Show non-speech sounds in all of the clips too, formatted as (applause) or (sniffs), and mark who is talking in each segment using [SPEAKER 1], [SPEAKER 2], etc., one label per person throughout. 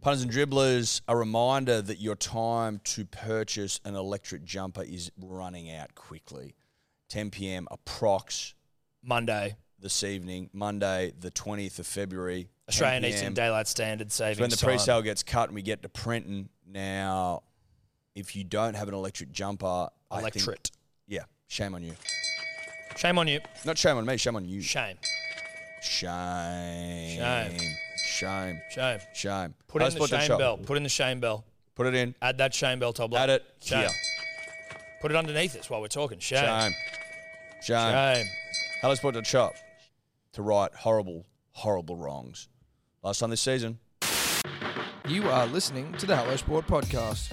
[SPEAKER 1] Punters and dribblers, a reminder that your time to purchase an electric jumper is running out quickly. 10 p.m. approx
[SPEAKER 2] Monday,
[SPEAKER 1] this evening, Monday, the 20th of February. 10
[SPEAKER 2] Australian
[SPEAKER 1] PM.
[SPEAKER 2] Eastern Daylight Standard savings.
[SPEAKER 1] So when the
[SPEAKER 2] time.
[SPEAKER 1] pre-sale gets cut and we get to printing now, if you don't have an electric jumper, I think-
[SPEAKER 2] electorate.
[SPEAKER 1] yeah, shame on you.
[SPEAKER 2] Shame on you.
[SPEAKER 1] Not shame on me, shame on you.
[SPEAKER 2] Shame.
[SPEAKER 1] Shame.
[SPEAKER 2] Shame.
[SPEAKER 1] Shame.
[SPEAKER 2] Shame.
[SPEAKER 1] Shame.
[SPEAKER 2] Put in the
[SPEAKER 1] Hotspot dot
[SPEAKER 2] shame
[SPEAKER 1] shop.
[SPEAKER 2] bell. Put in the shame bell.
[SPEAKER 1] Put it in.
[SPEAKER 2] Add that shame bell, Tobler.
[SPEAKER 1] Add it
[SPEAKER 2] Shame.
[SPEAKER 1] here.
[SPEAKER 2] Put it underneath us while we're talking. Shame. Shame.
[SPEAKER 1] Shame. Shame. Hellosport.shop to right horrible, horrible wrongs. Last time this season.
[SPEAKER 3] You are listening to the Hello Sport podcast.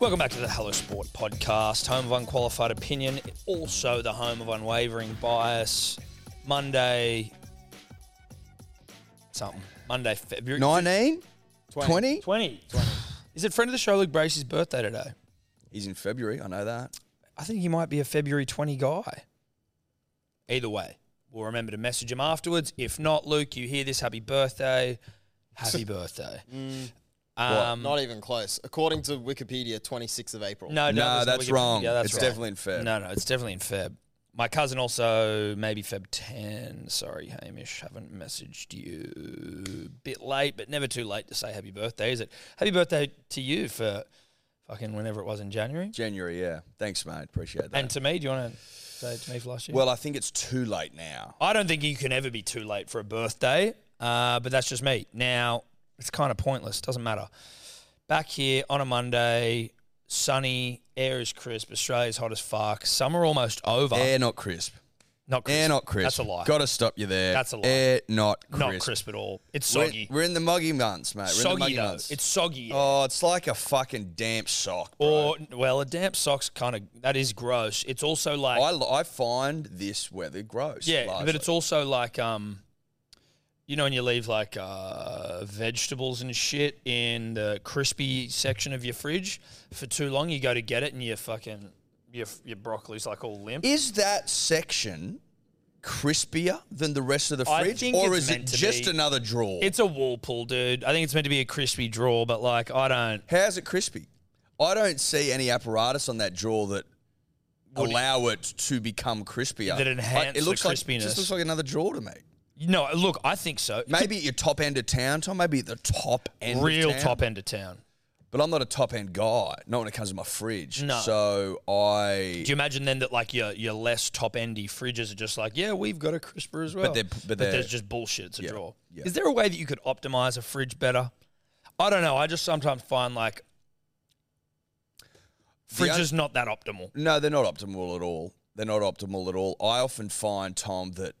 [SPEAKER 2] Welcome back to the Hello Sport podcast, home of unqualified opinion, also the home of unwavering bias. Monday, something. Monday, February
[SPEAKER 1] 19?
[SPEAKER 2] 20. 20. Is it friend of the show Luke Bracey's birthday today?
[SPEAKER 1] He's in February, I know that.
[SPEAKER 2] I think he might be a February 20 guy. Either way, we'll remember to message him afterwards. If not, Luke, you hear this, happy birthday. (laughs) Happy
[SPEAKER 1] (laughs)
[SPEAKER 2] birthday.
[SPEAKER 1] Mm.
[SPEAKER 2] Um,
[SPEAKER 4] Not even close. According to Wikipedia, 26th of April.
[SPEAKER 2] no, no,
[SPEAKER 1] no,
[SPEAKER 2] there's
[SPEAKER 1] that's
[SPEAKER 2] Wikipedia.
[SPEAKER 1] wrong.
[SPEAKER 2] Yeah, that's
[SPEAKER 1] it's
[SPEAKER 2] right.
[SPEAKER 1] definitely in Feb.
[SPEAKER 2] No, no, it's definitely in Feb. My cousin also maybe Feb 10. Sorry, Hamish, haven't messaged you. Bit late, but never too late to say happy birthday, is it? Happy birthday to you for fucking whenever it was in January.
[SPEAKER 1] January, yeah. Thanks, mate. Appreciate that.
[SPEAKER 2] And to me, do you want to say it to me for last year?
[SPEAKER 1] well, I think it's too late now.
[SPEAKER 2] I don't think you can ever be too late for a birthday, uh, but that's just me. Now, it's kind of pointless. Doesn't matter. Back here on a Monday, sunny, air is crisp, Australia's hot as fuck. Summer almost over.
[SPEAKER 1] Air not crisp.
[SPEAKER 2] not crisp.
[SPEAKER 1] Air not crisp.
[SPEAKER 2] That's a lie.
[SPEAKER 1] Got to stop you there.
[SPEAKER 2] That's a lie.
[SPEAKER 1] Air not crisp.
[SPEAKER 2] not crisp at all. It's
[SPEAKER 1] We're-
[SPEAKER 2] soggy.
[SPEAKER 1] We're, in the muggy months, mate. We're in the
[SPEAKER 2] soggy
[SPEAKER 1] muggy
[SPEAKER 2] though.
[SPEAKER 1] months.
[SPEAKER 2] It's soggy.
[SPEAKER 1] oh, it's like a fucking damp sock. Bro.
[SPEAKER 2] or well, a damp sock's kind of that is gross. It's also like
[SPEAKER 1] I, I find this weather gross.
[SPEAKER 2] Yeah,
[SPEAKER 1] largely.
[SPEAKER 2] but it's also like um, you know, when you leave like uh, vegetables and shit in the crispy section of your fridge for too long, you go to get it and your fucking your your broccoli's like all limp.
[SPEAKER 1] Is that section crispier than the rest of the
[SPEAKER 2] I
[SPEAKER 1] fridge,
[SPEAKER 2] think
[SPEAKER 1] or
[SPEAKER 2] it's
[SPEAKER 1] is it
[SPEAKER 2] meant to
[SPEAKER 1] just
[SPEAKER 2] be.
[SPEAKER 1] another drawer?
[SPEAKER 2] It's a wall pull, dude. I think it's meant to be a crispy draw, but like I don't.
[SPEAKER 1] How's it crispy? I don't see any apparatus on that drawer that allow it to become crispier.
[SPEAKER 2] That
[SPEAKER 1] I-
[SPEAKER 2] enhance
[SPEAKER 1] it
[SPEAKER 2] the
[SPEAKER 1] looks like
[SPEAKER 2] crispiness.
[SPEAKER 1] just looks like another drawer to me.
[SPEAKER 2] No, look, I think so.
[SPEAKER 1] Maybe at your top end of town, Tom. Maybe at the top end, of
[SPEAKER 2] Real
[SPEAKER 1] town.
[SPEAKER 2] top end of town.
[SPEAKER 1] But I'm not a top end guy. Not when it comes to my fridge.
[SPEAKER 2] No.
[SPEAKER 1] So I.
[SPEAKER 2] Do you imagine then that like your your less top endy fridges are just like, yeah, we've got a crisper as well.
[SPEAKER 1] they're- but they're-
[SPEAKER 2] there's just bullshit. It's a draw.
[SPEAKER 1] yeah.
[SPEAKER 2] Is there a way that you could optimize a fridge better? I don't know. I just sometimes find like
[SPEAKER 1] The
[SPEAKER 2] fridge
[SPEAKER 1] un-
[SPEAKER 2] is not that optimal.
[SPEAKER 1] No, they're not optimal at all. They're not optimal at all. I often find, Tom, that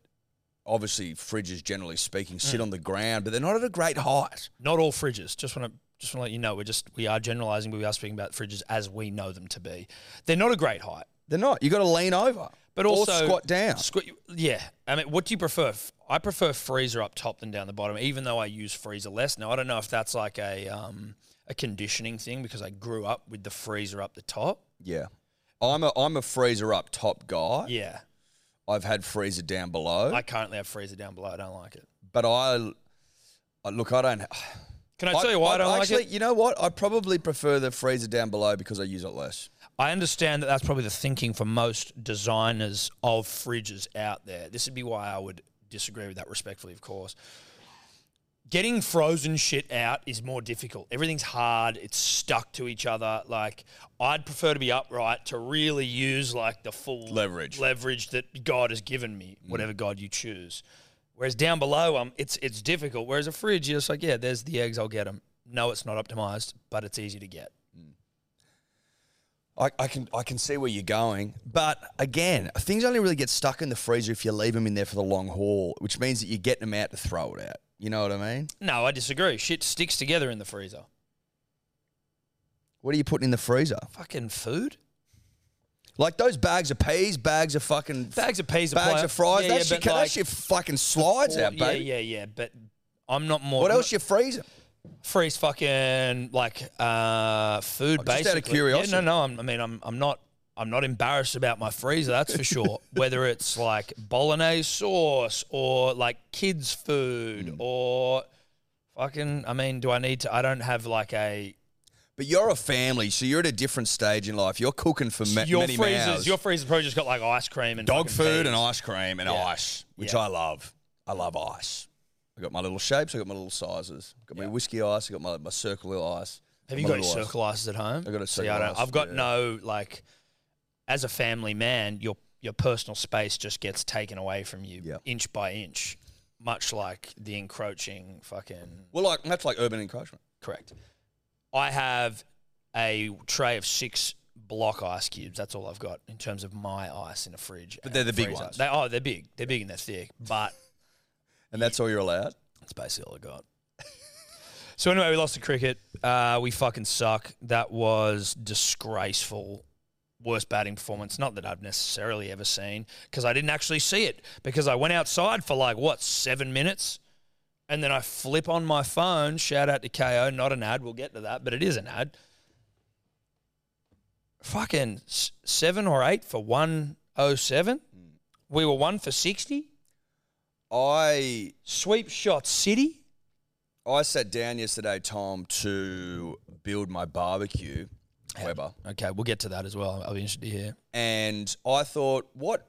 [SPEAKER 1] obviously fridges, generally speaking,
[SPEAKER 2] Mm.
[SPEAKER 1] sit on the ground, but they're not at a great height.
[SPEAKER 2] Not all fridges. Just want to just want to let you know we're just we are generalizing, but we are speaking about fridges as we know them to be. They're not a great height,
[SPEAKER 1] They're not. You got to lean over,
[SPEAKER 2] but also
[SPEAKER 1] or squat down.
[SPEAKER 2] Squ- yeah. I mean, what do you prefer? F- I prefer freezer up top than down the bottom, even though I use freezer less. Now I don't know if that's like a um, a conditioning thing because I grew up with the freezer up the top.
[SPEAKER 1] yeah, I'm a I'm a freezer up top guy.
[SPEAKER 2] Yeah.
[SPEAKER 1] I've had freezer down below,
[SPEAKER 2] I currently have freezer down below. I don't like it.
[SPEAKER 1] but I, I look. I don't.
[SPEAKER 2] Can I tell you why I, don't
[SPEAKER 1] actually,
[SPEAKER 2] like it?
[SPEAKER 1] you know what? I probably prefer the freezer down below because I use it less.
[SPEAKER 2] I understand that that's probably the thinking for most designers of fridges out there. This would be why I would disagree with that respectfully, of course. Getting frozen shit out is more difficult. Everything's hard, it's stuck to each other. Like I'd prefer to be upright to really use like the full
[SPEAKER 1] Leverage.
[SPEAKER 2] leverage that God has given me, whatever God you choose. Whereas down below, um, it's it's difficult. Whereas a fridge, you're just like, yeah, there's the eggs, I'll get them. No, it's not optimized, but it's easy to get.
[SPEAKER 1] I, I can I can see where you're going, but again, things only really get stuck in the freezer if you leave them in there for the long haul, which means that you're getting them out to throw it out. You know what I mean?
[SPEAKER 2] No, I disagree. Shit sticks together in the freezer.
[SPEAKER 1] What are you putting in the freezer?
[SPEAKER 2] Fucking food.
[SPEAKER 1] Like those bags of peas, bags of fucking
[SPEAKER 2] Bags of peas. are
[SPEAKER 1] bags
[SPEAKER 2] plain.
[SPEAKER 1] of fries.
[SPEAKER 2] Yeah,
[SPEAKER 1] that,
[SPEAKER 2] yeah,
[SPEAKER 1] shit,
[SPEAKER 2] but
[SPEAKER 1] that
[SPEAKER 2] like- oh,
[SPEAKER 1] shit fucking slides out,
[SPEAKER 2] Yeah,
[SPEAKER 1] baby.
[SPEAKER 2] yeah, yeah. But I'm not more.
[SPEAKER 1] What else you freezing?
[SPEAKER 2] Freeze fucking like uh, food.
[SPEAKER 1] I'm just out
[SPEAKER 2] basically.
[SPEAKER 1] of curiosity.
[SPEAKER 2] Yeah, no, no. I'm, I mean, I'm, I'm not. I'm not embarrassed about my freezer. That's for
[SPEAKER 1] (laughs)
[SPEAKER 2] sure. Whether it's
[SPEAKER 1] Mm.
[SPEAKER 2] like bolognese sauce or like kids' food or Fucking, I mean, do I need to? I don't have like a.
[SPEAKER 1] But you're a family, so you're at a different stage in life. You're cooking for ma-
[SPEAKER 2] your
[SPEAKER 1] many
[SPEAKER 2] freezers,
[SPEAKER 1] mouths.
[SPEAKER 2] your freezer's probably just got like ice cream and
[SPEAKER 1] dog
[SPEAKER 2] fucking
[SPEAKER 1] food
[SPEAKER 2] peas.
[SPEAKER 1] and ice cream and
[SPEAKER 2] Yeah.
[SPEAKER 1] ice, which
[SPEAKER 2] Yeah.
[SPEAKER 1] I love. I love ice. I got my little shapes. I got my little sizes. I got my
[SPEAKER 2] Yeah.
[SPEAKER 1] whiskey ice. I got my my circle ice.
[SPEAKER 2] Have you
[SPEAKER 1] my
[SPEAKER 2] got your
[SPEAKER 1] little ice.
[SPEAKER 2] circle ices at home?
[SPEAKER 1] I got a
[SPEAKER 2] See, I
[SPEAKER 1] circle
[SPEAKER 2] don't,
[SPEAKER 1] ice,
[SPEAKER 2] I've got
[SPEAKER 1] yeah.
[SPEAKER 2] no like. As a family man, your your personal space just gets taken away from you
[SPEAKER 1] Yeah.
[SPEAKER 2] inch by inch, much like the encroaching fucking
[SPEAKER 1] Well, like that's like urban encroachment.
[SPEAKER 2] Correct. I have a tray of six block ice cubes. That's all I've got in terms of my ice in a fridge.
[SPEAKER 1] But they're
[SPEAKER 2] and
[SPEAKER 1] the big
[SPEAKER 2] freezer.
[SPEAKER 1] ones.
[SPEAKER 2] They, oh, they're big. They're big and they're thick, but
[SPEAKER 1] And that's all you're allowed.
[SPEAKER 2] that's basically all I got. (laughs) so anyway, we lost to cricket. Uh, we fucking suck. That was disgraceful. Worst batting performance. Not that I've necessarily ever seen because I didn't actually see it because I went outside for like what seven minutes. And then I flip on my phone. Shout out to KO, not an ad. We'll get to that, but it is an ad. Fucking s- seven or eight for one oh seven. We were one for sixty.
[SPEAKER 1] I
[SPEAKER 2] Sweep shot city.
[SPEAKER 1] I sat down yesterday, Tom, to build my barbecue, Weber,
[SPEAKER 2] Okay, we'll get to that as well. I'll be interested to hear.
[SPEAKER 1] and I thought, what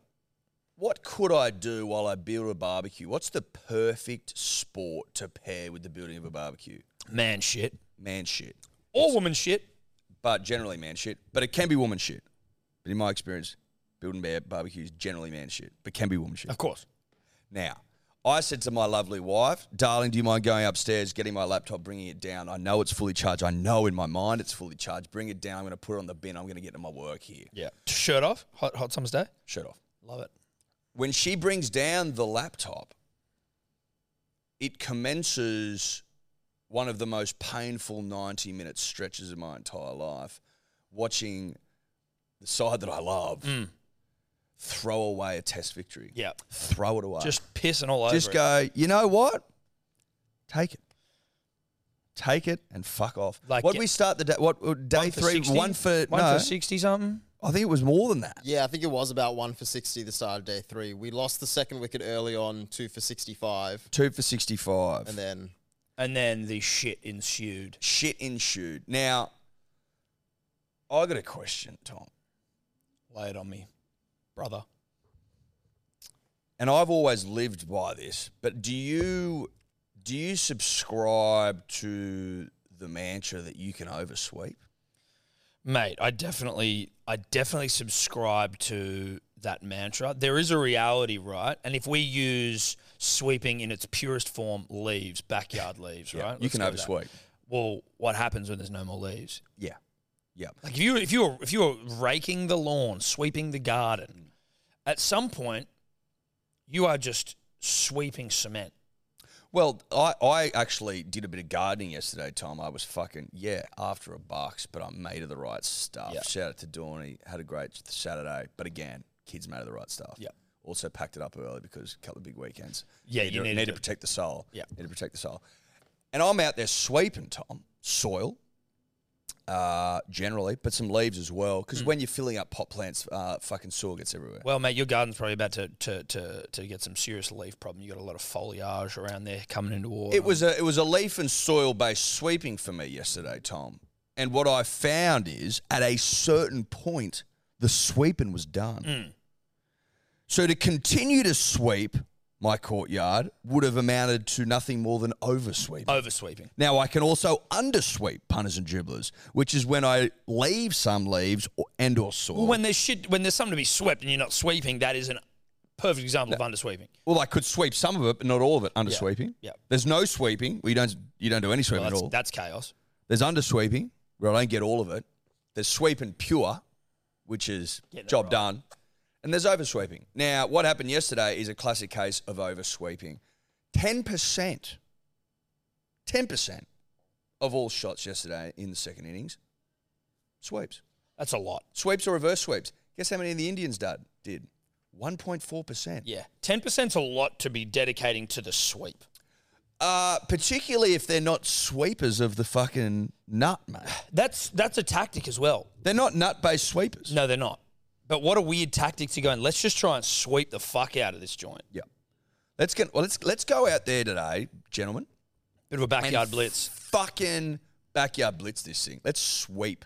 [SPEAKER 1] what could I do while I build a barbecue? What's the perfect sport to pair with the building of a barbecue?
[SPEAKER 2] Man shit
[SPEAKER 1] Man, shit.
[SPEAKER 2] or woman shit.
[SPEAKER 1] but generally man shit. But it can be woman shit. But in my experience, building bear barbecues generally man shit, but can be woman shit.
[SPEAKER 2] Of course.
[SPEAKER 1] Now, I said to my lovely wife, "Darling, do you mind going upstairs, getting my laptop, bringing it down? I know it's fully charged. I know in my mind it's fully charged. Bring it down. I'm going to put it on the bin. I'm going to get to my work here.
[SPEAKER 2] Yeah. Shirt off. Hot hot summer's day.
[SPEAKER 1] Shut off."
[SPEAKER 2] Love it.
[SPEAKER 1] when she brings down the laptop, it commences one of the most painful 90 minute stretches of my entire life watching the side that I love throw away a test victory.
[SPEAKER 2] Mm. Yeah.
[SPEAKER 1] Throw it away.
[SPEAKER 2] Just pissing all over.
[SPEAKER 1] Just
[SPEAKER 2] it.
[SPEAKER 1] go, you know what? Take it. Take it and fuck off.
[SPEAKER 2] Like,
[SPEAKER 1] what
[SPEAKER 2] yeah.
[SPEAKER 1] we start the day? What uh, day
[SPEAKER 2] One for
[SPEAKER 1] three?
[SPEAKER 2] 60?
[SPEAKER 1] One for
[SPEAKER 2] one
[SPEAKER 1] no.
[SPEAKER 2] for sixty something.
[SPEAKER 1] I think it was more than that.
[SPEAKER 4] Yeah, I think it was about one for 60 the start of day three. We lost the second wicket early on, two for 65,
[SPEAKER 1] Two for sixty-five.
[SPEAKER 4] and then
[SPEAKER 2] And then the shit ensued.
[SPEAKER 1] shit ensued. Now, I got a question, Tom,
[SPEAKER 2] Lay it on me, brother.
[SPEAKER 1] and I've always lived by this. But do you do you subscribe to the mantra that you can oversweep?
[SPEAKER 2] Mate, I definitely, I definitely subscribe to that mantra. There is a reality, right? And if we use sweeping in its purest form, leaves, backyard leaves, right?
[SPEAKER 1] you
[SPEAKER 2] Let's
[SPEAKER 1] can
[SPEAKER 2] go with that.
[SPEAKER 1] oversweep.
[SPEAKER 2] Well, what happens when there's no more leaves?
[SPEAKER 1] Yeah, yeah.
[SPEAKER 2] Like if you if you were, if you were raking the lawn, sweeping the garden, at some point, you are just sweeping cement.
[SPEAKER 1] Well, I, I actually did a bit of gardening yesterday, Tom. I was fucking, yeah, after a bucks, but I'm made of the right stuff.
[SPEAKER 2] Yeah.
[SPEAKER 1] Shout out to Dawny. Had a great Saturday. But again, kids made of the right stuff.
[SPEAKER 2] Yeah.
[SPEAKER 1] Also packed it up early because a couple of big weekends.
[SPEAKER 2] Yeah,
[SPEAKER 1] need
[SPEAKER 2] you
[SPEAKER 1] to,
[SPEAKER 2] needed
[SPEAKER 1] need to
[SPEAKER 2] it.
[SPEAKER 1] protect the soul.
[SPEAKER 2] Yeah.
[SPEAKER 1] Need to protect the soul. And I'm out there sweeping, Tom, soil uh, generally, but some leaves as well.
[SPEAKER 2] Mm.
[SPEAKER 1] Because when you're filling up pot plants, uh, fucking soil gets everywhere.
[SPEAKER 2] Well, mate, your garden's probably about to to to, to get some serious leaf problem. You got a lot of foliage around there coming into water.
[SPEAKER 1] It was a it was a leaf and soil based sweeping for me yesterday, Tom. And what I found is at a certain point the sweeping was done.
[SPEAKER 2] Hmm.
[SPEAKER 1] So to continue to sweep my courtyard would have amounted to nothing more than oversweep.
[SPEAKER 2] Oh. oversweeping.
[SPEAKER 1] Now I can also undersweep punters and dribblers, which is when I leave some leaves or, and or soil.
[SPEAKER 2] Well, when there's shit, when there's something to be swept and you're not sweeping, that is a perfect example of undersweeping.
[SPEAKER 1] Well, I could sweep some of it, but not all of it. Undersweeping.
[SPEAKER 2] yeah.
[SPEAKER 1] There's no sweeping. We don't. You don't do any
[SPEAKER 2] Well,
[SPEAKER 1] sweeping at all.
[SPEAKER 2] that's, that's chaos.
[SPEAKER 1] There's undersweeping, where I don't get all of it. There's sweeping pure, which is
[SPEAKER 2] Getting it
[SPEAKER 1] job
[SPEAKER 2] right.
[SPEAKER 1] done. And there's oversweeping. Now, what happened yesterday is a classic case of oversweeping. 10%, 10% of all shots yesterday in the second innings, sweeps.
[SPEAKER 2] That's a lot.
[SPEAKER 1] Sweeps or reverse sweeps. Guess how many of the Indians did? Did 1.4%.
[SPEAKER 2] Yeah, ten percent's a lot to be dedicating to the sweep.
[SPEAKER 1] Uh, particularly if they're not sweepers of the fucking nut, mate.
[SPEAKER 2] That's that's a tactic as well.
[SPEAKER 1] They're not nut-based sweepers.
[SPEAKER 2] No, they're not. But what a weird tactic to go in. Let's just try and sweep the fuck out of this joint.
[SPEAKER 1] Yeah. Let's get well, let's let's go out there today, gentlemen,
[SPEAKER 2] Bit of a backyard blitz.
[SPEAKER 1] Fucking backyard blitz this thing. Let's sweep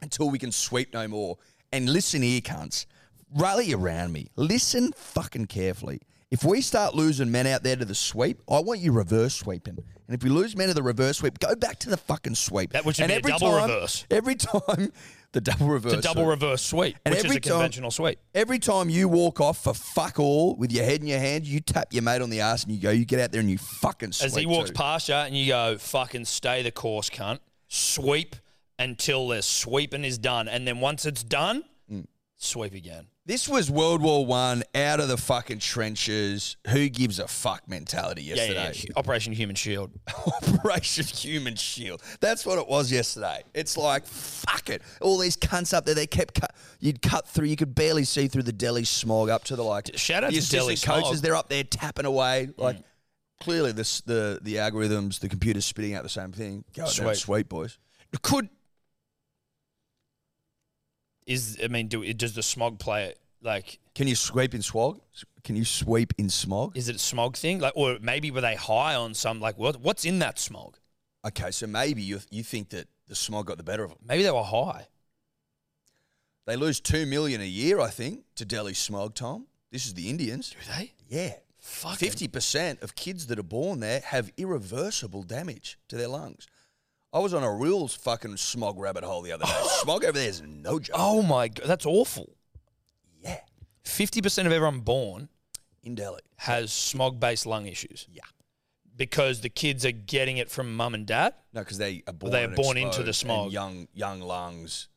[SPEAKER 1] until we can sweep no more. And listen here, cunts. Rally around me. Listen fucking carefully. If we start losing men out there to the sweep, I want you reverse sweeping. And if we lose men to the reverse sweep, go back to the fucking sweep.
[SPEAKER 2] That would should
[SPEAKER 1] and
[SPEAKER 2] be a double
[SPEAKER 1] time,
[SPEAKER 2] reverse.
[SPEAKER 1] Every (laughs) time, the double reverse.
[SPEAKER 2] It's a double
[SPEAKER 1] sweep.
[SPEAKER 2] reverse sweep,
[SPEAKER 1] And
[SPEAKER 2] which is
[SPEAKER 1] every
[SPEAKER 2] a
[SPEAKER 1] time-
[SPEAKER 2] conventional sweep.
[SPEAKER 1] Every time you walk off for fuck all with your head in your hand, you tap your mate on the ass and you go, you get out there and you fucking sweep.
[SPEAKER 2] As he walks
[SPEAKER 1] too.
[SPEAKER 2] past you and you go, fucking stay the course, cunt. Sweep until their sweeping is done. And then once it's done,
[SPEAKER 1] Mm.
[SPEAKER 2] sweep again.
[SPEAKER 1] This was World War One out of the fucking trenches. Who gives a fuck mentality
[SPEAKER 2] Yeah, yeah,
[SPEAKER 1] yesterday?
[SPEAKER 2] yeah. Operation Human Shield.
[SPEAKER 1] (laughs) Operation Human Shield. That's what it was yesterday. It's like fuck it. All these cunts up there. They kept cut. You'd cut through. You could barely see through the Delhi smog up to the like.
[SPEAKER 2] Shout out
[SPEAKER 1] the
[SPEAKER 2] to Delhi
[SPEAKER 1] assistant coaches.
[SPEAKER 2] smog.
[SPEAKER 1] They're up there tapping away like. Clearly, this the the algorithms, the computer's spitting out the same thing. Go sweet,
[SPEAKER 2] Sweet.
[SPEAKER 1] sweet boys.
[SPEAKER 2] Could. Is, I mean, do does the smog play it? Like,
[SPEAKER 1] Can you sweep in swag? Can you sweep in smog?
[SPEAKER 2] is it a smog thing? Like, or maybe were they high on some, like, what, what's in that smog?
[SPEAKER 1] Okay, so maybe you you think that the smog got the better of them.
[SPEAKER 2] Maybe they were high.
[SPEAKER 1] They lose two million a year, I think, to Delhi smog. Tom, this is the Indians.
[SPEAKER 2] Do they?
[SPEAKER 1] Yeah,
[SPEAKER 2] Fuck.
[SPEAKER 1] fifty percent of kids that are born there have irreversible damage to their lungs. I was on a real fucking smog rabbit hole the other
[SPEAKER 2] (laughs)
[SPEAKER 1] day. smog over there is no joke.
[SPEAKER 2] Oh my god, that's awful.
[SPEAKER 1] yeah,
[SPEAKER 2] Fifty percent of everyone born
[SPEAKER 1] in Delhi.
[SPEAKER 2] has smog-based lung issues.
[SPEAKER 1] Yeah.
[SPEAKER 2] because the kids are getting it from mum and dad.
[SPEAKER 1] No, because they are born.
[SPEAKER 2] They are
[SPEAKER 1] and
[SPEAKER 2] born into the smog.
[SPEAKER 1] exposed and young, young lungs.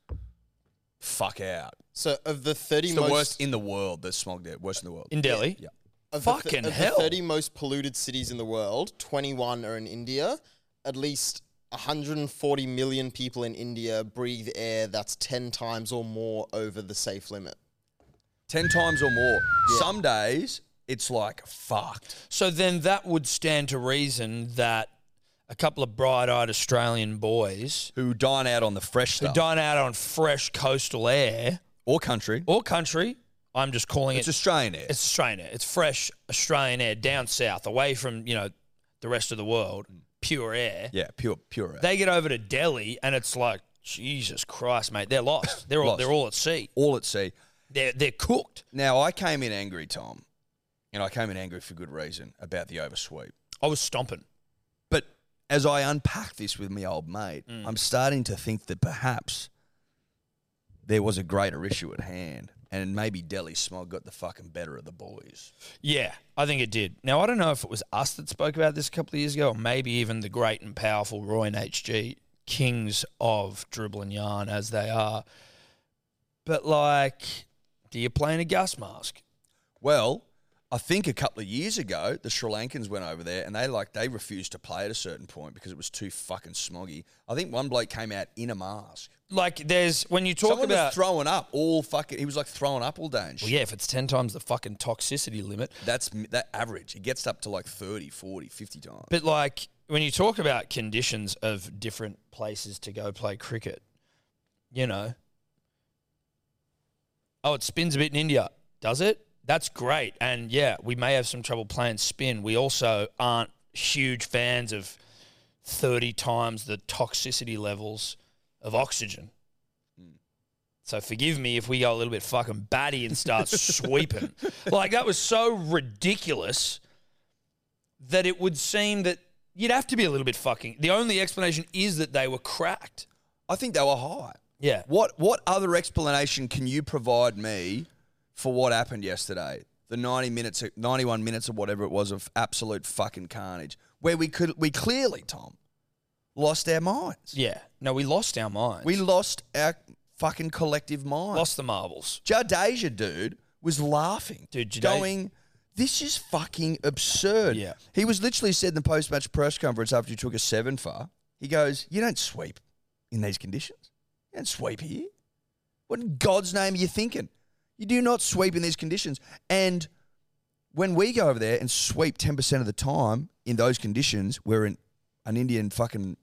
[SPEAKER 1] Fuck out.
[SPEAKER 4] So of the thirty
[SPEAKER 1] It's the
[SPEAKER 4] most
[SPEAKER 1] worst in the world. The smog there, worst in the world.
[SPEAKER 2] In Delhi?
[SPEAKER 1] Yeah.
[SPEAKER 4] of the th-
[SPEAKER 2] Fucking
[SPEAKER 4] of
[SPEAKER 2] hell.
[SPEAKER 4] the thirty most polluted cities in the world, twenty-one are in India. At least hundred and forty million people in India breathe air that's ten times or more over the safe limit.
[SPEAKER 1] 10 times or more. Some days it's like fucked.
[SPEAKER 2] So then that would stand to reason that a couple of bright-eyed Australian boys
[SPEAKER 1] Who dine out on the fresh
[SPEAKER 2] who
[SPEAKER 1] stuff
[SPEAKER 2] dine out on fresh coastal air
[SPEAKER 1] or country.
[SPEAKER 2] or country, I'm just calling
[SPEAKER 1] It's
[SPEAKER 2] it
[SPEAKER 1] Australian air.
[SPEAKER 2] it's Australian air. It's fresh Australian air down south, away from you know the rest of the world,
[SPEAKER 1] Mm.
[SPEAKER 2] pure air.
[SPEAKER 1] yeah, pure pure air.
[SPEAKER 2] They get over to Delhi and it's like Jesus Christ, mate, they're
[SPEAKER 1] (laughs)
[SPEAKER 2] lost. They're all
[SPEAKER 1] Lost.
[SPEAKER 2] they're all at sea.
[SPEAKER 1] All at sea.
[SPEAKER 2] They're they're cooked.
[SPEAKER 1] Now I came in angry, Tom. And I came in angry for good reason about the oversweep.
[SPEAKER 2] I was stomping.
[SPEAKER 1] But as I unpack this with my old mate,
[SPEAKER 2] Mm.
[SPEAKER 1] I'm starting to think that perhaps there was a greater issue at hand. And maybe Delhi smog got the fucking better of the boys.
[SPEAKER 2] Yeah, I think it did. Now I don't know if it was us that spoke about this a couple of years ago, or maybe even the great and powerful Roy and HG, kings of dribble and yarn as they are. But like, do you play in a gas mask?
[SPEAKER 1] Well, I think a couple of years ago, the Sri Lankans went over there and they like they refused to play at a certain point because it was too fucking smoggy. I think one bloke came out in a mask.
[SPEAKER 2] Like, there's when you talk
[SPEAKER 1] Someone
[SPEAKER 2] about
[SPEAKER 1] was throwing up all fucking. He was like throwing up all day and shit.
[SPEAKER 2] well, yeah, if it's ten times the fucking toxicity limit,
[SPEAKER 1] That's m- that average. It gets up to like 30, 40, 50 times.
[SPEAKER 2] But like when you talk about conditions of different places to go play cricket, you know. Oh, it spins a bit in India, does it? That's great. And yeah, we may have some trouble playing spin. We also aren't huge fans of 30 times the toxicity levels of oxygen. So forgive me if we go a little bit fucking batty and start sweeping. Like that was so ridiculous that it would seem that you'd have to be a little bit fucking. The only explanation is that they were cracked.
[SPEAKER 1] I think they were high.
[SPEAKER 2] Yeah.
[SPEAKER 1] What what other explanation can you provide me for what happened yesterday? The 90 minutes, 91 minutes or whatever it was of absolute fucking carnage where we could we clearly, Tom, lost our minds.
[SPEAKER 2] Yeah. No, we lost our minds.
[SPEAKER 1] We lost our fucking collective mind.
[SPEAKER 2] lost the marbles.
[SPEAKER 1] Jadeja, dude, was laughing.
[SPEAKER 2] Dude, Jade-
[SPEAKER 1] going, this is fucking absurd.
[SPEAKER 2] Yeah.
[SPEAKER 1] He was literally said in the post match press conference after you took a seven far, he goes, You don't sweep in these conditions. You don't sweep here. What in God's name are you thinking? You do not sweep in these conditions. And when we go over there and sweep 10% of the time in those conditions, we're in an Indian fucking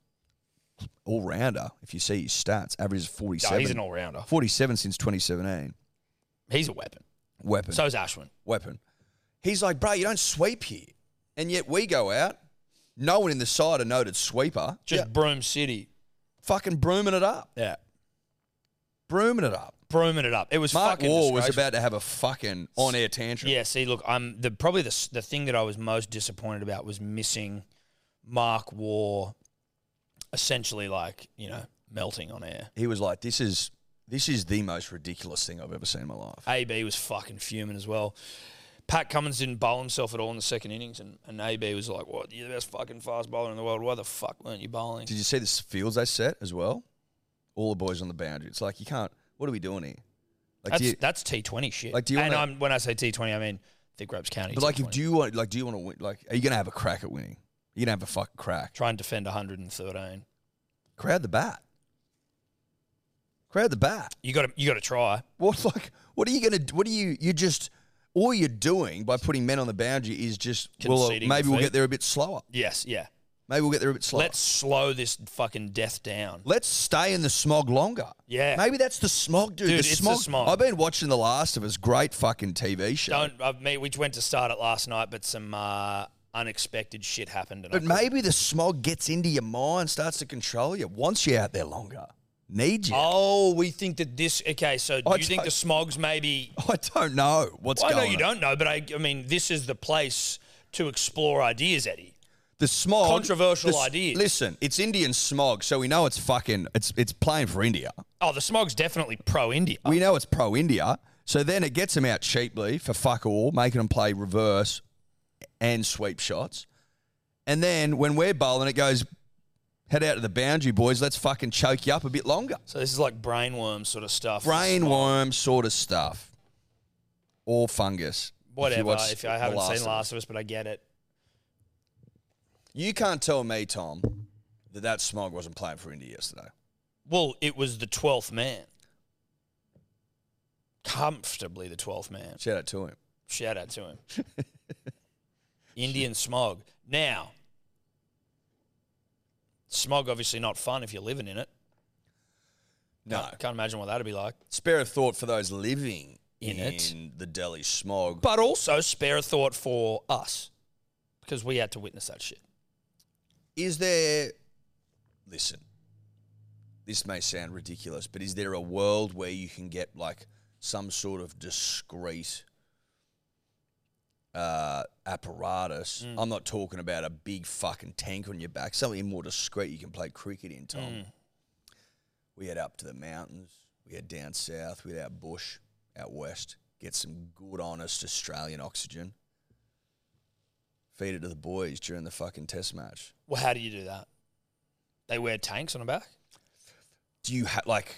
[SPEAKER 1] all rounder. If you see his stats, average is
[SPEAKER 2] No,
[SPEAKER 1] 47.
[SPEAKER 2] he's an all rounder.
[SPEAKER 1] 47 since 2017.
[SPEAKER 2] He's a weapon.
[SPEAKER 1] Weapon.
[SPEAKER 2] So is Ashwin.
[SPEAKER 1] weapon. He's like, bro, you don't sweep here. And yet we go out No one in the side a noted sweeper.
[SPEAKER 2] Just Broome City.
[SPEAKER 1] Fucking brooming it up.
[SPEAKER 2] Yeah.
[SPEAKER 1] Brooming it up.
[SPEAKER 2] Brooming it up. It was
[SPEAKER 1] Mark
[SPEAKER 2] fucking
[SPEAKER 1] War was
[SPEAKER 2] disgraceful.
[SPEAKER 1] about to have a fucking on air tantrum.
[SPEAKER 2] Yeah, see, look, I'm the probably the s- the thing that I was most disappointed about was missing Mark War, essentially like you know melting on air.
[SPEAKER 1] He was like, This is this is the most ridiculous thing I've ever seen in my life.
[SPEAKER 2] AB was fucking fuming as well. Pat Cummins didn't bowl himself at all in the second innings, and, and AB was like, "What? You're the best fucking fast bowler in the world. Why the fuck weren't you bowling?"
[SPEAKER 1] Did you see the fields they set as well? All the boys on the boundary. It's like you can't what are we doing here? Like
[SPEAKER 2] That's
[SPEAKER 1] do you,
[SPEAKER 2] that's T20 shit.
[SPEAKER 1] like, do you
[SPEAKER 2] and
[SPEAKER 1] wanna-
[SPEAKER 2] I'm, when I say T20, I mean the Grubs County.
[SPEAKER 1] but like if
[SPEAKER 2] T20.
[SPEAKER 1] do you want like do you want to win like are you gonna have a crack at winning? Are you gonna have a fucking crack?
[SPEAKER 2] try and defend 113,
[SPEAKER 1] Crowd the bat. Crowd the bat. (laughs)
[SPEAKER 2] you got to you got to try.
[SPEAKER 1] What like what are you gonna what are you you just all you're doing by putting men on the boundary is just well uh,
[SPEAKER 2] Conceding
[SPEAKER 1] maybe we'll
[SPEAKER 2] defeat.
[SPEAKER 1] get there a bit slower.
[SPEAKER 2] Yes, yeah.
[SPEAKER 1] Maybe we'll get there a bit slower.
[SPEAKER 2] Let's slow this fucking death down.
[SPEAKER 1] Let's stay in the smog longer.
[SPEAKER 2] Yeah.
[SPEAKER 1] Maybe that's the smog, dude.
[SPEAKER 2] Dude,
[SPEAKER 1] the
[SPEAKER 2] it's the
[SPEAKER 1] smog.
[SPEAKER 2] smog.
[SPEAKER 1] I've been watching The Last of Us. Great fucking TV show.
[SPEAKER 2] Don't. I mean, we went to start it last night, but some uh, unexpected shit happened. And I
[SPEAKER 1] but
[SPEAKER 2] couldn't-
[SPEAKER 1] maybe the smog gets into your mind, starts to control you, wants you out there longer, needs you.
[SPEAKER 2] Oh, we think that this. Okay, so do
[SPEAKER 1] I
[SPEAKER 2] you think
[SPEAKER 1] don't-
[SPEAKER 2] the smogs maybe?
[SPEAKER 1] (laughs) I don't know what's
[SPEAKER 2] Well, I
[SPEAKER 1] going
[SPEAKER 2] know you
[SPEAKER 1] on.
[SPEAKER 2] don't know, but I, I mean, this is the place to explore ideas, Eddie.
[SPEAKER 1] The smog.
[SPEAKER 2] Controversial
[SPEAKER 1] the s-
[SPEAKER 2] ideas.
[SPEAKER 1] Listen, it's Indian smog, so we know it's fucking. It's it's playing for India.
[SPEAKER 2] Oh, the smog's definitely pro India.
[SPEAKER 1] We know it's pro India. So then it gets them out cheaply for fuck all, making them play reverse and sweep shots. And then when we're bowling, it goes head out to the boundary, boys. Let's fucking choke you up a bit longer.
[SPEAKER 2] So this is like brainworm sort of stuff.
[SPEAKER 1] Brainworm sort of stuff, or fungus. if you
[SPEAKER 2] Whatever. If,
[SPEAKER 1] watch
[SPEAKER 2] I
[SPEAKER 1] The
[SPEAKER 2] haven't
[SPEAKER 1] Last
[SPEAKER 2] seen
[SPEAKER 1] of Us.
[SPEAKER 2] Last of Us, but I get it.
[SPEAKER 1] you can't tell me, Tom, that that smog wasn't playing for India yesterday.
[SPEAKER 2] Well, it was the twelfth man. Comfortably the twelfth man.
[SPEAKER 1] Shout out to him.
[SPEAKER 2] Shout out to
[SPEAKER 1] (laughs)
[SPEAKER 2] him. Indian smog. Now, smog obviously not fun if you're living in it.
[SPEAKER 1] No,
[SPEAKER 2] Can't, can't imagine what that'd be like.
[SPEAKER 1] spare a thought for those living
[SPEAKER 2] In it.
[SPEAKER 1] the Delhi smog.
[SPEAKER 2] But also spare a thought for us because we had to witness that shit.
[SPEAKER 1] is there listen this may sound ridiculous but is there a world where you can get like some sort of discreet uh, apparatus i'm not talking about a big fucking tank on your back something more discreet you can play cricket in tom we head up to the mountains we head down south we head out bush out west get some good honest australian oxygen feed it to the boys during the fucking test match
[SPEAKER 2] Well, how do you do that? They wear tanks on the back?
[SPEAKER 1] do you have like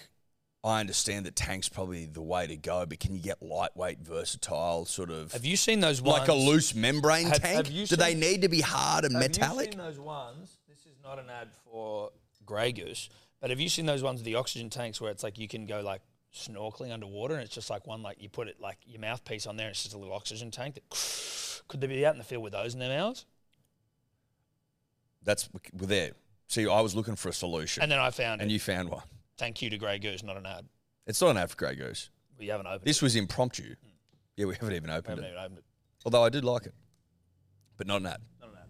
[SPEAKER 1] I understand that tanks probably the way to go, but can you get lightweight, versatile sort of
[SPEAKER 2] Have you seen those ones?
[SPEAKER 1] like a loose membrane
[SPEAKER 2] Have-
[SPEAKER 1] tank?
[SPEAKER 2] have you
[SPEAKER 1] do they
[SPEAKER 2] seen-
[SPEAKER 1] need to be hard and
[SPEAKER 2] Have you
[SPEAKER 1] metallic?
[SPEAKER 2] seen those ones? This is not an ad for Grey Goose, but have you seen those ones with the oxygen tanks where it's like you can go like snorkeling underwater and it's just like one like you put it like your mouthpiece on there and it's just a little oxygen tank that (sniffs) could they be out in the field with those in their mouths?
[SPEAKER 1] That's we're there. See, I was looking for a solution,
[SPEAKER 2] And
[SPEAKER 1] and,
[SPEAKER 2] then I found it.
[SPEAKER 1] you found one.
[SPEAKER 2] Thank you to Grey Goose, not an ad.
[SPEAKER 1] It's not an ad for Grey Goose.
[SPEAKER 2] We haven't opened
[SPEAKER 1] This was impromptu. Yeah, we haven't even
[SPEAKER 2] it. We
[SPEAKER 1] opened
[SPEAKER 2] Hmm. haven't
[SPEAKER 1] it.
[SPEAKER 2] even opened it. (laughs)
[SPEAKER 1] Although I did like it, but not an ad.
[SPEAKER 2] Not an ad.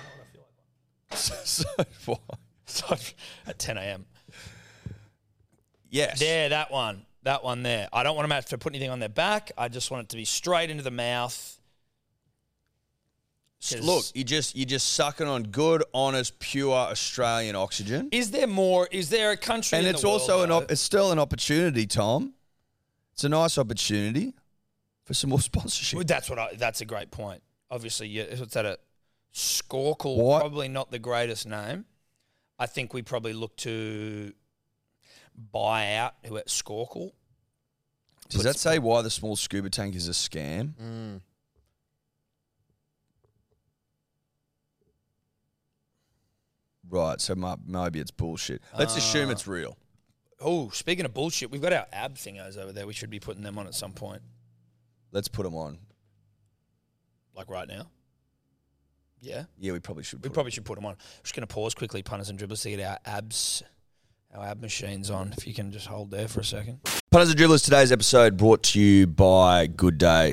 [SPEAKER 2] I feel like one.
[SPEAKER 1] (laughs) so, so
[SPEAKER 2] So, at 10 a.m.
[SPEAKER 1] yes,
[SPEAKER 2] There, that one. That one there. I don't want them to have to put anything on their back. I just want it to be straight into the mouth.
[SPEAKER 1] S- Look, you just you just sucking on good, honest, pure Australian oxygen.
[SPEAKER 2] Is there more? Is there a country?
[SPEAKER 1] and
[SPEAKER 2] in
[SPEAKER 1] it's
[SPEAKER 2] the world,
[SPEAKER 1] also an op-
[SPEAKER 2] though?
[SPEAKER 1] it's still an opportunity, Tom. It's a nice opportunity for some more (laughs) sponsorship.
[SPEAKER 2] Well, that's what. I, that's a great point. Obviously, you, it's at a Scorkle,
[SPEAKER 1] What?
[SPEAKER 2] probably not the greatest name. I think we probably look to buy out who at Scorkle.
[SPEAKER 1] Does that say why the small scuba tank is a scam?
[SPEAKER 2] Mm.
[SPEAKER 1] Right, so mi- maybe it's bullshit. Let's assume
[SPEAKER 2] Ah.
[SPEAKER 1] it's real.
[SPEAKER 2] Oh, speaking of bullshit, we've got our ab thingos over there. We should be putting them on at some point,
[SPEAKER 1] Let's put them on.
[SPEAKER 2] like right now. Yeah,
[SPEAKER 1] Yeah, we probably should.
[SPEAKER 2] we
[SPEAKER 1] put 'em-
[SPEAKER 2] probably should put them on. just going to pause quickly, punters and dribblers, to get our abs, Our ab machine's on. If you can just hold there for a second.
[SPEAKER 1] Punters and Dribblers, today's episode brought to you by Good Day,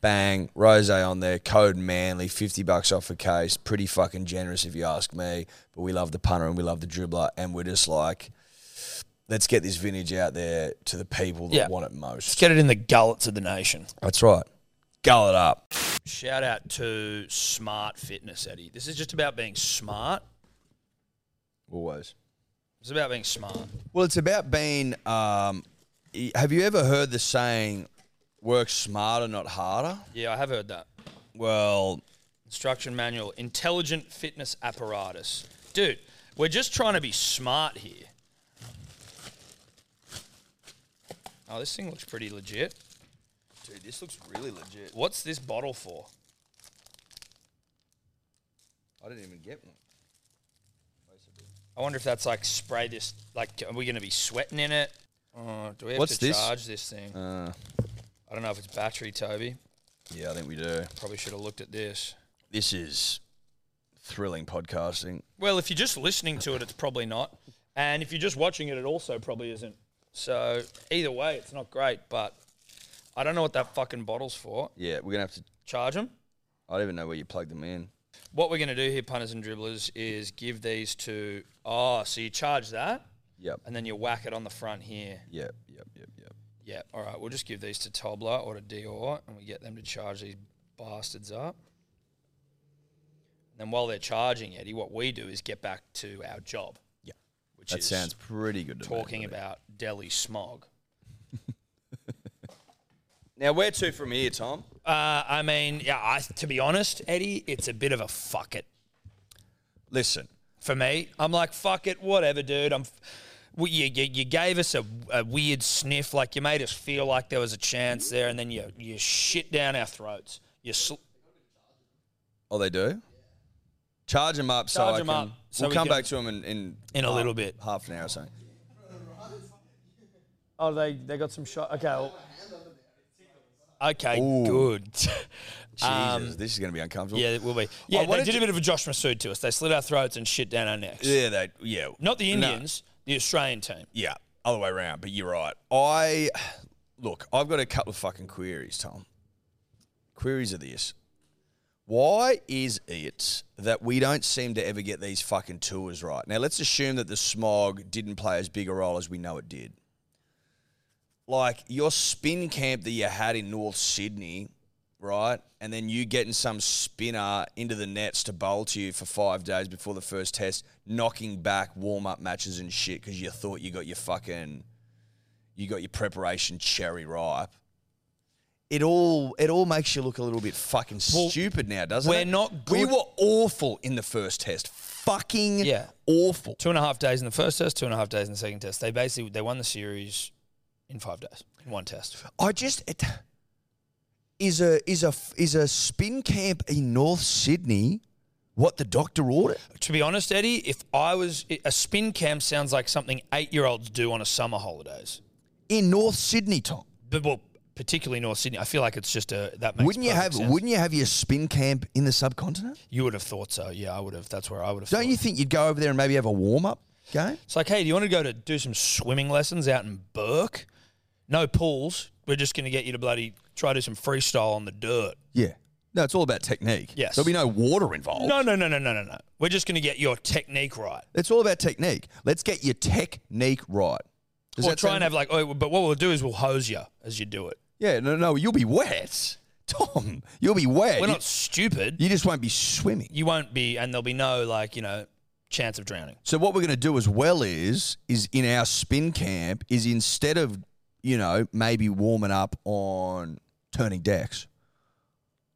[SPEAKER 1] bang, rose on there, code Manly, fifty bucks off a case. Pretty fucking generous if you ask me. But we love the punter and we love the dribbler, and we're just like, let's get this vintage out there to the people that
[SPEAKER 2] Yeah.
[SPEAKER 1] want it most.
[SPEAKER 2] Let's get it in the gullets of the nation.
[SPEAKER 1] That's right. Gull it up.
[SPEAKER 2] Shout out to Smart Fitness, Eddie. This is just about being smart.
[SPEAKER 1] Always.
[SPEAKER 2] It's about being smart.
[SPEAKER 1] Well, it's about being. Um, y- have you ever heard the saying, work smarter, not harder?
[SPEAKER 2] Yeah, I have heard that.
[SPEAKER 1] Well,
[SPEAKER 2] Instruction manual, intelligent fitness apparatus. Dude, we're just trying to be smart here. Oh, this thing looks pretty legit.
[SPEAKER 1] dude, this looks really legit.
[SPEAKER 2] What's this bottle for?
[SPEAKER 1] I didn't even get one.
[SPEAKER 2] I wonder if that's like spray this. Like, are we going to be sweating in it? Uh, do we have
[SPEAKER 1] What's
[SPEAKER 2] to
[SPEAKER 1] this?
[SPEAKER 2] charge this thing?
[SPEAKER 1] Uh,
[SPEAKER 2] I don't know if it's battery, Toby.
[SPEAKER 1] yeah, I think we do.
[SPEAKER 2] Probably should have looked at this.
[SPEAKER 1] This is thrilling podcasting.
[SPEAKER 2] Well, if you're just listening to it, it's probably not. And if you're just watching it, it also probably isn't. So either way, it's not great, but I don't know what that fucking bottle's for.
[SPEAKER 1] Yeah, we're gonna have to.
[SPEAKER 2] Charge them.
[SPEAKER 1] I don't even know where you plug them in.
[SPEAKER 2] What we're going to do here, punters and dribblers, is give these to. Oh, so you charge that
[SPEAKER 1] Yep.
[SPEAKER 2] and then you whack it on the front here.
[SPEAKER 1] Yep. Yep. Yep. Yep.
[SPEAKER 2] Yeah, all right. We'll just give these to Tobler or to Dior and we get them to charge these bastards up. And then while they're charging, Eddie, what we do is get back to our job.
[SPEAKER 1] Yeah.
[SPEAKER 2] Which
[SPEAKER 1] That
[SPEAKER 2] is
[SPEAKER 1] sounds pretty good. To me,
[SPEAKER 2] talking
[SPEAKER 1] buddy.
[SPEAKER 2] about Delhi smog.
[SPEAKER 1] Now, where to from here, Tom?
[SPEAKER 2] Uh, I mean, yeah, I, to be honest, Eddie, it's a bit of a fuck it
[SPEAKER 1] Listen,
[SPEAKER 2] for me. I'm like, fuck it, whatever, dude. I'm. f- well, You, you, you gave us a, a weird sniff, like you made us feel like there was a chance there, and then you you shit down our throats. You sl-
[SPEAKER 1] oh, they do. Charge them up. so
[SPEAKER 2] Charge
[SPEAKER 1] I
[SPEAKER 2] 'em
[SPEAKER 1] can-
[SPEAKER 2] up so
[SPEAKER 1] we'll
[SPEAKER 2] we
[SPEAKER 1] come
[SPEAKER 2] can-
[SPEAKER 1] back to them in in,
[SPEAKER 2] in a
[SPEAKER 1] half-
[SPEAKER 2] little bit.
[SPEAKER 1] half an hour or something.
[SPEAKER 2] Oh, they they got some shot. Okay, Okay,
[SPEAKER 1] Ooh.
[SPEAKER 2] good. (laughs)
[SPEAKER 1] Jesus, this is going to be uncomfortable.
[SPEAKER 2] yeah, it will be. Yeah, they
[SPEAKER 1] wanted
[SPEAKER 2] did a
[SPEAKER 1] to-
[SPEAKER 2] bit of a Josh Masood to us. They slit our throats and shit down our necks.
[SPEAKER 1] yeah, they, yeah.
[SPEAKER 2] Not the
[SPEAKER 1] No.
[SPEAKER 2] Indians, the Australian team.
[SPEAKER 1] Yeah, other way around. But you're right. I look. I've got a couple of fucking queries, Tom. Queries are this: Why is it that we don't seem to ever get these fucking tours right? Now, let's assume that the smog didn't play as big a role as we know it did. Like your spin camp that you had in North Sydney, right? And then you getting some spinner into the nets to bowl to you for five days before the first test, knocking back warm up matches and shit because you thought you got your fucking, you got your preparation cherry ripe. It all it all makes you look a little bit fucking
[SPEAKER 2] Well,
[SPEAKER 1] stupid now, doesn't
[SPEAKER 2] we're
[SPEAKER 1] it?
[SPEAKER 2] not
[SPEAKER 1] We
[SPEAKER 2] good-
[SPEAKER 1] were awful in the first test. Fucking
[SPEAKER 2] Yeah.
[SPEAKER 1] awful.
[SPEAKER 2] Two and a half days in the first test, two and a half days in the second test. They basically they won the series in five days, in one test.
[SPEAKER 1] I just it, is a is a is a spin camp in North Sydney what the doctor ordered.
[SPEAKER 2] To be honest, Eddie, if I was a spin camp sounds like something eight year olds do on a summer holidays.
[SPEAKER 1] in North Sydney, Tom.
[SPEAKER 2] But well, particularly North Sydney, I feel like it's just a that makes
[SPEAKER 1] Wouldn't you
[SPEAKER 2] perfect
[SPEAKER 1] have?
[SPEAKER 2] sense.
[SPEAKER 1] Wouldn't you have your spin camp in the subcontinent?
[SPEAKER 2] you would have thought so? Yeah, I would have. That's where I would have.
[SPEAKER 1] Don't
[SPEAKER 2] thought.
[SPEAKER 1] you think you'd go over there and maybe have a warm up game?
[SPEAKER 2] It's like, hey, do you want to go to do some swimming lessons out in Burke? No pools. We're just going to get you to bloody try to do some freestyle on the dirt.
[SPEAKER 1] Yeah. No, it's all about technique.
[SPEAKER 2] Yes.
[SPEAKER 1] There'll be no water involved.
[SPEAKER 2] No, no, no, no, no, no, no. We're just going to get your technique right.
[SPEAKER 1] It's all about technique. Let's get your technique right. Does
[SPEAKER 2] or
[SPEAKER 1] that
[SPEAKER 2] try
[SPEAKER 1] sound-
[SPEAKER 2] and have like, oh, but what we'll do is we'll hose you as you do it.
[SPEAKER 1] Yeah. No, no. You'll be wet, (laughs) Tom. You'll be wet.
[SPEAKER 2] We're
[SPEAKER 1] You-
[SPEAKER 2] not stupid.
[SPEAKER 1] you just won't be swimming.
[SPEAKER 2] You won't be, and there'll be no like, you know, chance of drowning.
[SPEAKER 1] So what we're going to do as well is is in our spin camp is instead of you know maybe warming up on turning decks,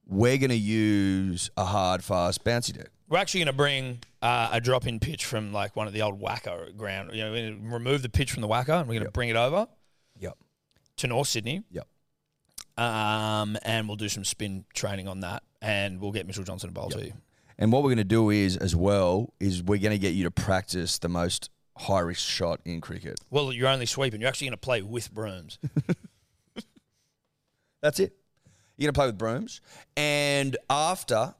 [SPEAKER 1] we're going to use a hard fast bouncy deck.
[SPEAKER 2] We're actually going to bring uh, a drop in pitch from like one of the old whacker ground. You know, we're gonna remove the pitch from the whacker, and we're going to bring it over
[SPEAKER 1] Yep.
[SPEAKER 2] to North Sydney.
[SPEAKER 1] Yep.
[SPEAKER 2] um, and we'll do some spin training on that, and we'll get Mitchell Johnson to bowl to you.
[SPEAKER 1] And what we're going to do is as well is we're going to get you to practice the most high risk shot in cricket.
[SPEAKER 2] Well, you're only sweeping. You're actually going to play with brooms.
[SPEAKER 1] That's it. You're going to play with brooms. And after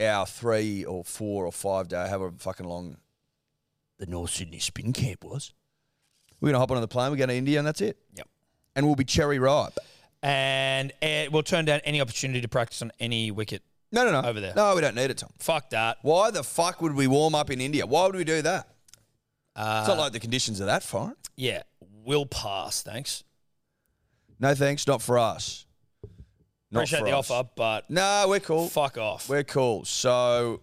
[SPEAKER 1] our three or four or five day, however fucking long the North Sydney spin camp was, we're going to hop on the plane, we're going to India, and that's it.
[SPEAKER 2] (laughs) Yep.
[SPEAKER 1] And we'll be cherry ripe.
[SPEAKER 2] and uh, we'll turn down any opportunity to practice on any wicket.
[SPEAKER 1] No, no, no.
[SPEAKER 2] Over there.
[SPEAKER 1] No, we don't need it, Tom.
[SPEAKER 2] Fuck that.
[SPEAKER 1] Why the fuck would we warm up in India? Why would we do that?
[SPEAKER 2] Uh,
[SPEAKER 1] It's not like the conditions are that fine.
[SPEAKER 2] yeah, we'll pass. Thanks.
[SPEAKER 1] No thanks, not for us. Not
[SPEAKER 2] Appreciate
[SPEAKER 1] for
[SPEAKER 2] the
[SPEAKER 1] us.
[SPEAKER 2] offer, but
[SPEAKER 1] No, we're cool.
[SPEAKER 2] fuck off.
[SPEAKER 1] We're cool. So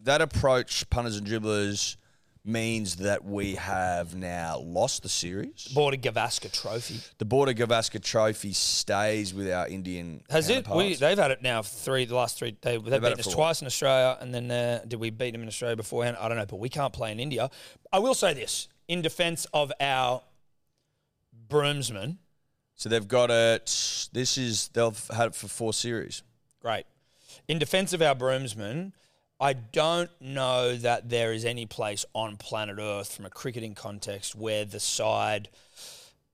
[SPEAKER 1] that approach, punters and dribblers, means that we have now lost the series.
[SPEAKER 2] Bought a Gavaska trophy.
[SPEAKER 1] The Border Gavaskar Trophy stays with our Indian.
[SPEAKER 2] Has it? We,
[SPEAKER 1] counterparts.
[SPEAKER 2] they've had it now for three. The last three. They, they
[SPEAKER 1] They've
[SPEAKER 2] beat
[SPEAKER 1] had it
[SPEAKER 2] us
[SPEAKER 1] for a
[SPEAKER 2] twice in Australia, and then uh, did we beat them in Australia beforehand? I don't know, but we can't play in India. I will say this in defence of our broomsman.
[SPEAKER 1] so they've got it. This is they've had it for four series.
[SPEAKER 2] Great. In defense of our broomsmen, I don't know that there is any place on planet Earth from a cricketing context where the side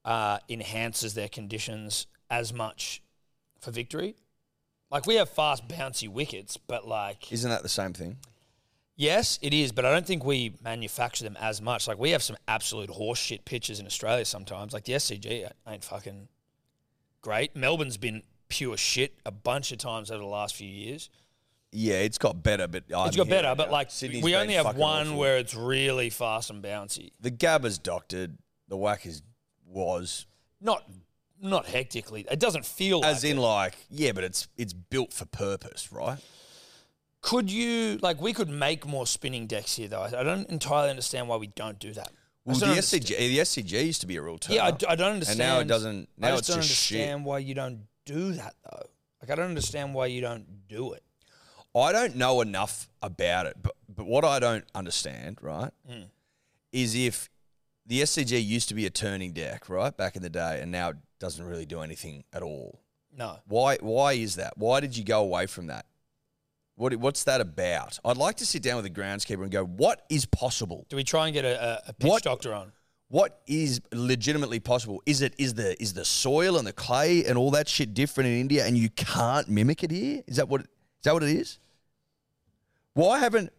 [SPEAKER 2] uh, enhances their conditions as much for victory. Like we have fast, bouncy wickets, but like
[SPEAKER 1] Isn't that the same thing?
[SPEAKER 2] yes, it is. But I don't think we manufacture them as much. Like we have some absolute horseshit pitches in Australia sometimes. Like the SCG ain't fucking great. Melbourne's been pure shit a bunch of times over the last few years.
[SPEAKER 1] Yeah, it's got better, but I
[SPEAKER 2] It's got
[SPEAKER 1] hear
[SPEAKER 2] better,
[SPEAKER 1] it
[SPEAKER 2] but
[SPEAKER 1] now.
[SPEAKER 2] like
[SPEAKER 1] Sydney's
[SPEAKER 2] we
[SPEAKER 1] been
[SPEAKER 2] only have
[SPEAKER 1] fucking
[SPEAKER 2] one
[SPEAKER 1] awful.
[SPEAKER 2] where it's really fast and bouncy.
[SPEAKER 1] the Gabba's doctored, the Wackers was
[SPEAKER 2] Not not hectically. It doesn't feel
[SPEAKER 1] as
[SPEAKER 2] like
[SPEAKER 1] in
[SPEAKER 2] it.
[SPEAKER 1] like yeah, but it's it's built for purpose, right?
[SPEAKER 2] Could you like we could make more spinning decks here though? I I don't entirely understand why we don't do that. I
[SPEAKER 1] Well,
[SPEAKER 2] just
[SPEAKER 1] the
[SPEAKER 2] don't
[SPEAKER 1] SCG,
[SPEAKER 2] understand-
[SPEAKER 1] the SCG used to be a real term.
[SPEAKER 2] Yeah, I, d- I don't understand.
[SPEAKER 1] And now it doesn't.
[SPEAKER 2] I
[SPEAKER 1] Now
[SPEAKER 2] just
[SPEAKER 1] it's
[SPEAKER 2] don't
[SPEAKER 1] just
[SPEAKER 2] understand
[SPEAKER 1] shit.
[SPEAKER 2] why you don't do that though. Like I don't understand why you don't do it.
[SPEAKER 1] I don't know enough about it, but but what I don't understand, right, is if the SCG used to be a turning deck, right, back in the day, and now it doesn't really do anything at all.
[SPEAKER 2] No.
[SPEAKER 1] Why? Why is that? Why did you go away from that? What, what's that about? I'd like to sit down with the groundskeeper and go, what is possible?
[SPEAKER 2] Do we try and get a, a, a pitch
[SPEAKER 1] What-
[SPEAKER 2] doctor on?
[SPEAKER 1] what is legitimately possible? Is it is the is the soil and the clay and all that shit different in India, and you can't mimic it here? Is that what is that what it is? Why haven't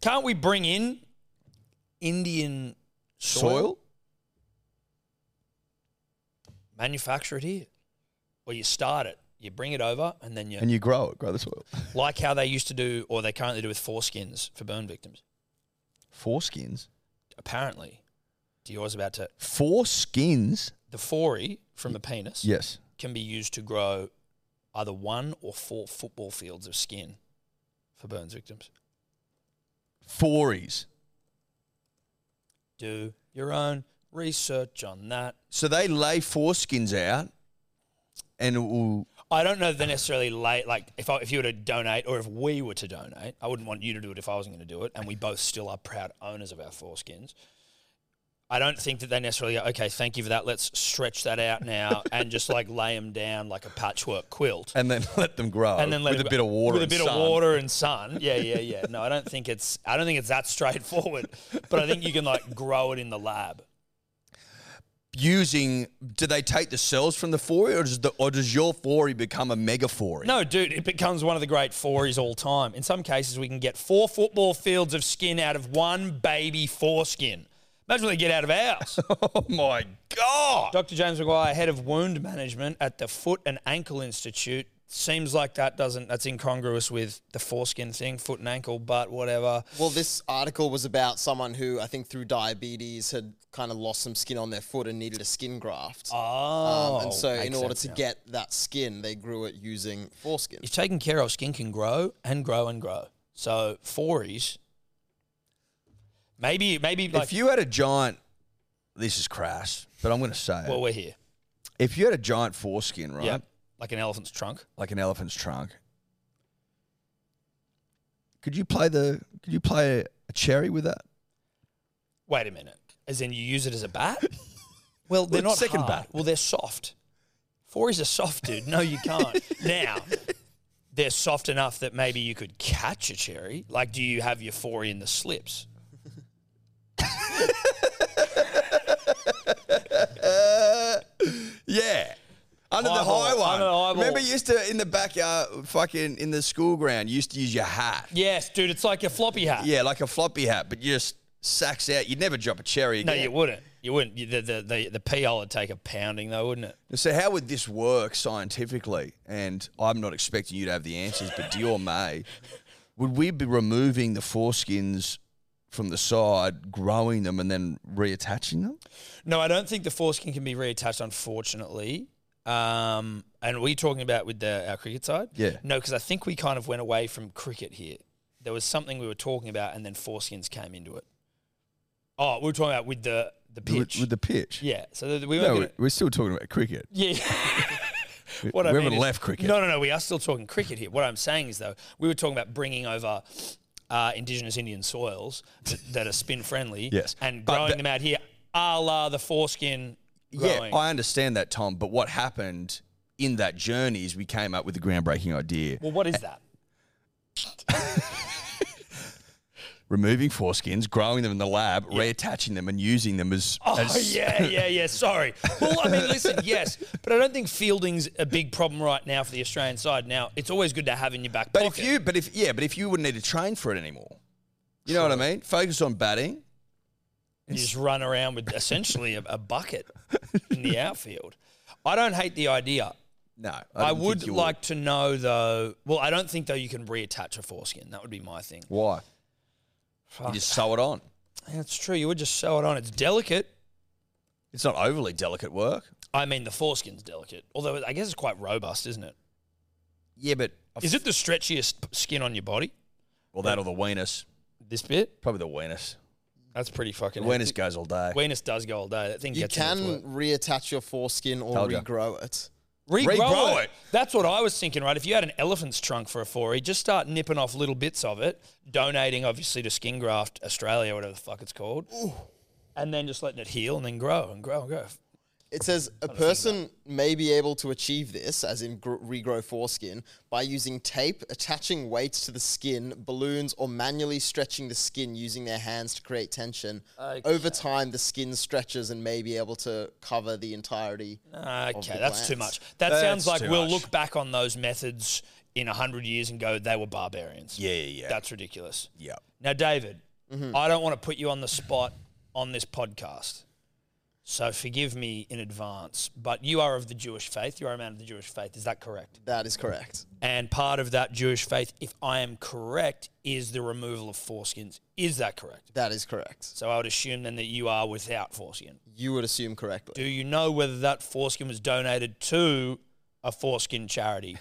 [SPEAKER 2] Can't we bring in Indian
[SPEAKER 1] soil?
[SPEAKER 2] soil? manufacture it here? Well, you start it, you bring it over, and then you,
[SPEAKER 1] and you grow it, grow the soil?
[SPEAKER 2] (laughs) like how they used to do, or they currently do with foreskins for burn victims.
[SPEAKER 1] Foreskins,
[SPEAKER 2] Apparently, Dior's about to.
[SPEAKER 1] foreskins.
[SPEAKER 2] The forey from the penis
[SPEAKER 1] Yes,
[SPEAKER 2] can be used to grow either one or four football fields of skin for burns victims.
[SPEAKER 1] fories.
[SPEAKER 2] Do your own research on that.
[SPEAKER 1] So they lay foreskins out, and it will,
[SPEAKER 2] I don't know if they necessarily late. Like if I, if you were to donate, or if we were to donate, I wouldn't want you to do it if I wasn't going to do it, and we both still are proud owners of our foreskins. I don't think that they necessarily. go, Okay, thank you for that. Let's stretch that out now and just like lay them down like a patchwork quilt,
[SPEAKER 1] and then (laughs) let them grow,
[SPEAKER 2] and then let
[SPEAKER 1] Uh,
[SPEAKER 2] it
[SPEAKER 1] with a
[SPEAKER 2] go-
[SPEAKER 1] bit of water,
[SPEAKER 2] with a
[SPEAKER 1] and
[SPEAKER 2] bit
[SPEAKER 1] sun.
[SPEAKER 2] of
[SPEAKER 1] (laughs)
[SPEAKER 2] water and sun. Yeah, yeah, yeah. No, I don't think it's. I don't think it's that straightforward. But I think you can like grow it in the lab.
[SPEAKER 1] Using, do they take the cells from the fory, or does the or does your fory become a mega fory?
[SPEAKER 2] No, dude, it becomes one of the great fories all time. In some cases, we can get four football fields of skin out of one baby foreskin. Imagine what they get out of ours.
[SPEAKER 1] (laughs) Oh my god!
[SPEAKER 2] Dr. James McGuire, head of wound management at the Foot and Ankle Institute. Seems like that doesn't, that's incongruous with the foreskin thing, foot and ankle, but whatever.
[SPEAKER 4] Well, this article was about someone who I think through diabetes had kind of lost some skin on their foot and needed a skin graft.
[SPEAKER 2] Oh.
[SPEAKER 4] Um, and so, in
[SPEAKER 2] makes
[SPEAKER 4] order
[SPEAKER 2] sense
[SPEAKER 4] to
[SPEAKER 2] now.
[SPEAKER 4] get that skin, they grew it using foreskin.
[SPEAKER 2] If taken care of, skin can grow and grow and grow. So, fories. Maybe, maybe like,
[SPEAKER 1] if you had a giant, this is crass, but I'm going to say it.
[SPEAKER 2] well, we're here.
[SPEAKER 1] If you had a giant foreskin, right,
[SPEAKER 2] Yeah. Like an elephant's trunk.
[SPEAKER 1] like an elephant's trunk, could you play the? Could you play a cherry with that?
[SPEAKER 2] Wait a minute. As in, you use it as a
[SPEAKER 1] (laughs)
[SPEAKER 2] bat? Well, they're not
[SPEAKER 1] Well, it's second
[SPEAKER 2] hard.
[SPEAKER 1] bat.
[SPEAKER 2] Well, they're soft. Fouries are soft, dude. No, you
[SPEAKER 1] (laughs)
[SPEAKER 2] can't. now, they're soft enough that maybe you could catch a cherry. Like, do you have your four in the slips?
[SPEAKER 1] Yeah. Under the
[SPEAKER 2] Eyeball,
[SPEAKER 1] high one.
[SPEAKER 2] under the eyeball.
[SPEAKER 1] Remember, you used to in the backyard, fucking in the school ground, you used to use your hat.
[SPEAKER 2] Yes, dude. It's like a floppy hat.
[SPEAKER 1] Yeah, like a floppy hat, but you just sacks out. You'd never drop a cherry
[SPEAKER 2] No,
[SPEAKER 1] again.
[SPEAKER 2] you wouldn't. You wouldn't. You- The, the, the, the PL would take a pounding, though, wouldn't it?
[SPEAKER 1] So how would this work scientifically? And I'm not expecting you to have the answers, but Dior may. Would we be removing the foreskins from the side, growing them, and then reattaching them?
[SPEAKER 2] No, I don't think the foreskin can be reattached, unfortunately. Um, and were you talking about with the, our cricket side?
[SPEAKER 1] Yeah.
[SPEAKER 2] No, because I think we kind of went away from cricket here. There was something we were talking about, and then foreskins came into it. Oh, we were talking about with the the pitch.
[SPEAKER 1] With, with the pitch?
[SPEAKER 2] yeah. So the, we were.
[SPEAKER 1] No,
[SPEAKER 2] going
[SPEAKER 1] we're- we're still talking about cricket.
[SPEAKER 2] yeah. (laughs)
[SPEAKER 1] we
[SPEAKER 2] I mean
[SPEAKER 1] haven't
[SPEAKER 2] is-
[SPEAKER 1] left cricket.
[SPEAKER 2] No, no, no. We are still talking cricket here. What I'm saying is, though, we were talking about bringing over uh, indigenous Indian soils that, that are spin friendly
[SPEAKER 1] (laughs) Yes.
[SPEAKER 2] and
[SPEAKER 1] But
[SPEAKER 2] growing
[SPEAKER 1] the-
[SPEAKER 2] them out here, a la the foreskin growing.
[SPEAKER 1] Yeah, I understand that, Tom. But what happened in that journey is we came up with a groundbreaking idea:
[SPEAKER 2] well, what is that?
[SPEAKER 1] removing foreskins, growing them in the lab, reattaching them, and using them as.
[SPEAKER 2] Oh,
[SPEAKER 1] as-
[SPEAKER 2] (laughs) yeah, yeah, yeah. Sorry. Well, I mean,
[SPEAKER 1] (laughs)
[SPEAKER 2] listen, yes, but I don't think fielding's a big problem right now for the Australian side. Now, it's always good to have in your back
[SPEAKER 1] But
[SPEAKER 2] pocket.
[SPEAKER 1] if you, but if yeah, but if you wouldn't need to train for it anymore, you know what I mean. Focus on batting.
[SPEAKER 2] You just run around with essentially a, a bucket in the outfield. I don't hate the idea.
[SPEAKER 1] No, I,
[SPEAKER 2] I,
[SPEAKER 1] don't think
[SPEAKER 2] would
[SPEAKER 1] you
[SPEAKER 2] like to know, though. Well, I don't think, though, you can reattach a foreskin. That would be my thing.
[SPEAKER 1] why. You
[SPEAKER 2] Fuck.
[SPEAKER 1] just sew it on.
[SPEAKER 2] That's true. You would just sew it on. It's delicate.
[SPEAKER 1] It's not overly delicate work.
[SPEAKER 2] I mean, the foreskin's delicate, although I guess it's quite robust, isn't it?
[SPEAKER 1] Yeah, but
[SPEAKER 2] Is it the stretchiest skin on your body?
[SPEAKER 1] well, that or the weenus.
[SPEAKER 2] This bit?
[SPEAKER 1] Probably the weenus.
[SPEAKER 2] That's pretty
[SPEAKER 1] The
[SPEAKER 2] fucking.
[SPEAKER 1] weenus goes all day.
[SPEAKER 2] Weenus does go all day. That thing
[SPEAKER 4] You
[SPEAKER 2] gets in its
[SPEAKER 4] can
[SPEAKER 2] work.
[SPEAKER 4] reattach your foreskin or
[SPEAKER 1] Told ya.
[SPEAKER 4] regrow it.
[SPEAKER 2] regrow,
[SPEAKER 1] regrow
[SPEAKER 2] it.
[SPEAKER 1] it.
[SPEAKER 2] That's what I was thinking, right? If you had an elephant's trunk for a foray, just start nipping off little bits of it, donating obviously to Skin Graft Australia, whatever the fuck it's called, and then just letting it heal and then grow and grow and grow.
[SPEAKER 4] It says a person may be able to achieve this, as in gr- regrow foreskin, by using tape, attaching weights to the skin, balloons, or manually stretching the skin using their hands to create tension. Over time, the skin stretches and may be able to cover the entirety.
[SPEAKER 2] Okay,
[SPEAKER 4] the
[SPEAKER 2] that's too
[SPEAKER 4] glance.
[SPEAKER 2] much. That
[SPEAKER 1] That's
[SPEAKER 2] sounds like
[SPEAKER 1] too
[SPEAKER 2] we'll
[SPEAKER 1] much.
[SPEAKER 2] look back on those methods in 100 years and go, they were barbarians.
[SPEAKER 1] Yeah, yeah, yeah.
[SPEAKER 2] That's ridiculous.
[SPEAKER 1] Yep.
[SPEAKER 2] Now, David, I don't want to put you on the spot on this podcast. So forgive me in advance, but you are of the Jewish faith. You are a man of the Jewish faith. Is that correct?
[SPEAKER 4] That is correct.
[SPEAKER 2] And part of that Jewish faith, if I am correct, is the removal of foreskins. Is that correct?
[SPEAKER 4] That is correct.
[SPEAKER 2] So I would assume then that you are without foreskin.
[SPEAKER 4] You would assume correctly.
[SPEAKER 2] Do you know whether that foreskin was donated to a foreskin charity?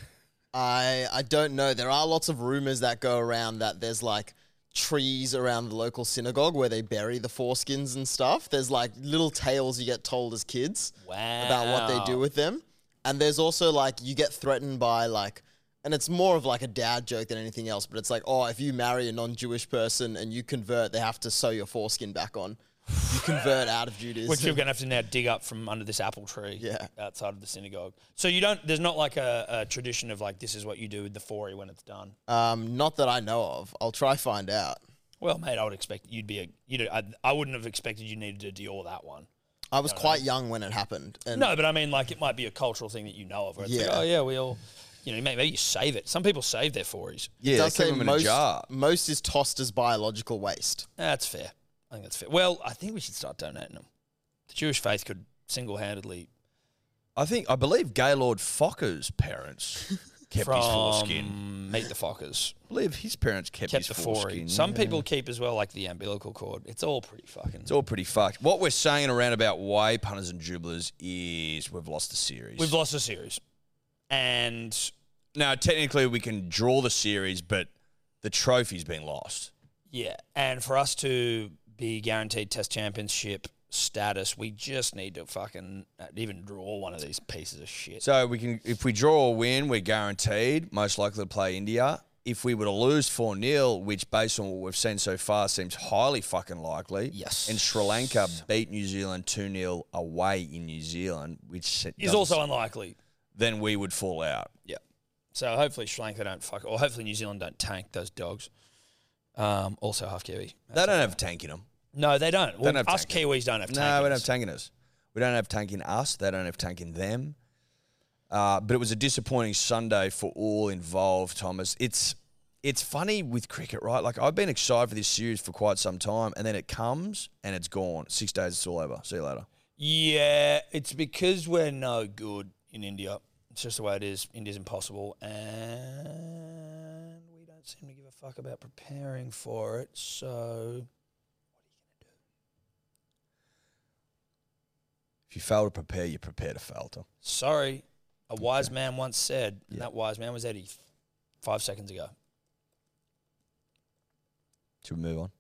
[SPEAKER 4] I I don't know. There are lots of rumors that go around that there's like trees around the local synagogue where they bury the foreskins and stuff. There's like little tales you get told as kids about what they do
[SPEAKER 2] Wow.
[SPEAKER 4] with them. And there's also like you get threatened by like and it's more of like a dad joke than anything else, but it's like, oh, if you marry a non-Jewish person and you convert, they have to sew your foreskin back on. You convert out
[SPEAKER 2] (laughs)
[SPEAKER 4] of Judaism.
[SPEAKER 2] Which you're going to have to now dig up from under this apple tree
[SPEAKER 4] Yeah.
[SPEAKER 2] outside of the synagogue. So you don't, there's not like a, a tradition of like, this is what you do with the forey when it's done.
[SPEAKER 4] um, not that I know of. I'll try find out.
[SPEAKER 2] Well, mate, I would expect you'd be a, you know, I, I wouldn't have expected you needed to deal with that one.
[SPEAKER 4] I was quite young when it happened, and
[SPEAKER 2] No, but I mean, like, it might be a cultural thing that you know of. Where it's like,
[SPEAKER 4] Yeah.
[SPEAKER 2] oh, yeah, we all, you know, maybe you save it. Some people save their foreys.
[SPEAKER 1] Yeah, they
[SPEAKER 4] does
[SPEAKER 1] keep
[SPEAKER 4] say
[SPEAKER 1] them in
[SPEAKER 4] most,
[SPEAKER 1] a jar.
[SPEAKER 4] most is tossed as biological waste.
[SPEAKER 2] That's fair. I think that's fair. Well, I think we should start donating them. The Jewish faith could single handedly
[SPEAKER 1] I think I believe Gaylord Focker's (laughs) parents kept
[SPEAKER 2] from
[SPEAKER 1] his foreskin.
[SPEAKER 2] Meet the Fockers.
[SPEAKER 1] I believe his parents kept,
[SPEAKER 2] Kept the
[SPEAKER 1] his
[SPEAKER 2] foreskin.
[SPEAKER 1] foreskin.
[SPEAKER 2] Some people keep as well, like the umbilical cord. It's all pretty fucking.
[SPEAKER 1] It's all pretty fucked. What we're saying around about way punters and dribblers is we've lost the series.
[SPEAKER 2] We've lost the series, and
[SPEAKER 1] now technically we can draw the series, but the trophy's been lost.
[SPEAKER 2] yeah, and for us to be guaranteed Test championship status, we just need to fucking uh, even draw one of these pieces of shit.
[SPEAKER 1] So we can, if we draw a win, we're guaranteed most likely to play India. If we were to lose four 0 which based on what we've seen so far seems highly fucking likely.
[SPEAKER 2] Yes.
[SPEAKER 1] And Sri Lanka beat New Zealand two 0 away in New Zealand, which
[SPEAKER 2] Is
[SPEAKER 1] doesn't-
[SPEAKER 2] also unlikely.
[SPEAKER 1] then we would fall out.
[SPEAKER 2] Yeah. So hopefully Sri Lanka don't fuck, or hopefully New Zealand don't tank those dogs. Um, also half Kiwi.
[SPEAKER 1] They don't have tanking them.
[SPEAKER 2] No, they don't. Well,
[SPEAKER 1] Don't have
[SPEAKER 2] us
[SPEAKER 1] tanking.
[SPEAKER 2] Kiwis don't have.
[SPEAKER 1] No, we don't
[SPEAKER 2] tankers.
[SPEAKER 1] have tanking us. We don't have tanking us. They don't have tanking them. Uh, but it was a disappointing Sunday for all involved, Thomas. It's it's funny with cricket, right? Like I've been excited for this series for quite some time, and then it comes and it's gone. Six days, it's all over. See you later.
[SPEAKER 2] Yeah, it's because we're no good in India. It's just the way it is. India's impossible, and we don't seem to give a fuck about preparing for it. So
[SPEAKER 1] If you fail to prepare, you prepare to fail. Tom.
[SPEAKER 2] sorry. A wise man once said, and
[SPEAKER 1] Yeah.
[SPEAKER 2] that wise man was Eddie five seconds ago.
[SPEAKER 1] Should we move on?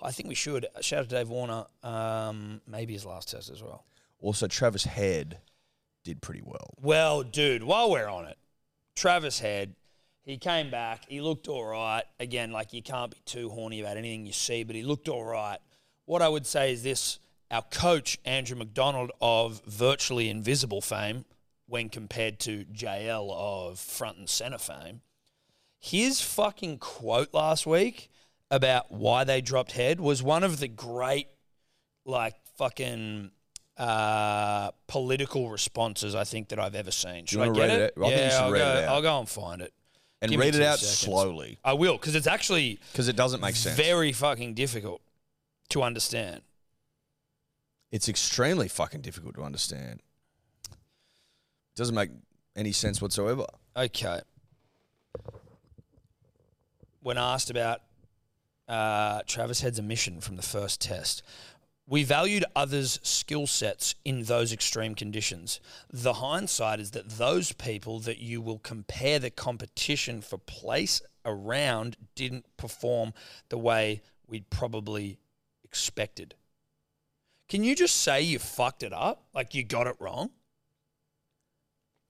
[SPEAKER 2] I think we should shout out to Dave Warner. Um, maybe his last test as well.
[SPEAKER 1] Also, Travis Head did pretty well.
[SPEAKER 2] Well, dude, while we're on it, Travis Head, he came back. He looked all right. Again, like you can't be too horny about anything you see, but he looked all right. What I would say is this our coach, Andrew McDonald of virtually invisible fame, when compared to JL of front and center fame, his fucking quote last week about why they dropped head was one of the great like fucking uh, political responses I think that I've ever seen. Should
[SPEAKER 1] you
[SPEAKER 2] I
[SPEAKER 1] wanna
[SPEAKER 2] get
[SPEAKER 1] read
[SPEAKER 2] it?
[SPEAKER 1] it out? I think you
[SPEAKER 2] yeah,
[SPEAKER 1] should
[SPEAKER 2] I'll
[SPEAKER 1] read
[SPEAKER 2] go,
[SPEAKER 1] it out.
[SPEAKER 2] I'll go and find it.
[SPEAKER 1] And
[SPEAKER 2] Give me
[SPEAKER 1] read it
[SPEAKER 2] two
[SPEAKER 1] out
[SPEAKER 2] seconds.
[SPEAKER 1] slowly
[SPEAKER 2] I will because it's actually
[SPEAKER 1] because it doesn't make sense.
[SPEAKER 2] very fucking difficult to understand.
[SPEAKER 1] it's extremely fucking difficult to understand. doesn't make any sense whatsoever.
[SPEAKER 2] Okay. When asked about uh, Travis Head's omission from the first test, we valued others' skill sets in those extreme conditions. The hindsight is that those people that you will compare the competition for place around didn't perform the way we'd probably expected. Can you just say you fucked it up? Like you got it wrong?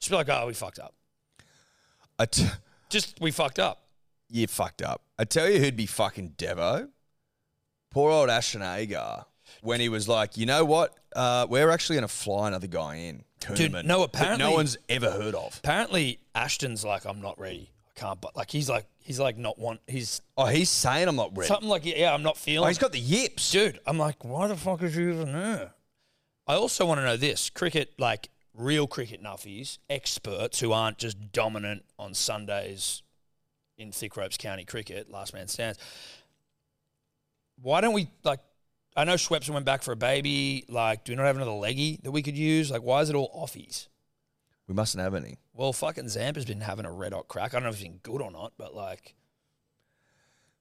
[SPEAKER 2] Just be like, oh, we fucked up.
[SPEAKER 1] I t-
[SPEAKER 2] Just we fucked up.
[SPEAKER 1] you fucked up. I tell you who'd be fucking Devo. Poor old Ashton Agar. when he was like, you know what? Uh, we're actually going to fly another guy in,
[SPEAKER 2] Dude,
[SPEAKER 1] Koeman,
[SPEAKER 2] no,
[SPEAKER 1] that
[SPEAKER 2] apparently-
[SPEAKER 1] no one's ever heard of.
[SPEAKER 2] Apparently, Ashton's like, I'm not ready. I can't. But like, he's like, he's like, not want. He's
[SPEAKER 1] Oh, he's saying I'm not ready.
[SPEAKER 2] something like, yeah, I'm not
[SPEAKER 1] oh,
[SPEAKER 2] feeling.
[SPEAKER 1] he's
[SPEAKER 2] it."
[SPEAKER 1] got the
[SPEAKER 2] (laughs)
[SPEAKER 1] yips.
[SPEAKER 2] Dude, I'm like, why the fuck is you even there? I also want to know this cricket, like real cricket nuffies, experts who aren't just dominant on Sundays in Thick Ropes County cricket, last man stands. Why don't we, like, I know Schwepson went back for a baby. Like, do we not have another leggy that we could use? Like, why is it all offies?
[SPEAKER 1] We mustn't have any.
[SPEAKER 2] Well, fucking Zampa's been having a red hot crack. I don't know if he's been good or not, but like,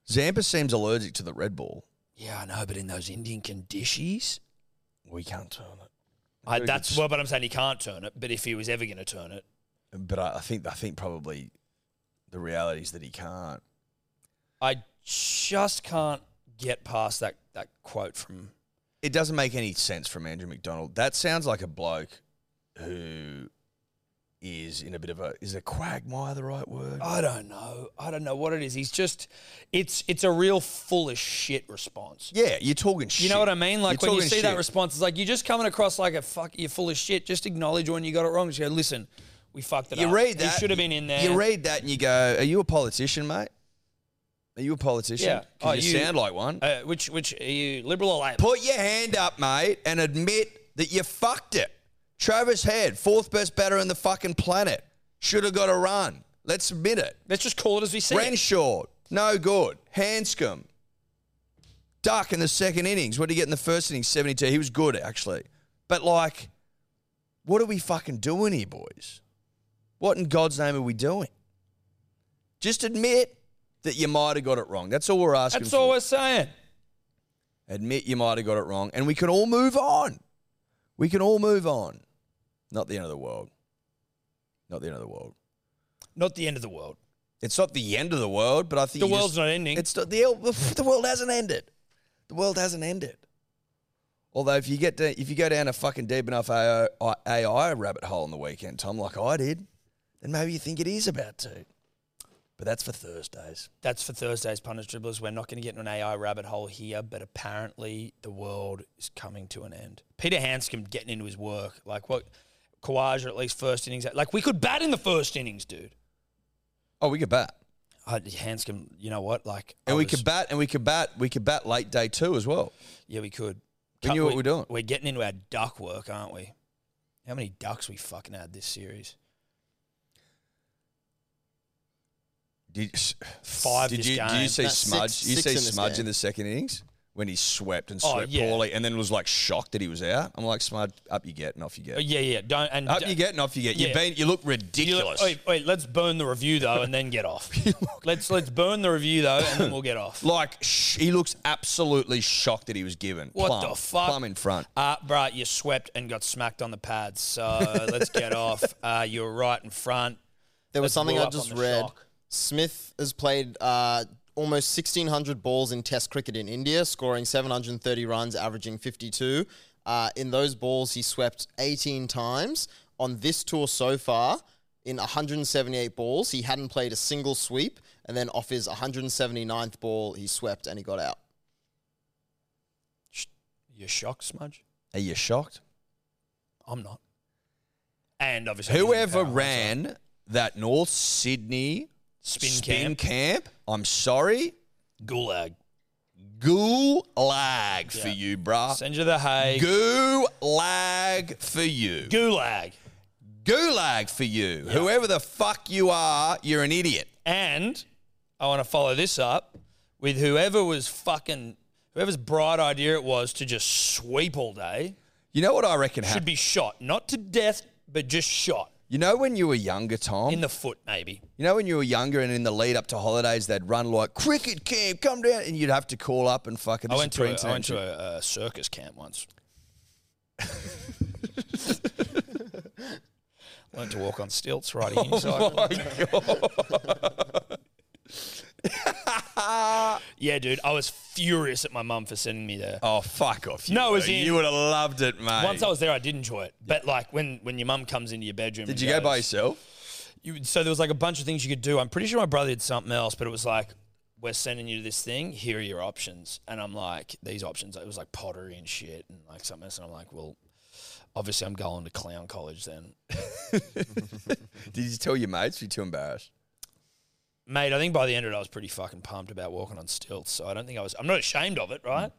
[SPEAKER 1] Zampa seems allergic to the red ball.
[SPEAKER 2] yeah, I know, but in those Indian conditions,
[SPEAKER 1] We can't turn it.
[SPEAKER 2] I,
[SPEAKER 1] Very good
[SPEAKER 2] that's
[SPEAKER 1] s-
[SPEAKER 2] well, but I'm saying he can't turn it. But if he was ever going to turn it,
[SPEAKER 1] But I, I think I think probably the reality is that he can't.
[SPEAKER 2] I just can't get past that that quote from.
[SPEAKER 1] It doesn't make any sense from Andrew McDonald. That sounds like a bloke who is in a bit of a is a quagmire the right word?
[SPEAKER 2] I don't know. I don't know what it is. He's just. It's it's a real full of shit response.
[SPEAKER 1] Yeah, you're talking shit.
[SPEAKER 2] You know what I mean? Like
[SPEAKER 1] You're
[SPEAKER 2] when you
[SPEAKER 1] talking
[SPEAKER 2] see that
[SPEAKER 1] shit.
[SPEAKER 2] response, it's like you're just coming across like a fuck. You're full of shit. Just acknowledge when you got it wrong. Just go listen. We fucked it
[SPEAKER 1] You
[SPEAKER 2] up.
[SPEAKER 1] read that.
[SPEAKER 2] He should have been in there.
[SPEAKER 1] You read that and you go, "Are you a politician, mate? Are you a politician?
[SPEAKER 2] Yeah.
[SPEAKER 1] 'Cause
[SPEAKER 2] Are
[SPEAKER 1] you,
[SPEAKER 2] you-
[SPEAKER 1] sound like one.
[SPEAKER 2] Uh, which which are you liberal or labor?
[SPEAKER 1] Put your hand up, mate, and admit that you fucked it. Travis Head, fourth best batter in the fucking planet, should have got a run. Let's admit it.
[SPEAKER 2] Let's just call it as we see it.
[SPEAKER 1] Renshaw, no good. Hanscom, duck in the second innings. What did he get in the first innings? 72. He was good, actually. But, like, what are we fucking doing here, boys? What in God's name are we doing? Just admit that you might have got it wrong. That's all we're asking
[SPEAKER 2] That's
[SPEAKER 1] for.
[SPEAKER 2] all we're saying.
[SPEAKER 1] Admit you might have got it wrong, and we can all move on. We can all move on. Not the end of the world. Not the end of the world.
[SPEAKER 2] Not the end of the world.
[SPEAKER 1] It's not the end of the world, but I think
[SPEAKER 2] The
[SPEAKER 1] you
[SPEAKER 2] world's
[SPEAKER 1] just-
[SPEAKER 2] not ending.
[SPEAKER 1] It's not, the el- the world hasn't ended. The world hasn't ended. Although if you get to, if you go down a fucking deep enough AI, AI rabbit hole on the weekend, Tom, like I did, then maybe you think it is about to. But that's for Thursdays.
[SPEAKER 2] That's for Thursday's Punish Dribblers. We're not going to get in an AI rabbit hole here, but apparently the world is coming to an end. Peter Hanscom getting into his work. Like, what? Kawaja, at least first innings. Like, we could bat in the first innings, dude.
[SPEAKER 1] Oh, we could bat,
[SPEAKER 2] I, Hanscom, you know what? Like, I
[SPEAKER 1] and we
[SPEAKER 2] was-
[SPEAKER 1] could bat, and we could bat, we could bat late day two as well.
[SPEAKER 2] Yeah, we could.
[SPEAKER 1] We
[SPEAKER 2] Cut-
[SPEAKER 1] knew what we're doing.
[SPEAKER 2] We're getting into our duck work, aren't we? How many ducks we fucking had this series?
[SPEAKER 1] Did
[SPEAKER 2] Five
[SPEAKER 1] Did
[SPEAKER 2] this
[SPEAKER 1] you did
[SPEAKER 2] game.
[SPEAKER 1] you see
[SPEAKER 4] That's
[SPEAKER 1] Smudge?
[SPEAKER 4] six-
[SPEAKER 1] you
[SPEAKER 4] six
[SPEAKER 1] see
[SPEAKER 4] in this
[SPEAKER 1] Smudge
[SPEAKER 4] game.
[SPEAKER 1] in the second innings when he swept and
[SPEAKER 2] Oh,
[SPEAKER 1] swept
[SPEAKER 2] yeah.
[SPEAKER 1] poorly, and then was like shocked that he was out. I'm like Smudge, up you get and off you
[SPEAKER 2] Oh,
[SPEAKER 1] get.
[SPEAKER 2] yeah, yeah. Don't and
[SPEAKER 1] Up
[SPEAKER 2] d-
[SPEAKER 1] Uh, you get and off you get.
[SPEAKER 2] Yeah.
[SPEAKER 1] You've been you look
[SPEAKER 2] You look-
[SPEAKER 1] ridiculous. (laughs)
[SPEAKER 2] wait, wait, let's burn the review though, and then get off. let's let's burn the review though, and then we'll get off.
[SPEAKER 1] like sh- he looks absolutely shocked that he was given.
[SPEAKER 2] What
[SPEAKER 1] Plum.
[SPEAKER 2] the fuck?
[SPEAKER 1] Plum in front.
[SPEAKER 2] Uh, bruh, you swept and got smacked on the pads. So let's
[SPEAKER 1] (laughs)
[SPEAKER 2] get off. Uh, you were right in front.
[SPEAKER 4] There was
[SPEAKER 2] Let's
[SPEAKER 4] something
[SPEAKER 2] roll
[SPEAKER 4] I
[SPEAKER 2] up on
[SPEAKER 4] just
[SPEAKER 2] the
[SPEAKER 4] read.
[SPEAKER 2] shock.
[SPEAKER 4] Smith has played uh, almost 1,600 balls in Test cricket in India, scoring 730 runs, averaging 52. Uh, in those balls, he swept 18 times. On this tour so far, in 178 balls, he hadn't played a single sweep. And then off his 179th ball, he swept and he got out.
[SPEAKER 2] Sh- You shocked, Smudge?
[SPEAKER 1] Are you shocked?
[SPEAKER 2] I'm not. And obviously, I didn't
[SPEAKER 1] Whoever
[SPEAKER 2] power, so
[SPEAKER 1] ran that North Sydney
[SPEAKER 2] spin,
[SPEAKER 1] spin
[SPEAKER 2] camp,
[SPEAKER 1] camp I'm sorry,
[SPEAKER 2] gulag,
[SPEAKER 1] gulag for
[SPEAKER 2] Yeah.
[SPEAKER 1] you, bruh.
[SPEAKER 2] send you the hay,
[SPEAKER 1] Gulag for you.
[SPEAKER 2] gulag,
[SPEAKER 1] gulag for you. Whoever the fuck you are, you're an idiot.
[SPEAKER 2] and I want to follow this up with whoever was fucking whoever's bright idea it was to just sweep all day
[SPEAKER 1] You know what I reckon
[SPEAKER 2] should
[SPEAKER 1] happened?
[SPEAKER 2] be shot, not to death, but just shot
[SPEAKER 1] You know when you were younger, Tom?
[SPEAKER 2] in the foot, maybe.
[SPEAKER 1] you know when you were younger and in the lead up to holidays, they'd run like cricket camp, come down, and you'd have to call up and fucking.
[SPEAKER 2] I
[SPEAKER 1] this
[SPEAKER 2] went,
[SPEAKER 1] is
[SPEAKER 2] to a, I
[SPEAKER 1] pre-teenage
[SPEAKER 2] went to
[SPEAKER 1] shit.
[SPEAKER 2] a, a circus camp (laughs) once. Learned to walk on stilts riding inside. (laughs) yeah, dude, I was furious at my mum for sending me there.
[SPEAKER 1] Oh fuck off! You
[SPEAKER 2] No,
[SPEAKER 1] were.
[SPEAKER 2] as in-
[SPEAKER 1] you would have loved it, mate.
[SPEAKER 2] Once I was there, I did enjoy it. But like when when your mum comes into your bedroom,
[SPEAKER 1] Did
[SPEAKER 2] and
[SPEAKER 1] you go
[SPEAKER 2] goes-
[SPEAKER 1] by yourself?
[SPEAKER 2] you, so there was like a bunch of things you could do. I'm pretty sure my brother did something else, but it was like we're sending you to this thing. Here are your options. And I'm like, these options, it was like pottery and shit and like something else. And I'm like, well, obviously I'm going to clown college then.
[SPEAKER 1] Did you tell your mates? Were you too embarrassed?
[SPEAKER 2] Mate, I think by the end of it, I was pretty fucking pumped about walking on stilts. So I don't think I was, I'm not ashamed of it, right?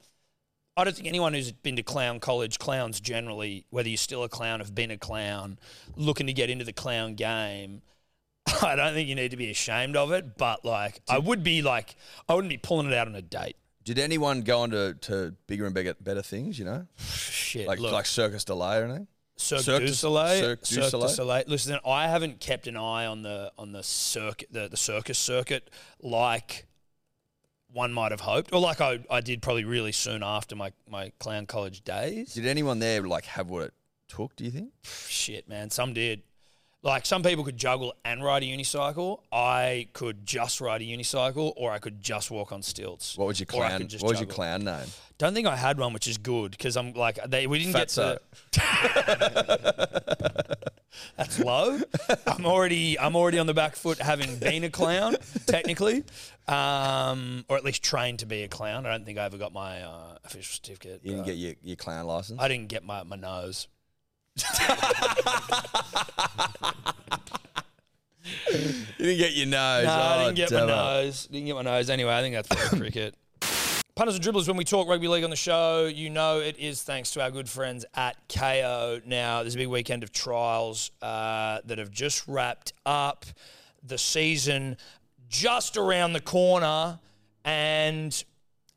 [SPEAKER 2] I don't think anyone who's been to clown college, clowns generally, whether you're still a clown, have been a clown, looking to get into the clown game, (laughs) I don't think you need to be ashamed of it. But like, I would be like, I wouldn't be pulling it out on a date.
[SPEAKER 1] Did anyone go on to, to bigger and bigger, better things, you know?
[SPEAKER 2] Shit,
[SPEAKER 1] Like
[SPEAKER 2] look,
[SPEAKER 1] like Circus Delay or anything?
[SPEAKER 2] Cirque,
[SPEAKER 1] Cirque
[SPEAKER 2] du
[SPEAKER 1] du-
[SPEAKER 2] Soleil,
[SPEAKER 1] Cirque du Soleil.
[SPEAKER 2] Listen, I haven't kept an eye on the on the circuit, the, the circus circuit, like one might have hoped, or like I, I did probably really soon after my my clown college days.
[SPEAKER 1] Did anyone there like have what it took, do you think?
[SPEAKER 2] Shit, man. Some did. Like some people could juggle and ride a unicycle. I could just ride a unicycle, or I could just walk on stilts.
[SPEAKER 1] What was your
[SPEAKER 2] Or I
[SPEAKER 1] clown
[SPEAKER 2] could just
[SPEAKER 1] what was your
[SPEAKER 2] juggle.
[SPEAKER 1] clown name?
[SPEAKER 2] Don't think I had one, which is good because I'm like they, we didn't get to. (laughs) That's low. I'm already I'm already on the back foot, having been a clown technically, um, or at least trained to be a clown. I don't think I ever got my uh, official certificate.
[SPEAKER 1] You didn't
[SPEAKER 2] but
[SPEAKER 1] get your, your clown license?
[SPEAKER 2] I didn't get my my nose.
[SPEAKER 1] you didn't get your nose.
[SPEAKER 2] No, I didn't
[SPEAKER 1] Oh,
[SPEAKER 2] get my
[SPEAKER 1] damn it.
[SPEAKER 2] nose. Didn't get my nose. Anyway, I think that's probably (coughs) cricket. Punters and dribblers, when we talk rugby league on the show, you know it is thanks to our good friends at KO. Now, there's a big weekend of trials uh, that have just wrapped up. The season just around the corner. And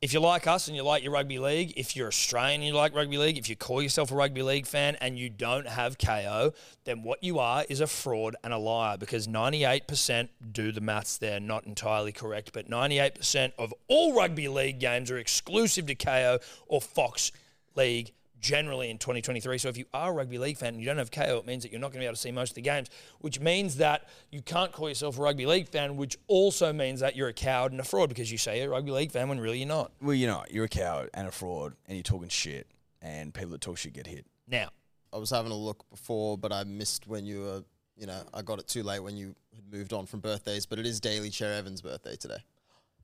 [SPEAKER 2] if you like us and you like your rugby league, if you're Australian and you like rugby league, if you call yourself a rugby league fan and you don't have KO, then what you are uh, is a fraud and a liar because 98% do the maths there, not entirely correct, but 98% of all rugby league games are exclusive to KO or Fox League generally in 2023. So if you are a rugby league fan and you don't have KO, it means that you're not going to be able to see most of the games, which means that you can't call yourself a rugby league fan, which also means that you're a coward and a fraud because you say you're a rugby league fan when really you're not.
[SPEAKER 1] Well, you know, you're a coward and a fraud and you're talking shit and people that talk shit get hit.
[SPEAKER 2] Now,
[SPEAKER 4] I was having a look before, but I missed when you were, you know, I got it too late when you had moved on from birthdays. But it is Daily Chair Evans' birthday today.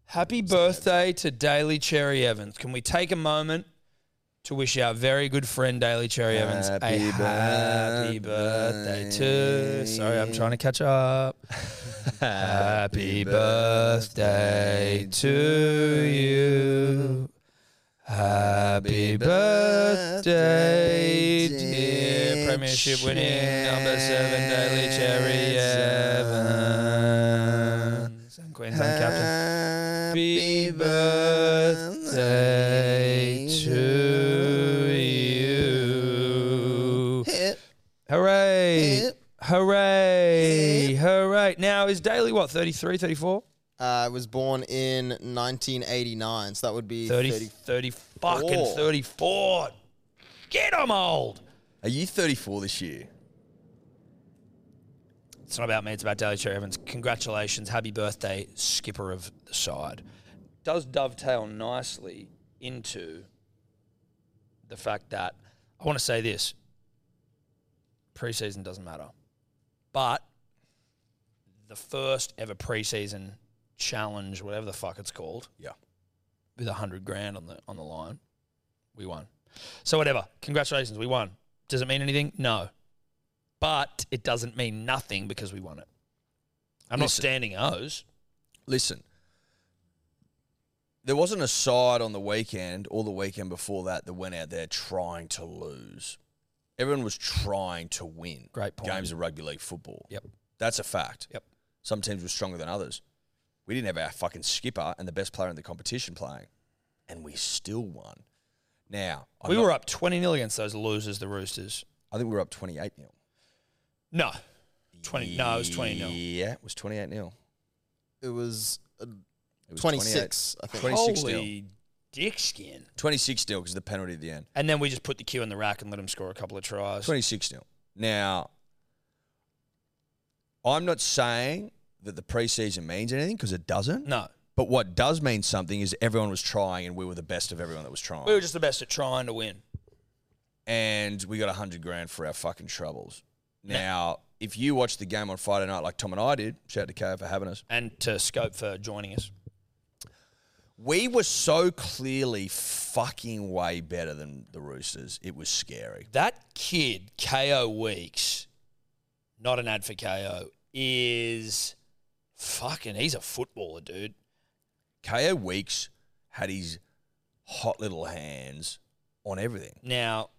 [SPEAKER 2] happy birthday to Daily Cherry Evans. Can we take a moment to wish our very good friend Daily Cherry Evans a
[SPEAKER 1] Happy
[SPEAKER 2] happy birthday to. Sorry, I'm trying to catch (laughs) up. Happy birthday to you. Happy birthday, dear Premiership winning number seven Daily Cherry Evans and Queensland captain. Happy birthday to you. Hooray! Hooray! Hooray! Now, is Daly what, 33, 34?
[SPEAKER 4] Uh, I was born in 1989, so that would be
[SPEAKER 2] 30,
[SPEAKER 4] 30
[SPEAKER 2] 30 fucking 34. Get 'em old.
[SPEAKER 1] Are you 34 this year?
[SPEAKER 2] It's not about me, it's about Daly Cherry Evans. Congratulations. Happy birthday, skipper of the side. Does dovetail nicely into the fact that I want to say this preseason doesn't matter, but the first ever preseason challenge, whatever the fuck it's called,
[SPEAKER 1] Yeah.
[SPEAKER 2] with a hundred grand on the on the line, we won. So whatever. Congratulations, we won. Does it mean anything? No. But it doesn't mean nothing because we won it. I'm not
[SPEAKER 1] Listen.
[SPEAKER 2] standing O's.
[SPEAKER 1] Listen, there wasn't a side on the weekend or the weekend before that that went out there trying to lose. Everyone was trying to win.
[SPEAKER 2] Great point.
[SPEAKER 1] Games of rugby league football.
[SPEAKER 2] Yep.
[SPEAKER 1] That's a fact.
[SPEAKER 2] Yep.
[SPEAKER 1] Some teams were stronger than others. We didn't have our fucking skipper and the best player in the competition playing, and we still won. Now, I'm
[SPEAKER 2] we
[SPEAKER 1] not-
[SPEAKER 2] were up 20 nil against those losers, the Roosters.
[SPEAKER 1] I think we were up 28 nil.
[SPEAKER 2] No. 20. No, it was 20 nil.
[SPEAKER 1] Yeah, it was 28 nil.
[SPEAKER 4] It was uh,
[SPEAKER 1] It was
[SPEAKER 4] 26, I think.
[SPEAKER 1] 28 26 nil.
[SPEAKER 2] Holy dick skin.
[SPEAKER 1] 26 nil because of the penalty at the end.
[SPEAKER 2] And then we just put the Q in the rack and let them score a couple of tries.
[SPEAKER 1] 26 nil. Now, I'm not saying that the preseason means anything because it doesn't.
[SPEAKER 2] No.
[SPEAKER 1] But what does mean something is everyone was trying and we were the best of everyone that was trying.
[SPEAKER 2] We were just the best at trying to win.
[SPEAKER 1] and we got 100 grand for our fucking troubles. Now, if you watch the game on Friday night like Tom and I did, shout out to KO for having us.
[SPEAKER 2] And to scope for joining us.
[SPEAKER 1] We were so clearly fucking way better than the Roosters. It was scary.
[SPEAKER 2] That kid, KO Weeks, not an ad for KO, is fucking, he's a footballer, dude.
[SPEAKER 1] KO Weeks had his hot little hands on everything.
[SPEAKER 2] Now,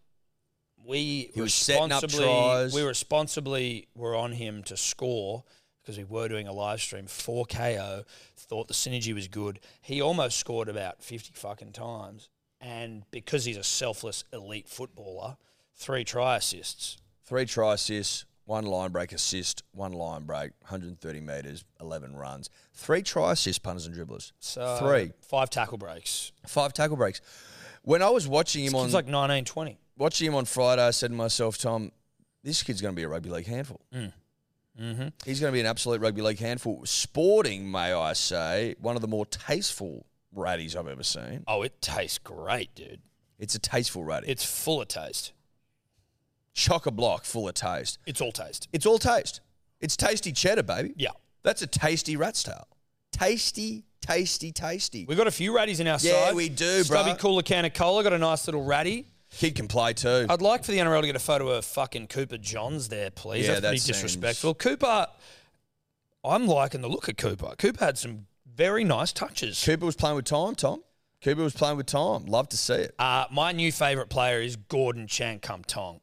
[SPEAKER 2] we
[SPEAKER 1] He was setting up
[SPEAKER 2] responsibly
[SPEAKER 1] tries.
[SPEAKER 2] we responsibly were on him to score because we were doing a live stream for KO. Thought the synergy was good. He almost scored about fifty fucking times, and because he's a selfless elite footballer, three try assists.
[SPEAKER 1] Three try assists, one line break assist, one line break, 130 metres, 11 runs. Three try assists, punters and dribblers.
[SPEAKER 2] So
[SPEAKER 1] Three.
[SPEAKER 2] five tackle breaks.
[SPEAKER 1] Five tackle breaks. When I was watching
[SPEAKER 2] It's
[SPEAKER 1] him on
[SPEAKER 2] like 19, 20.
[SPEAKER 1] watching him on Friday, I said to myself, Tom, this kid's going to be a rugby league handful. He's going to be an absolute rugby league handful. Sporting, may I say, one of the more tasteful ratties I've ever seen.
[SPEAKER 2] Oh, it tastes great, dude.
[SPEAKER 1] It's a tasteful ratty.
[SPEAKER 2] It's full of taste.
[SPEAKER 1] chock a block full of taste.
[SPEAKER 2] It's all taste.
[SPEAKER 1] It's all taste. It's tasty cheddar, baby.
[SPEAKER 2] Yeah.
[SPEAKER 1] That's a tasty rat's tail. Tasty, tasty, tasty.
[SPEAKER 2] We got a few ratties in our
[SPEAKER 1] Yeah,
[SPEAKER 2] side.
[SPEAKER 1] we do,
[SPEAKER 2] Stubby
[SPEAKER 1] bruh.
[SPEAKER 2] cooler can of cola got a nice little ratty.
[SPEAKER 1] Kid can play too.
[SPEAKER 2] I'd like for the NRL to get a photo of fucking Cooper Johns there, please.
[SPEAKER 1] Yeah,
[SPEAKER 2] That's
[SPEAKER 1] that
[SPEAKER 2] pretty
[SPEAKER 1] seems-
[SPEAKER 2] disrespectful. Cooper, I'm liking the look of Cooper. Cooper had some very nice touches.
[SPEAKER 1] Cooper was playing with time, Tom. Cooper was playing with time. Love to see it.
[SPEAKER 2] Uh, my new favourite player is Gordon Chankum Tong,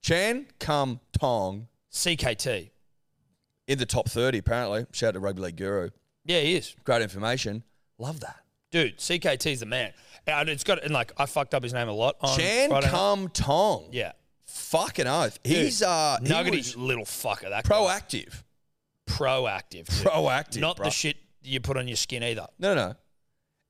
[SPEAKER 1] Chan Cum Tong
[SPEAKER 2] CKT.
[SPEAKER 1] in the top 30, apparently. Shout out to Rugby League Guru.
[SPEAKER 2] Yeah, he is.
[SPEAKER 1] Great information. Love that.
[SPEAKER 2] Dude, CKT's the man. Uh, And it's got and like I fucked up his name a lot on
[SPEAKER 1] Chan
[SPEAKER 2] Friday night.
[SPEAKER 1] Cum Tong.
[SPEAKER 2] Yeah.
[SPEAKER 1] Fucking oath. He's uh he
[SPEAKER 2] Nuggety
[SPEAKER 1] was
[SPEAKER 2] little fucker. That guy.
[SPEAKER 1] proactive.
[SPEAKER 2] proactive. dude.
[SPEAKER 1] Proactive,
[SPEAKER 2] Not the
[SPEAKER 1] bruh.
[SPEAKER 2] shit you put on your skin either.
[SPEAKER 1] No, no.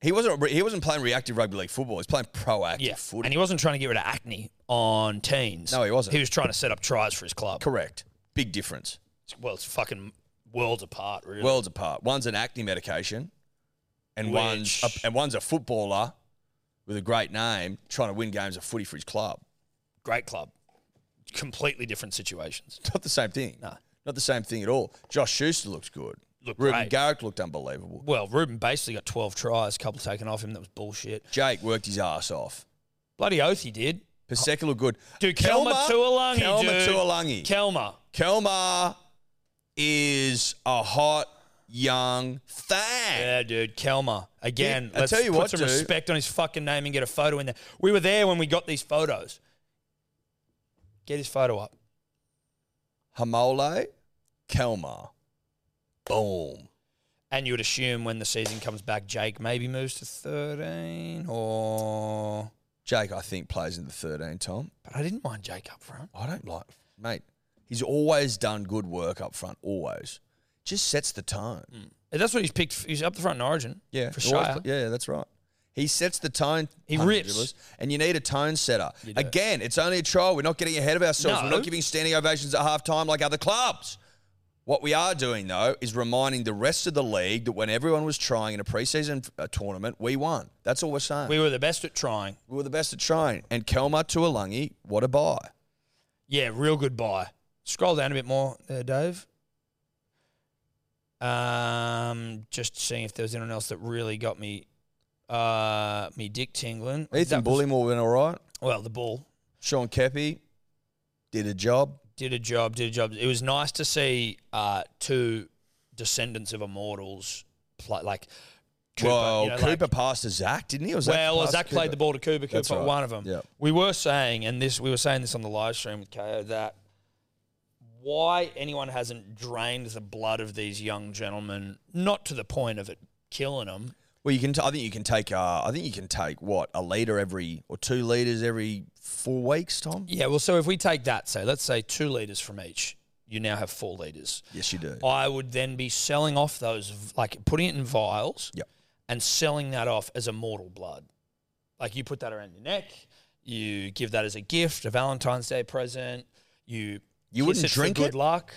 [SPEAKER 1] He wasn't he wasn't playing reactive rugby league football. He's playing proactive
[SPEAKER 2] Yeah.
[SPEAKER 1] footy.
[SPEAKER 2] And he wasn't trying to get rid of acne on teens.
[SPEAKER 1] No, he wasn't.
[SPEAKER 2] He was trying to set up tries for his club.
[SPEAKER 1] Correct. Big difference.
[SPEAKER 2] Well, it's fucking worlds apart, really.
[SPEAKER 1] worlds apart. One's an acne medication, and one's
[SPEAKER 2] Which-
[SPEAKER 1] a, and one's a footballer with a great name trying to win games of footy for his club. (laughs)
[SPEAKER 2] Great club. Completely different situations.
[SPEAKER 1] Not the same thing.
[SPEAKER 2] No.
[SPEAKER 1] Not the same thing at all. Josh Schuster looks good.
[SPEAKER 2] Looked
[SPEAKER 1] Ruben
[SPEAKER 2] great.
[SPEAKER 1] Garrick looked unbelievable.
[SPEAKER 2] Well, Ruben basically got 12 tries, a couple taken off him. That was bullshit.
[SPEAKER 1] Jake worked his ass off.
[SPEAKER 2] Bloody oath he did.
[SPEAKER 1] Paseka looked good.
[SPEAKER 2] Dude, Kelma Tuolungi,
[SPEAKER 1] Kelma
[SPEAKER 2] dude.
[SPEAKER 1] Tuolungi.
[SPEAKER 2] Kelma.
[SPEAKER 1] Kelma is a hot young thang.
[SPEAKER 2] Yeah, dude, Kelma. Again,
[SPEAKER 1] Yeah, I
[SPEAKER 2] let's
[SPEAKER 1] tell you
[SPEAKER 2] put
[SPEAKER 1] what,
[SPEAKER 2] some
[SPEAKER 1] dude.
[SPEAKER 2] respect on his fucking name and get a photo in there. We were there when we got these photos. Get his photo up.
[SPEAKER 1] Hamole, Kelma. Boom.
[SPEAKER 2] And you would assume when the season comes back, Jake maybe moves to 13 or.
[SPEAKER 1] Jake, I think, plays in the 13, Tom.
[SPEAKER 2] But I didn't mind Jake up front.
[SPEAKER 1] I don't like, mate. He's always done good work up front. Always, just sets the tone.
[SPEAKER 2] That's what he's picked. He's up the front in Origin.
[SPEAKER 1] Yeah,
[SPEAKER 2] For
[SPEAKER 1] he always
[SPEAKER 2] Shire.
[SPEAKER 1] pl- yeah, yeah, that's right. He sets the tone.
[SPEAKER 2] He
[SPEAKER 1] punters,
[SPEAKER 2] rips.
[SPEAKER 1] dribblers, and you need a tone setter.
[SPEAKER 2] You do.
[SPEAKER 1] Again, it's only a trial. We're not getting ahead of ourselves. We're
[SPEAKER 2] No.
[SPEAKER 1] not giving standing ovations at halftime like other clubs. What we are doing though is reminding the rest of the league that when everyone was trying in a preseason uh, tournament, we won. That's all we're saying. We,
[SPEAKER 2] We were the best at trying.
[SPEAKER 1] were the best at trying. And Kelma Tuolungi, what a buy!
[SPEAKER 2] Yeah, real good buy. Scroll down a bit more there, Dave. Um, just seeing if there was anyone else that really got me, uh, me dick tingling.
[SPEAKER 1] Ethan
[SPEAKER 2] That was-
[SPEAKER 1] Bullimore went all right.
[SPEAKER 2] Well, the ball
[SPEAKER 1] Sean Kepi did a job.
[SPEAKER 2] did a job. Did a job. It was nice to see uh, two descendants of immortals play like. Cooper,
[SPEAKER 1] well,
[SPEAKER 2] you know, like-
[SPEAKER 1] Cooper passed to Zach, didn't he? Or Zach
[SPEAKER 2] well,
[SPEAKER 1] passed
[SPEAKER 2] Zach
[SPEAKER 1] to
[SPEAKER 2] played
[SPEAKER 1] Cooper?
[SPEAKER 2] the ball to Cooper. Cooper,
[SPEAKER 1] That's right.
[SPEAKER 2] one of them.
[SPEAKER 1] Yep.
[SPEAKER 2] We were saying, and this we were saying this on the live stream with KO that why anyone hasn't drained the blood of these young gentlemen, not to the point of it killing them.
[SPEAKER 1] Well, you can. T- I think you can take. Uh, I think you can take what a leader every or two leaders every four weeks, Tom.
[SPEAKER 2] Yeah. Well, so if we take that, say let's say two leaders from each, you now have four leaders.
[SPEAKER 1] Yes, you do.
[SPEAKER 2] I would then be selling off those, v- like putting it in vials
[SPEAKER 1] Yep.
[SPEAKER 2] and selling that off as immortal blood. Like you put that around your neck, you give that as a gift, a Valentine's Day present. You
[SPEAKER 1] You
[SPEAKER 2] kiss
[SPEAKER 1] wouldn't
[SPEAKER 2] it for
[SPEAKER 1] drink
[SPEAKER 2] good
[SPEAKER 1] it?
[SPEAKER 2] luck.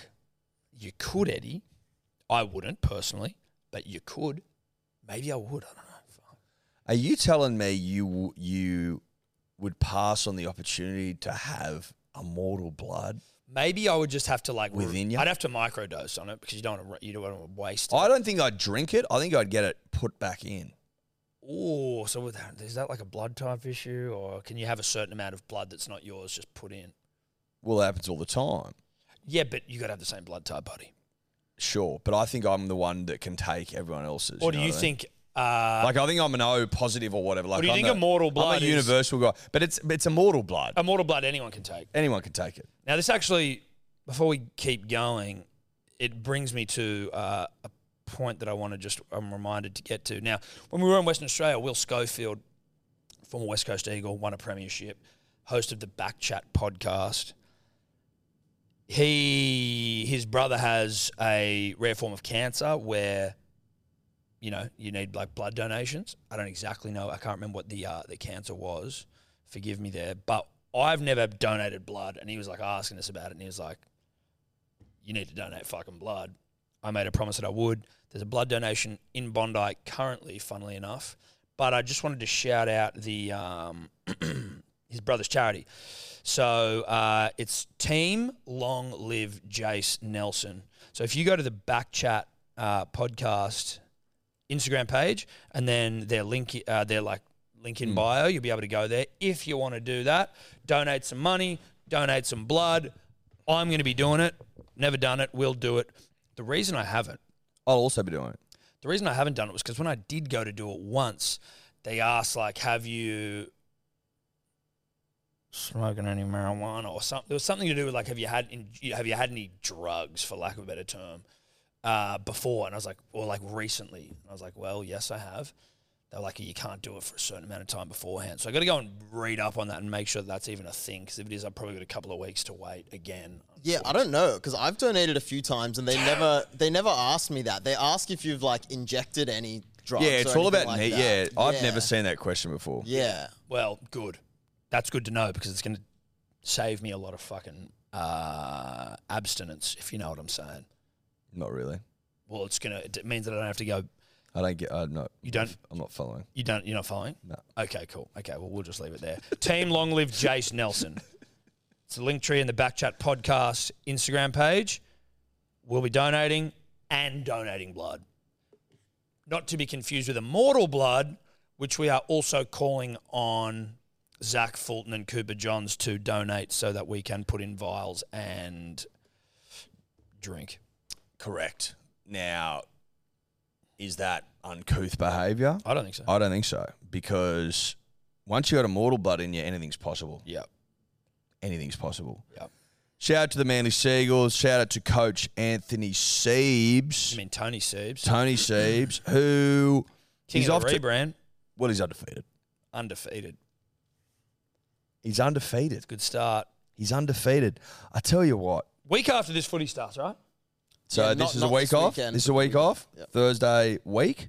[SPEAKER 2] You could, Eddie. I wouldn't personally, but you could. Maybe I would. I don't know. Fuck.
[SPEAKER 1] Are you telling me you w- you would pass on the opportunity to have immortal blood?
[SPEAKER 2] Maybe I would just have to like
[SPEAKER 1] Within you?
[SPEAKER 2] I'd have to microdose on it because you don't want to you don't want to waste. It.
[SPEAKER 1] I don't think I'd drink it. I think I'd get it put back in.
[SPEAKER 2] Oh, so with that, is that like a blood type issue, or can you have a certain amount of blood that's not yours just put in?
[SPEAKER 1] Well, it happens all the time.
[SPEAKER 2] Yeah, but you got to have the same blood type, buddy.
[SPEAKER 1] Sure, but I think I'm the one that can take everyone else's.
[SPEAKER 2] Or do
[SPEAKER 1] know
[SPEAKER 2] you
[SPEAKER 1] what I mean?
[SPEAKER 2] think? Uh,
[SPEAKER 1] Like I think I'm an O positive or whatever. Like
[SPEAKER 2] do you
[SPEAKER 1] I'm
[SPEAKER 2] think
[SPEAKER 1] the-
[SPEAKER 2] immortal blood
[SPEAKER 1] I'm a
[SPEAKER 2] is?
[SPEAKER 1] universal guy, but it's it's immortal blood.
[SPEAKER 2] Immortal blood anyone can take.
[SPEAKER 1] Anyone can take it.
[SPEAKER 2] Now, this actually, before we keep going, it brings me to uh, a point that I want to just, I'm reminded to get to. Now, when we were in Western Australia, Will Schofield, former West Coast Eagle, won a premiership, host of the Backchat podcast. He, his brother has a rare form of cancer where, you know, you need like blood donations. I don't exactly know. I can't remember what the uh, the cancer was forgive me there, but I've never donated blood. And he was like asking us about it, and he was like, "You need to donate fucking blood." I made a promise that I would. There's a blood donation in Bondi currently, funnily enough. But I just wanted to shout out the um, (clears throat) his brother's charity. So uh, it's Team Long Live Jace Nelson. So if you go to the Backchat uh, podcast Instagram page, and then their link, uh, their like link in bio. You'll be able to go there if you want to do that. Donate some money, donate some blood. I'm going to be doing it. Never done it. Will do it. The reason I haven't,
[SPEAKER 1] I'll also be doing it.
[SPEAKER 2] the reason I haven't done it was because when I did go to do it once, they asked like, "Have you smoking any marijuana or something?" There was something to do with like, "Have you had in, have you had any drugs?" For lack of a better term, uh, before, and I was like, or like recently, and I was like, "Well, yes, I have." They're like, "You can't do it for a certain amount of time beforehand," so I got to go and read up on that and make sure that's even a thing. Because if it is, I've probably got a couple of weeks to wait again.
[SPEAKER 4] Oh, Yeah, I don't know because I've donated a few times and they never they never asked me that. They ask if you've like injected any drugs.
[SPEAKER 1] yeah, it's
[SPEAKER 4] or
[SPEAKER 1] all
[SPEAKER 4] anything
[SPEAKER 1] about
[SPEAKER 4] like
[SPEAKER 1] need. Yeah,
[SPEAKER 4] that.
[SPEAKER 1] I've
[SPEAKER 4] Yeah.
[SPEAKER 1] never seen that question before.
[SPEAKER 4] Yeah,
[SPEAKER 2] Well, good. That's good to know because it's going to save me a lot of fucking uh, abstinence, if you know what I'm saying.
[SPEAKER 1] Not really.
[SPEAKER 2] Well, it's gonna. It means that I don't have to go.
[SPEAKER 1] I don't get. I'm not.
[SPEAKER 2] You don't-
[SPEAKER 1] I'm not following.
[SPEAKER 2] You don't. You're not following.
[SPEAKER 1] No.
[SPEAKER 2] Okay. Cool. Okay. Well, we'll just leave it there. Team long live Jace
[SPEAKER 1] (laughs)
[SPEAKER 2] Nelson. It's a link tree in the Backchat podcast Instagram page. We'll be donating and donating blood, not to be confused with immortal blood, which we are also calling on Zach Fulton and Cooper Johns to donate so that we can put in vials and drink.
[SPEAKER 1] Correct. Now, is that uncouth behaviour?
[SPEAKER 2] I don't think so.
[SPEAKER 1] I don't think so because once you got immortal blood in you, anything's possible.
[SPEAKER 2] yeah.
[SPEAKER 1] Anything's possible.
[SPEAKER 2] Yep.
[SPEAKER 1] Shout out to the Manly Seagulls. Shout out to Coach Anthony Siebes,
[SPEAKER 2] I mean Tony Seibs,
[SPEAKER 1] Tony Siebes, who
[SPEAKER 2] king
[SPEAKER 1] he's
[SPEAKER 2] of
[SPEAKER 1] off
[SPEAKER 2] the
[SPEAKER 1] to,
[SPEAKER 2] rebrand,
[SPEAKER 1] well, he's undefeated.
[SPEAKER 2] undefeated.
[SPEAKER 1] He's undefeated.
[SPEAKER 2] Good start.
[SPEAKER 1] He's undefeated. I tell you what.
[SPEAKER 2] Week after this footy starts, right?
[SPEAKER 1] So
[SPEAKER 4] Yeah,
[SPEAKER 1] this
[SPEAKER 4] not-
[SPEAKER 1] is a
[SPEAKER 4] not
[SPEAKER 1] week
[SPEAKER 4] this
[SPEAKER 1] off.
[SPEAKER 4] weekend,
[SPEAKER 1] This is
[SPEAKER 4] but
[SPEAKER 1] a week off.
[SPEAKER 4] Yep.
[SPEAKER 1] Thursday week.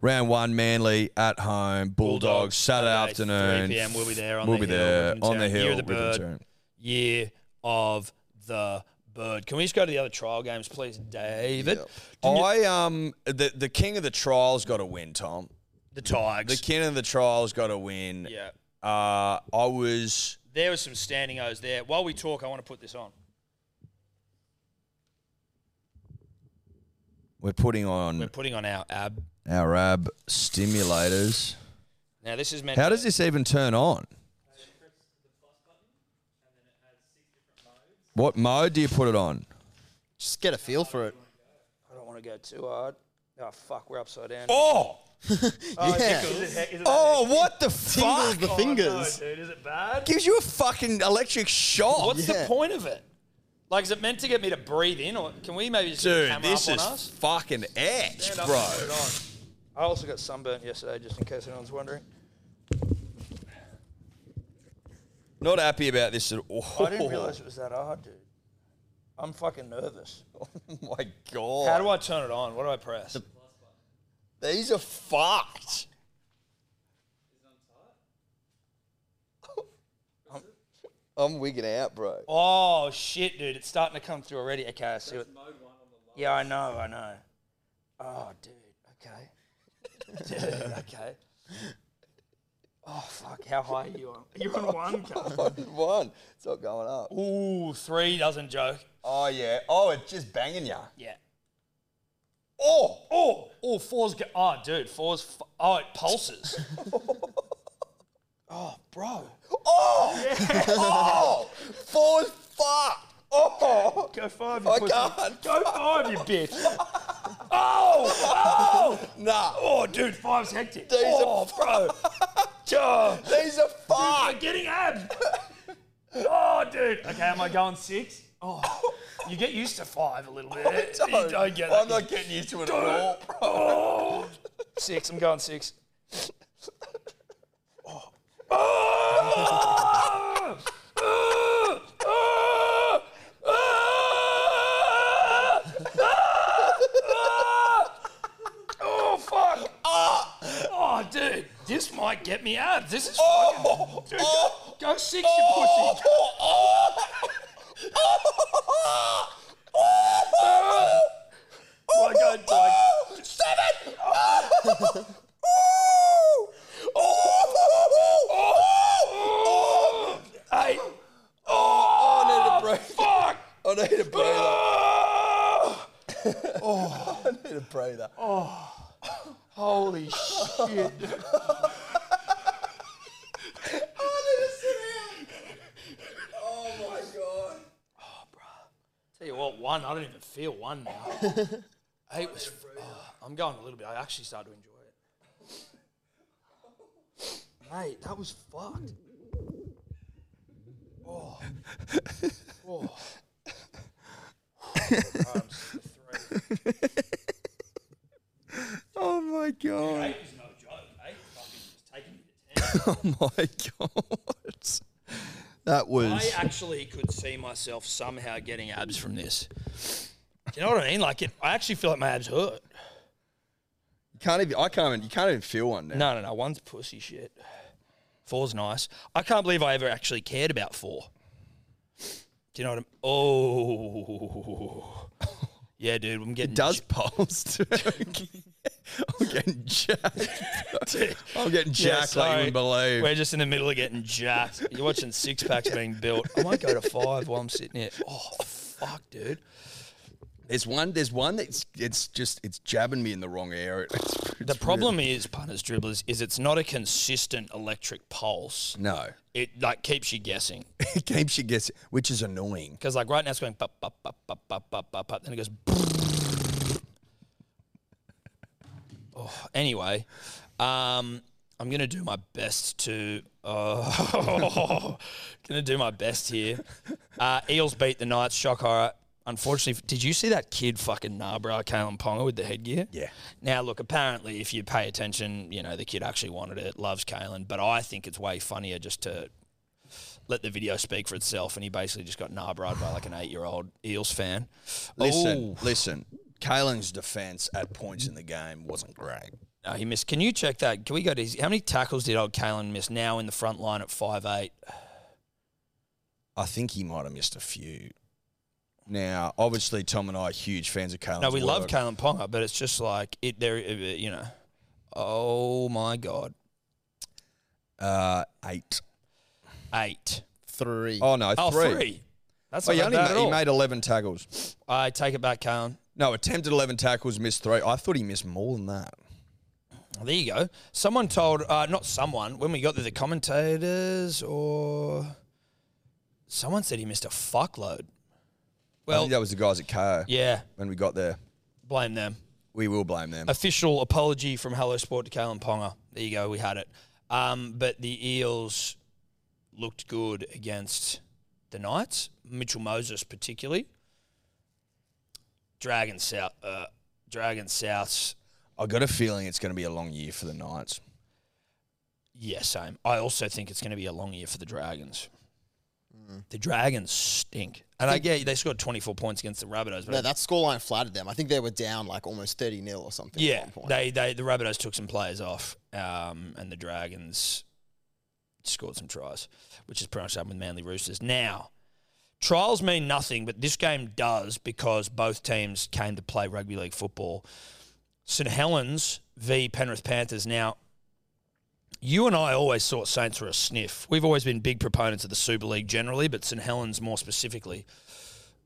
[SPEAKER 1] Round one, Manly at home, Bulldogs, Saturday, afternoon.
[SPEAKER 2] 3 p.m. We'll be there on
[SPEAKER 1] we'll
[SPEAKER 2] the
[SPEAKER 1] be
[SPEAKER 2] hill.
[SPEAKER 1] there
[SPEAKER 2] Ribbon
[SPEAKER 1] on the
[SPEAKER 2] Town. Year
[SPEAKER 1] hill.
[SPEAKER 2] of the
[SPEAKER 1] Ribbon
[SPEAKER 2] bird.
[SPEAKER 1] Town.
[SPEAKER 2] Year of the bird. Can we just go to the other trial games, please, David? Didn't you-
[SPEAKER 1] I um the the king of the trial's got to win, Tom.
[SPEAKER 2] the
[SPEAKER 1] The
[SPEAKER 2] Tigers.
[SPEAKER 1] king of the trial's got to win.
[SPEAKER 2] yeah.
[SPEAKER 1] Uh, I was
[SPEAKER 2] There was some standing O's there. While we talk, I want to put this on.
[SPEAKER 1] we're putting on
[SPEAKER 2] We're putting on our ab.
[SPEAKER 1] our ab stimulators.
[SPEAKER 2] Now this is meant.
[SPEAKER 1] How
[SPEAKER 2] to-
[SPEAKER 1] does this even turn on? What mode do you put it on?
[SPEAKER 4] just get a feel for it.
[SPEAKER 2] I don't want to go too hard. Oh fuck, we're upside down.
[SPEAKER 1] Oh,
[SPEAKER 4] yeah,
[SPEAKER 2] Is it, is it
[SPEAKER 1] oh, what the
[SPEAKER 4] tingles
[SPEAKER 1] fuck? Oh,
[SPEAKER 4] the fingers.
[SPEAKER 2] dude, is it bad?
[SPEAKER 1] Gives you a fucking electric shock.
[SPEAKER 2] What's the
[SPEAKER 4] Yeah.
[SPEAKER 2] point of it? Like, is it meant to get me to breathe in, or can we maybe just get the
[SPEAKER 1] Dude,
[SPEAKER 2] camera
[SPEAKER 1] this
[SPEAKER 2] up
[SPEAKER 1] is
[SPEAKER 2] on us?
[SPEAKER 1] fucking edge,
[SPEAKER 2] Stand up
[SPEAKER 1] bro.
[SPEAKER 2] and put it on. I also got sunburnt yesterday, just in case anyone's wondering.
[SPEAKER 1] Not happy about this at all.
[SPEAKER 2] I didn't realize it was that hard, dude. I'm fucking nervous.
[SPEAKER 1] (laughs) Oh my god.
[SPEAKER 2] How do I turn it on? What do I press?
[SPEAKER 1] These are fucked. (laughs)
[SPEAKER 4] I'm wigging out,
[SPEAKER 2] (laughs)
[SPEAKER 4] bro.
[SPEAKER 2] oh shit, dude! It's starting to come through already. Okay, I see what. yeah, I know, I know. Oh, dude. Okay. dude, okay. (laughs) Oh fuck! How high are you on? You're on one. cunt.
[SPEAKER 1] (laughs) One. It's not going up.
[SPEAKER 2] Ooh, three doesn't joke.
[SPEAKER 1] Oh yeah. Oh, it's just banging ya.
[SPEAKER 2] Yeah. Oh, oh, oh, four's go- oh, dude, four's fu- oh, it pulses. oh, bro,
[SPEAKER 1] Oh, oh, four's fucked. Oh,
[SPEAKER 2] go five. You
[SPEAKER 1] I
[SPEAKER 2] pussy.
[SPEAKER 1] can't.
[SPEAKER 2] Go five, you bitch. (laughs) oh, oh,
[SPEAKER 1] Nah,
[SPEAKER 2] oh, dude, five's hectic.
[SPEAKER 1] These are
[SPEAKER 2] oh, bro, (laughs) oh, dude,
[SPEAKER 1] these are
[SPEAKER 2] I'm
[SPEAKER 1] fucked.
[SPEAKER 2] getting abs. (laughs) Oh, dude. Okay, am I going six? Oh, you get used to five a little bit. You don't get
[SPEAKER 1] I'm
[SPEAKER 2] that.
[SPEAKER 1] not getting used to it at all.
[SPEAKER 2] Oh, (laughs) six. I'm going six. Oh, Oh, fuck. Oh, dude. This might get me abs. This is fucking.
[SPEAKER 1] Oh.
[SPEAKER 2] Dude, go, go six, you pussy. Do I go, do I,
[SPEAKER 1] Seven.
[SPEAKER 2] eight?
[SPEAKER 1] I need a break.
[SPEAKER 2] Fuck!
[SPEAKER 1] (laughs) I need a breather.
[SPEAKER 2] Oh,
[SPEAKER 1] I need a breather.
[SPEAKER 2] holy shit.
[SPEAKER 1] Oh my god.
[SPEAKER 2] Tell you what, one, I don't even feel one now. Eight was. oh, I'm going a little bit. I actually started to enjoy it. Mate, that was fucked.
[SPEAKER 1] Oh my god.
[SPEAKER 2] Eight was no joke. Eight fucking was taking me to ten.
[SPEAKER 1] Oh (laughs) my god. That
[SPEAKER 2] I
[SPEAKER 1] was
[SPEAKER 2] actually could see myself somehow getting abs from this. Do you know what I mean? Like, it, I actually feel like my abs hurt.
[SPEAKER 1] can't even I can't even you can't even feel one now.
[SPEAKER 2] No, no, no. One's pussy shit. Four's nice. I can't believe I ever actually cared about four. Do you know what I'm? Oh, yeah, dude. I'm getting
[SPEAKER 1] Does pulse (laughs) too. I'm getting
[SPEAKER 2] (laughs)
[SPEAKER 1] jacked. I'm getting
[SPEAKER 2] Yeah,
[SPEAKER 1] jacked like
[SPEAKER 2] sorry.
[SPEAKER 1] you wouldn't believe.
[SPEAKER 2] We're just in the middle of getting jacked. You're watching six packs being built. I might go to five while I'm sitting here. Oh fuck, dude.
[SPEAKER 1] There's one there's one that's it's just it's jabbing me in the wrong area. It's,
[SPEAKER 2] The problem is punters dribblers is it's not a consistent electric pulse.
[SPEAKER 1] (laughs) no.
[SPEAKER 2] It like keeps you guessing.
[SPEAKER 1] It keeps you guessing, which is annoying.
[SPEAKER 2] Because like right now it's going bup bup bup bup bup bup bup bup, then it goes. oh, anyway, um, I'm gonna do my best to. (laughs) Oh, gonna do my best here. Uh, Eels beat the Knights. Shock horror. Unfortunately, did you see that kid fucking Narbra Kalen Ponga with the headgear?
[SPEAKER 1] Yeah.
[SPEAKER 2] Now, look, apparently, if you pay attention, you know, the kid actually wanted it, loves Kalen, but I think it's way funnier just to let the video speak for itself. And he basically just got narbride by like an eight year old Eels fan.
[SPEAKER 1] Listen,
[SPEAKER 2] Oh,
[SPEAKER 1] listen. Kalen's defense at points in the game wasn't great.
[SPEAKER 2] no, Oh. he missed. Can you check that? Can we go to his, how many tackles did old Kalen miss now in the front line at five eight?
[SPEAKER 1] I think he might have missed a few. Now, obviously, Tom and I are huge fans of Kalen.
[SPEAKER 2] No, we love Kalen Ponga, but it's just like, it there, you know, oh my God,
[SPEAKER 1] Uh, eight.
[SPEAKER 2] eight.
[SPEAKER 4] Three.
[SPEAKER 1] Oh no,
[SPEAKER 2] Oh,
[SPEAKER 1] three.
[SPEAKER 2] three. That's
[SPEAKER 1] Oh,
[SPEAKER 2] not that
[SPEAKER 1] he only
[SPEAKER 2] bad at
[SPEAKER 1] ma- he
[SPEAKER 2] all.
[SPEAKER 1] made eleven tackles.
[SPEAKER 2] I take it back, Kalen.
[SPEAKER 1] No, attempted eleven tackles, missed three. I thought he missed more than that.
[SPEAKER 2] Well, There you go. Someone told, uh, not someone, when we got there, the commentators or someone said he missed a fuckload.
[SPEAKER 1] I
[SPEAKER 2] Well,
[SPEAKER 1] think that was the guys at KO
[SPEAKER 2] yeah,
[SPEAKER 1] when we got there.
[SPEAKER 2] blame them.
[SPEAKER 1] We will blame them.
[SPEAKER 2] Official apology from Hello Sport to Kalen Ponga. There you go, we had it. Um, but the Eels looked good against the Knights, Mitchell Moses particularly. Dragon South, uh, Dragon South's
[SPEAKER 1] I got a feeling it's going to be a long year for the Knights.
[SPEAKER 2] Yeah, same. I also think it's going to be a long year for the Dragons. The Dragons stink, and I get they scored twenty four points against the Rabbitohs, but
[SPEAKER 4] No, that scoreline flattered them. I think they were down like almost 30 nil or something. at
[SPEAKER 2] yeah,
[SPEAKER 4] one point.
[SPEAKER 2] they they the Rabbitohs took some players off, um, and the Dragons scored some tries, which is pretty much happened with Manly Roosters. Now, trials mean nothing, but this game does because both teams came to play rugby league football. St Helens v Penrith Panthers. Now, you and I always thought Saints were a sniff. We've always been big proponents of the Super League generally, but St Helens more specifically.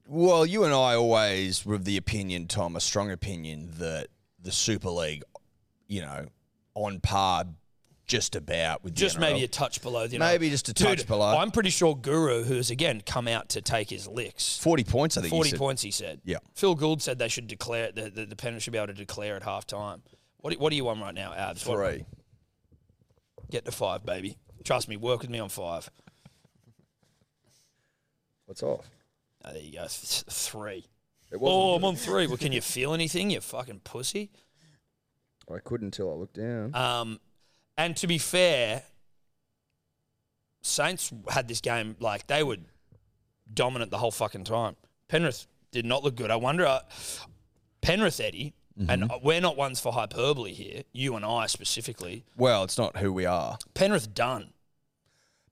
[SPEAKER 1] Well, you and I always were of the opinion, Tom, a strong opinion that the Super League, you know, on par, just about with the
[SPEAKER 2] just maybe
[SPEAKER 1] NRL.
[SPEAKER 2] a touch below. You know.
[SPEAKER 1] Maybe just a touch
[SPEAKER 2] Dude,
[SPEAKER 1] below.
[SPEAKER 2] I'm pretty sure Guru, who's again come out to take his licks,
[SPEAKER 1] forty points. I think. you
[SPEAKER 2] forty
[SPEAKER 1] said.
[SPEAKER 2] points. He said.
[SPEAKER 1] Yeah.
[SPEAKER 2] Phil Gould said they should declare it. The, the, the pennant should be able to declare at half time. What do- what do you want right now, Abs? What-
[SPEAKER 1] Three.
[SPEAKER 2] get to five, baby. Trust me. Work with me on five.
[SPEAKER 1] What's off?
[SPEAKER 2] Oh, there you go. Th- three.
[SPEAKER 1] It
[SPEAKER 2] Oh, I'm on three. Well, can you feel anything? You fucking pussy.
[SPEAKER 1] I couldn't until I looked down.
[SPEAKER 2] Um, and to be fair, Saints had this game like they were dominant the whole fucking time. Penrith did not look good. I wonder, uh, Penrith Eddie, and
[SPEAKER 1] Mm-hmm.
[SPEAKER 2] we're not ones for hyperbole here. You and I specifically,
[SPEAKER 1] Well, it's not who we are.
[SPEAKER 2] Penrith done.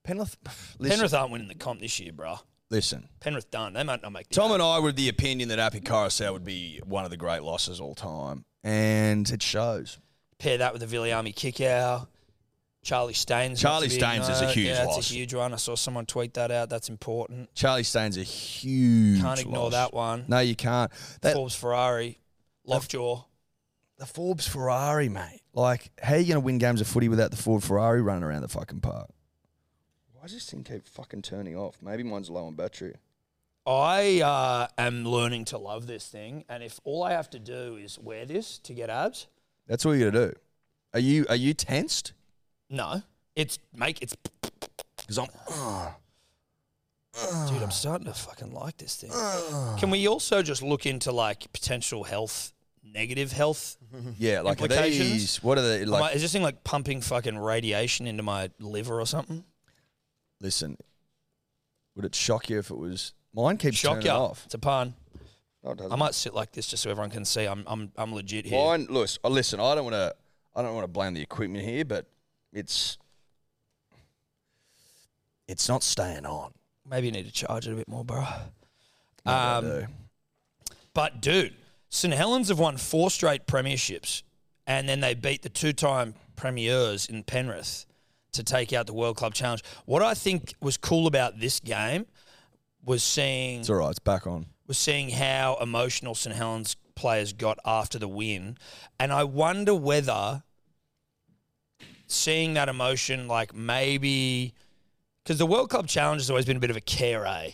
[SPEAKER 1] Penrith. (sighs) Listen.
[SPEAKER 2] Penrith aren't winning the comp this year, bruh.
[SPEAKER 1] listen.
[SPEAKER 2] Penrith done. They might not make. The
[SPEAKER 1] Tom and I were of the opinion that Api Carousel would be one of the great losses all time, and it shows.
[SPEAKER 2] pair that with the Viliami kick out. Charlie Staines. not
[SPEAKER 1] Charlie
[SPEAKER 2] to be
[SPEAKER 1] Staines is a
[SPEAKER 2] ignored.
[SPEAKER 1] huge
[SPEAKER 2] yeah, that's
[SPEAKER 1] loss.
[SPEAKER 2] a huge one. I saw someone tweet that out. That's important.
[SPEAKER 1] Charlie Staines a huge.
[SPEAKER 2] Can't ignore
[SPEAKER 1] loss.
[SPEAKER 2] that one.
[SPEAKER 1] No, you can't. That
[SPEAKER 2] Forbes Ferrari, Lockjaw.
[SPEAKER 1] the Forbes Ferrari, mate. Like, how are you going to win games of footy without the Ford Ferrari running around the fucking park? Why does this thing keep fucking turning off? Maybe mine's low on battery.
[SPEAKER 2] I uh, am learning to love this thing, and if all I have to do is wear this to get abs,
[SPEAKER 1] That's all you got to do. Are you are you tensed?
[SPEAKER 2] no, it's make it's.
[SPEAKER 1] Because I'm.
[SPEAKER 2] Dude,
[SPEAKER 1] Ah.
[SPEAKER 2] I'm starting to fucking like this thing. Can we also just look into like potential health, negative health?
[SPEAKER 1] yeah, like are
[SPEAKER 2] Implications?
[SPEAKER 1] these. What are they
[SPEAKER 2] Am I-
[SPEAKER 1] like?
[SPEAKER 2] is this thing like pumping fucking radiation into my liver or something?
[SPEAKER 1] listen, would it shock you if it was mine? Keeps
[SPEAKER 2] Shock
[SPEAKER 1] turning
[SPEAKER 2] you.
[SPEAKER 1] off.
[SPEAKER 2] It's a pun.
[SPEAKER 1] No, it doesn't.
[SPEAKER 2] I might sit like this just so everyone can see I'm I'm I'm legit here.
[SPEAKER 1] Mine, Lewis. Oh, listen, I don't want to. I don't want to blame the equipment here, but it's it's not staying on.
[SPEAKER 2] Maybe you need to charge it a bit more, bro.
[SPEAKER 1] Not
[SPEAKER 2] Um,
[SPEAKER 1] gonna do.
[SPEAKER 2] But dude, St Helens have won four straight premierships, and then they beat the two-time premiers in Penrith to take out the World Club Challenge. What I think was cool about this game was seeing
[SPEAKER 1] It's all right. It's back on.
[SPEAKER 2] was seeing how emotional St Helens players got after the win, and I wonder whether seeing that emotion, like maybe, because the World Club Challenge has always been a bit of a care, eh?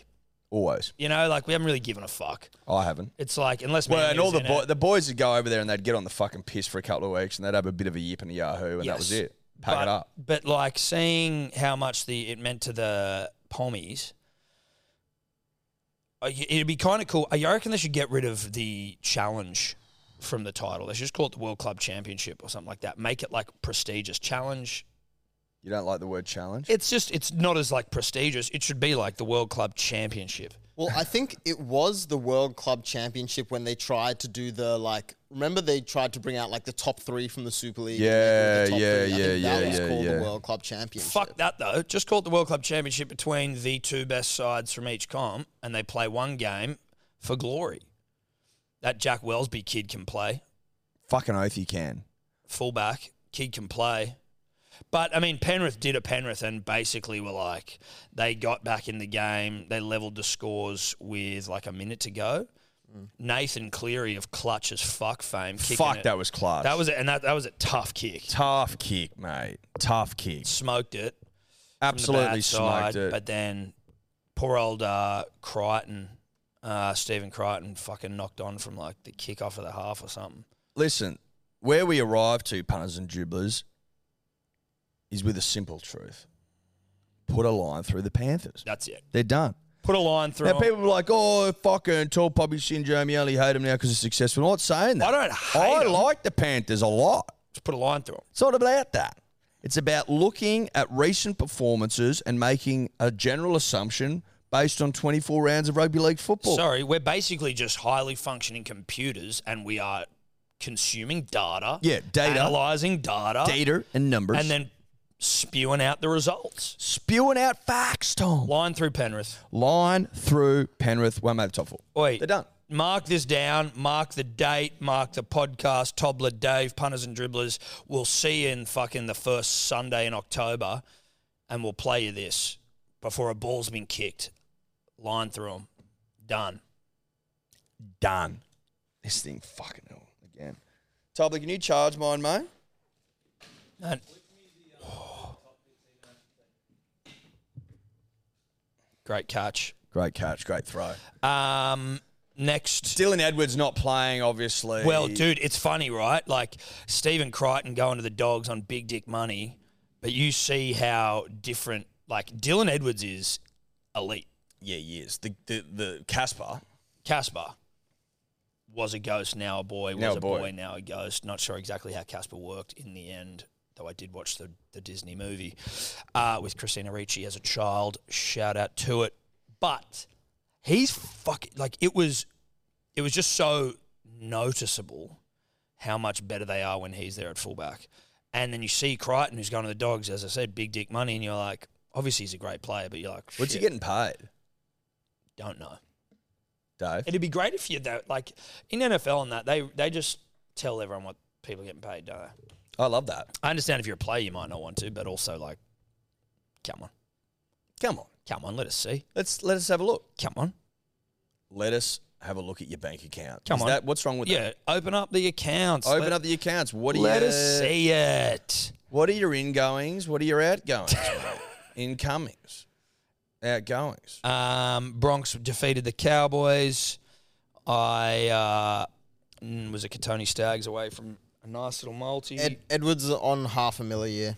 [SPEAKER 1] Always.
[SPEAKER 2] You know, like we haven't really given a fuck.
[SPEAKER 1] I haven't.
[SPEAKER 2] It's like unless
[SPEAKER 1] Well, and
[SPEAKER 2] Manly's
[SPEAKER 1] all
[SPEAKER 2] in
[SPEAKER 1] the boy,
[SPEAKER 2] it.
[SPEAKER 1] the boys would go over there and they'd get on the fucking piss for a couple of weeks and they'd have a bit of a yip and a yahoo and that was
[SPEAKER 2] Yes.
[SPEAKER 1] it. Pack
[SPEAKER 2] but,
[SPEAKER 1] it up.
[SPEAKER 2] But like seeing how much the it meant to the Pommies, uh, y- it'd be kind of cool. I reckon they should get rid of the challenge from the title. They should just call it the World Club Championship or something like that. Make it like prestigious challenge.
[SPEAKER 1] You don't like the word challenge?
[SPEAKER 2] It's just it's not as like prestigious. It should be like the World Club Championship.
[SPEAKER 4] Well, I think it was the World Club Championship when they tried to do the like. Remember, they tried to bring out like the top three from the Super League. and
[SPEAKER 1] Yeah,
[SPEAKER 4] they were the top
[SPEAKER 1] yeah,
[SPEAKER 4] three. I think
[SPEAKER 1] yeah,
[SPEAKER 4] That
[SPEAKER 1] yeah,
[SPEAKER 4] was
[SPEAKER 1] yeah,
[SPEAKER 4] called
[SPEAKER 1] yeah.
[SPEAKER 4] the World Club Championship.
[SPEAKER 2] Fuck that though. Just call it the World Club Championship between the two best sides from each comp, and they play one game for glory. That Jack Wellsby kid can play
[SPEAKER 1] Fucking oath you can.
[SPEAKER 2] fullback. Kid can play, but I mean Penrith did a Penrith, and basically were like they got back in the game. They levelled the scores with like a minute to go. Nathan Cleary of clutch as fuck fame. Kicking
[SPEAKER 1] Mm. Fuck,
[SPEAKER 2] it.
[SPEAKER 1] that was class.
[SPEAKER 2] that was it, and that that was a tough kick.
[SPEAKER 1] tough kick, mate. Tough kick.
[SPEAKER 2] Smoked it. from the
[SPEAKER 1] Absolutely
[SPEAKER 2] bad
[SPEAKER 1] smoked
[SPEAKER 2] side,
[SPEAKER 1] it.
[SPEAKER 2] But then poor old uh, Crichton, uh, Stephen Crichton, fucking knocked on from like the kick off of the half or something.
[SPEAKER 1] Listen, where we arrive to, punters and dribblers, is with a simple truth. Put a line through the Panthers.
[SPEAKER 2] That's it.
[SPEAKER 1] They're done.
[SPEAKER 2] Put a line through.
[SPEAKER 1] Now,
[SPEAKER 2] 'em.
[SPEAKER 1] people are like, oh, fucking tall poppy syndrome. You only hate them now because they're successful. I'm not saying that.
[SPEAKER 2] I don't hate
[SPEAKER 1] I
[SPEAKER 2] 'em.
[SPEAKER 1] like the Panthers a lot.
[SPEAKER 2] Just put a line through 'em.
[SPEAKER 1] It's not about that. It's about looking at recent performances and making a general assumption based on 24 rounds of rugby league football.
[SPEAKER 2] Sorry, we're basically just highly functioning computers, and we are consuming data.
[SPEAKER 1] Yeah, data.
[SPEAKER 2] Analyzing data,
[SPEAKER 1] Data and numbers.
[SPEAKER 2] and then spewing out the results.
[SPEAKER 1] spewing out facts, Tom.
[SPEAKER 2] Line through Penrith.
[SPEAKER 1] Line through Penrith, one made the top four.
[SPEAKER 2] Wait,
[SPEAKER 1] They're done.
[SPEAKER 2] Mark this down. Mark the date. Mark the podcast. Tobler Dave, punters and dribblers. We'll see you in fucking the first Sunday in October, and we'll play you this before a ball's been kicked. Line through them. Done. done.
[SPEAKER 1] This thing fucking hell again. Tubby, can you charge mine, mate?
[SPEAKER 2] And (sighs) Great catch.
[SPEAKER 1] Great catch, great throw.
[SPEAKER 2] Um, next.
[SPEAKER 1] Dylan Edwards not playing, obviously.
[SPEAKER 2] Well, dude, it's funny, right? Like Stephen Crichton going to the dogs on big dick money, but you see how different. Like Dylan Edwards is elite.
[SPEAKER 1] yeah, he is. The the the Casper.
[SPEAKER 2] Casper was a ghost, now a boy. Was
[SPEAKER 1] Now a
[SPEAKER 2] a
[SPEAKER 1] boy.
[SPEAKER 2] boy. now a ghost. Not sure exactly how Casper worked in the end, though I did watch the, the Disney movie uh, with Christina Ricci as a child. Shout out to it. But he's fucking like it was. It was just so noticeable how much better they are when he's there at fullback. And then you see Crichton, who's going to the dogs, as I said, big dick money, and you're like, obviously he's a great player, but you're like,
[SPEAKER 1] What's
[SPEAKER 2] shit,
[SPEAKER 1] he getting paid,
[SPEAKER 2] Don't know.
[SPEAKER 1] Dave?
[SPEAKER 2] It'd be great if you though, like in NFL and that they they just tell everyone what people are getting paid. Don't they?
[SPEAKER 1] I love that.
[SPEAKER 2] I understand if you're a player, you might not want to, but also like, come on,
[SPEAKER 1] Come on,
[SPEAKER 2] come on, let us see,
[SPEAKER 1] let's let us have a look.
[SPEAKER 2] come on,
[SPEAKER 1] Let us have a look at your bank account.
[SPEAKER 2] Come
[SPEAKER 1] Is
[SPEAKER 2] on.
[SPEAKER 1] That, what's wrong with
[SPEAKER 2] yeah, open up the accounts,
[SPEAKER 1] that? Open
[SPEAKER 2] let,
[SPEAKER 1] up the accounts. What are
[SPEAKER 2] let
[SPEAKER 1] your
[SPEAKER 2] us see it.
[SPEAKER 1] What are your ingoings? What are your outgoings? (laughs) Incomings, outgoings.
[SPEAKER 2] Um, Bronx defeated the Cowboys. I uh, mm, was a Katoni Stags away from a nice little multi.
[SPEAKER 4] Ed- Edwards on half a mil a year.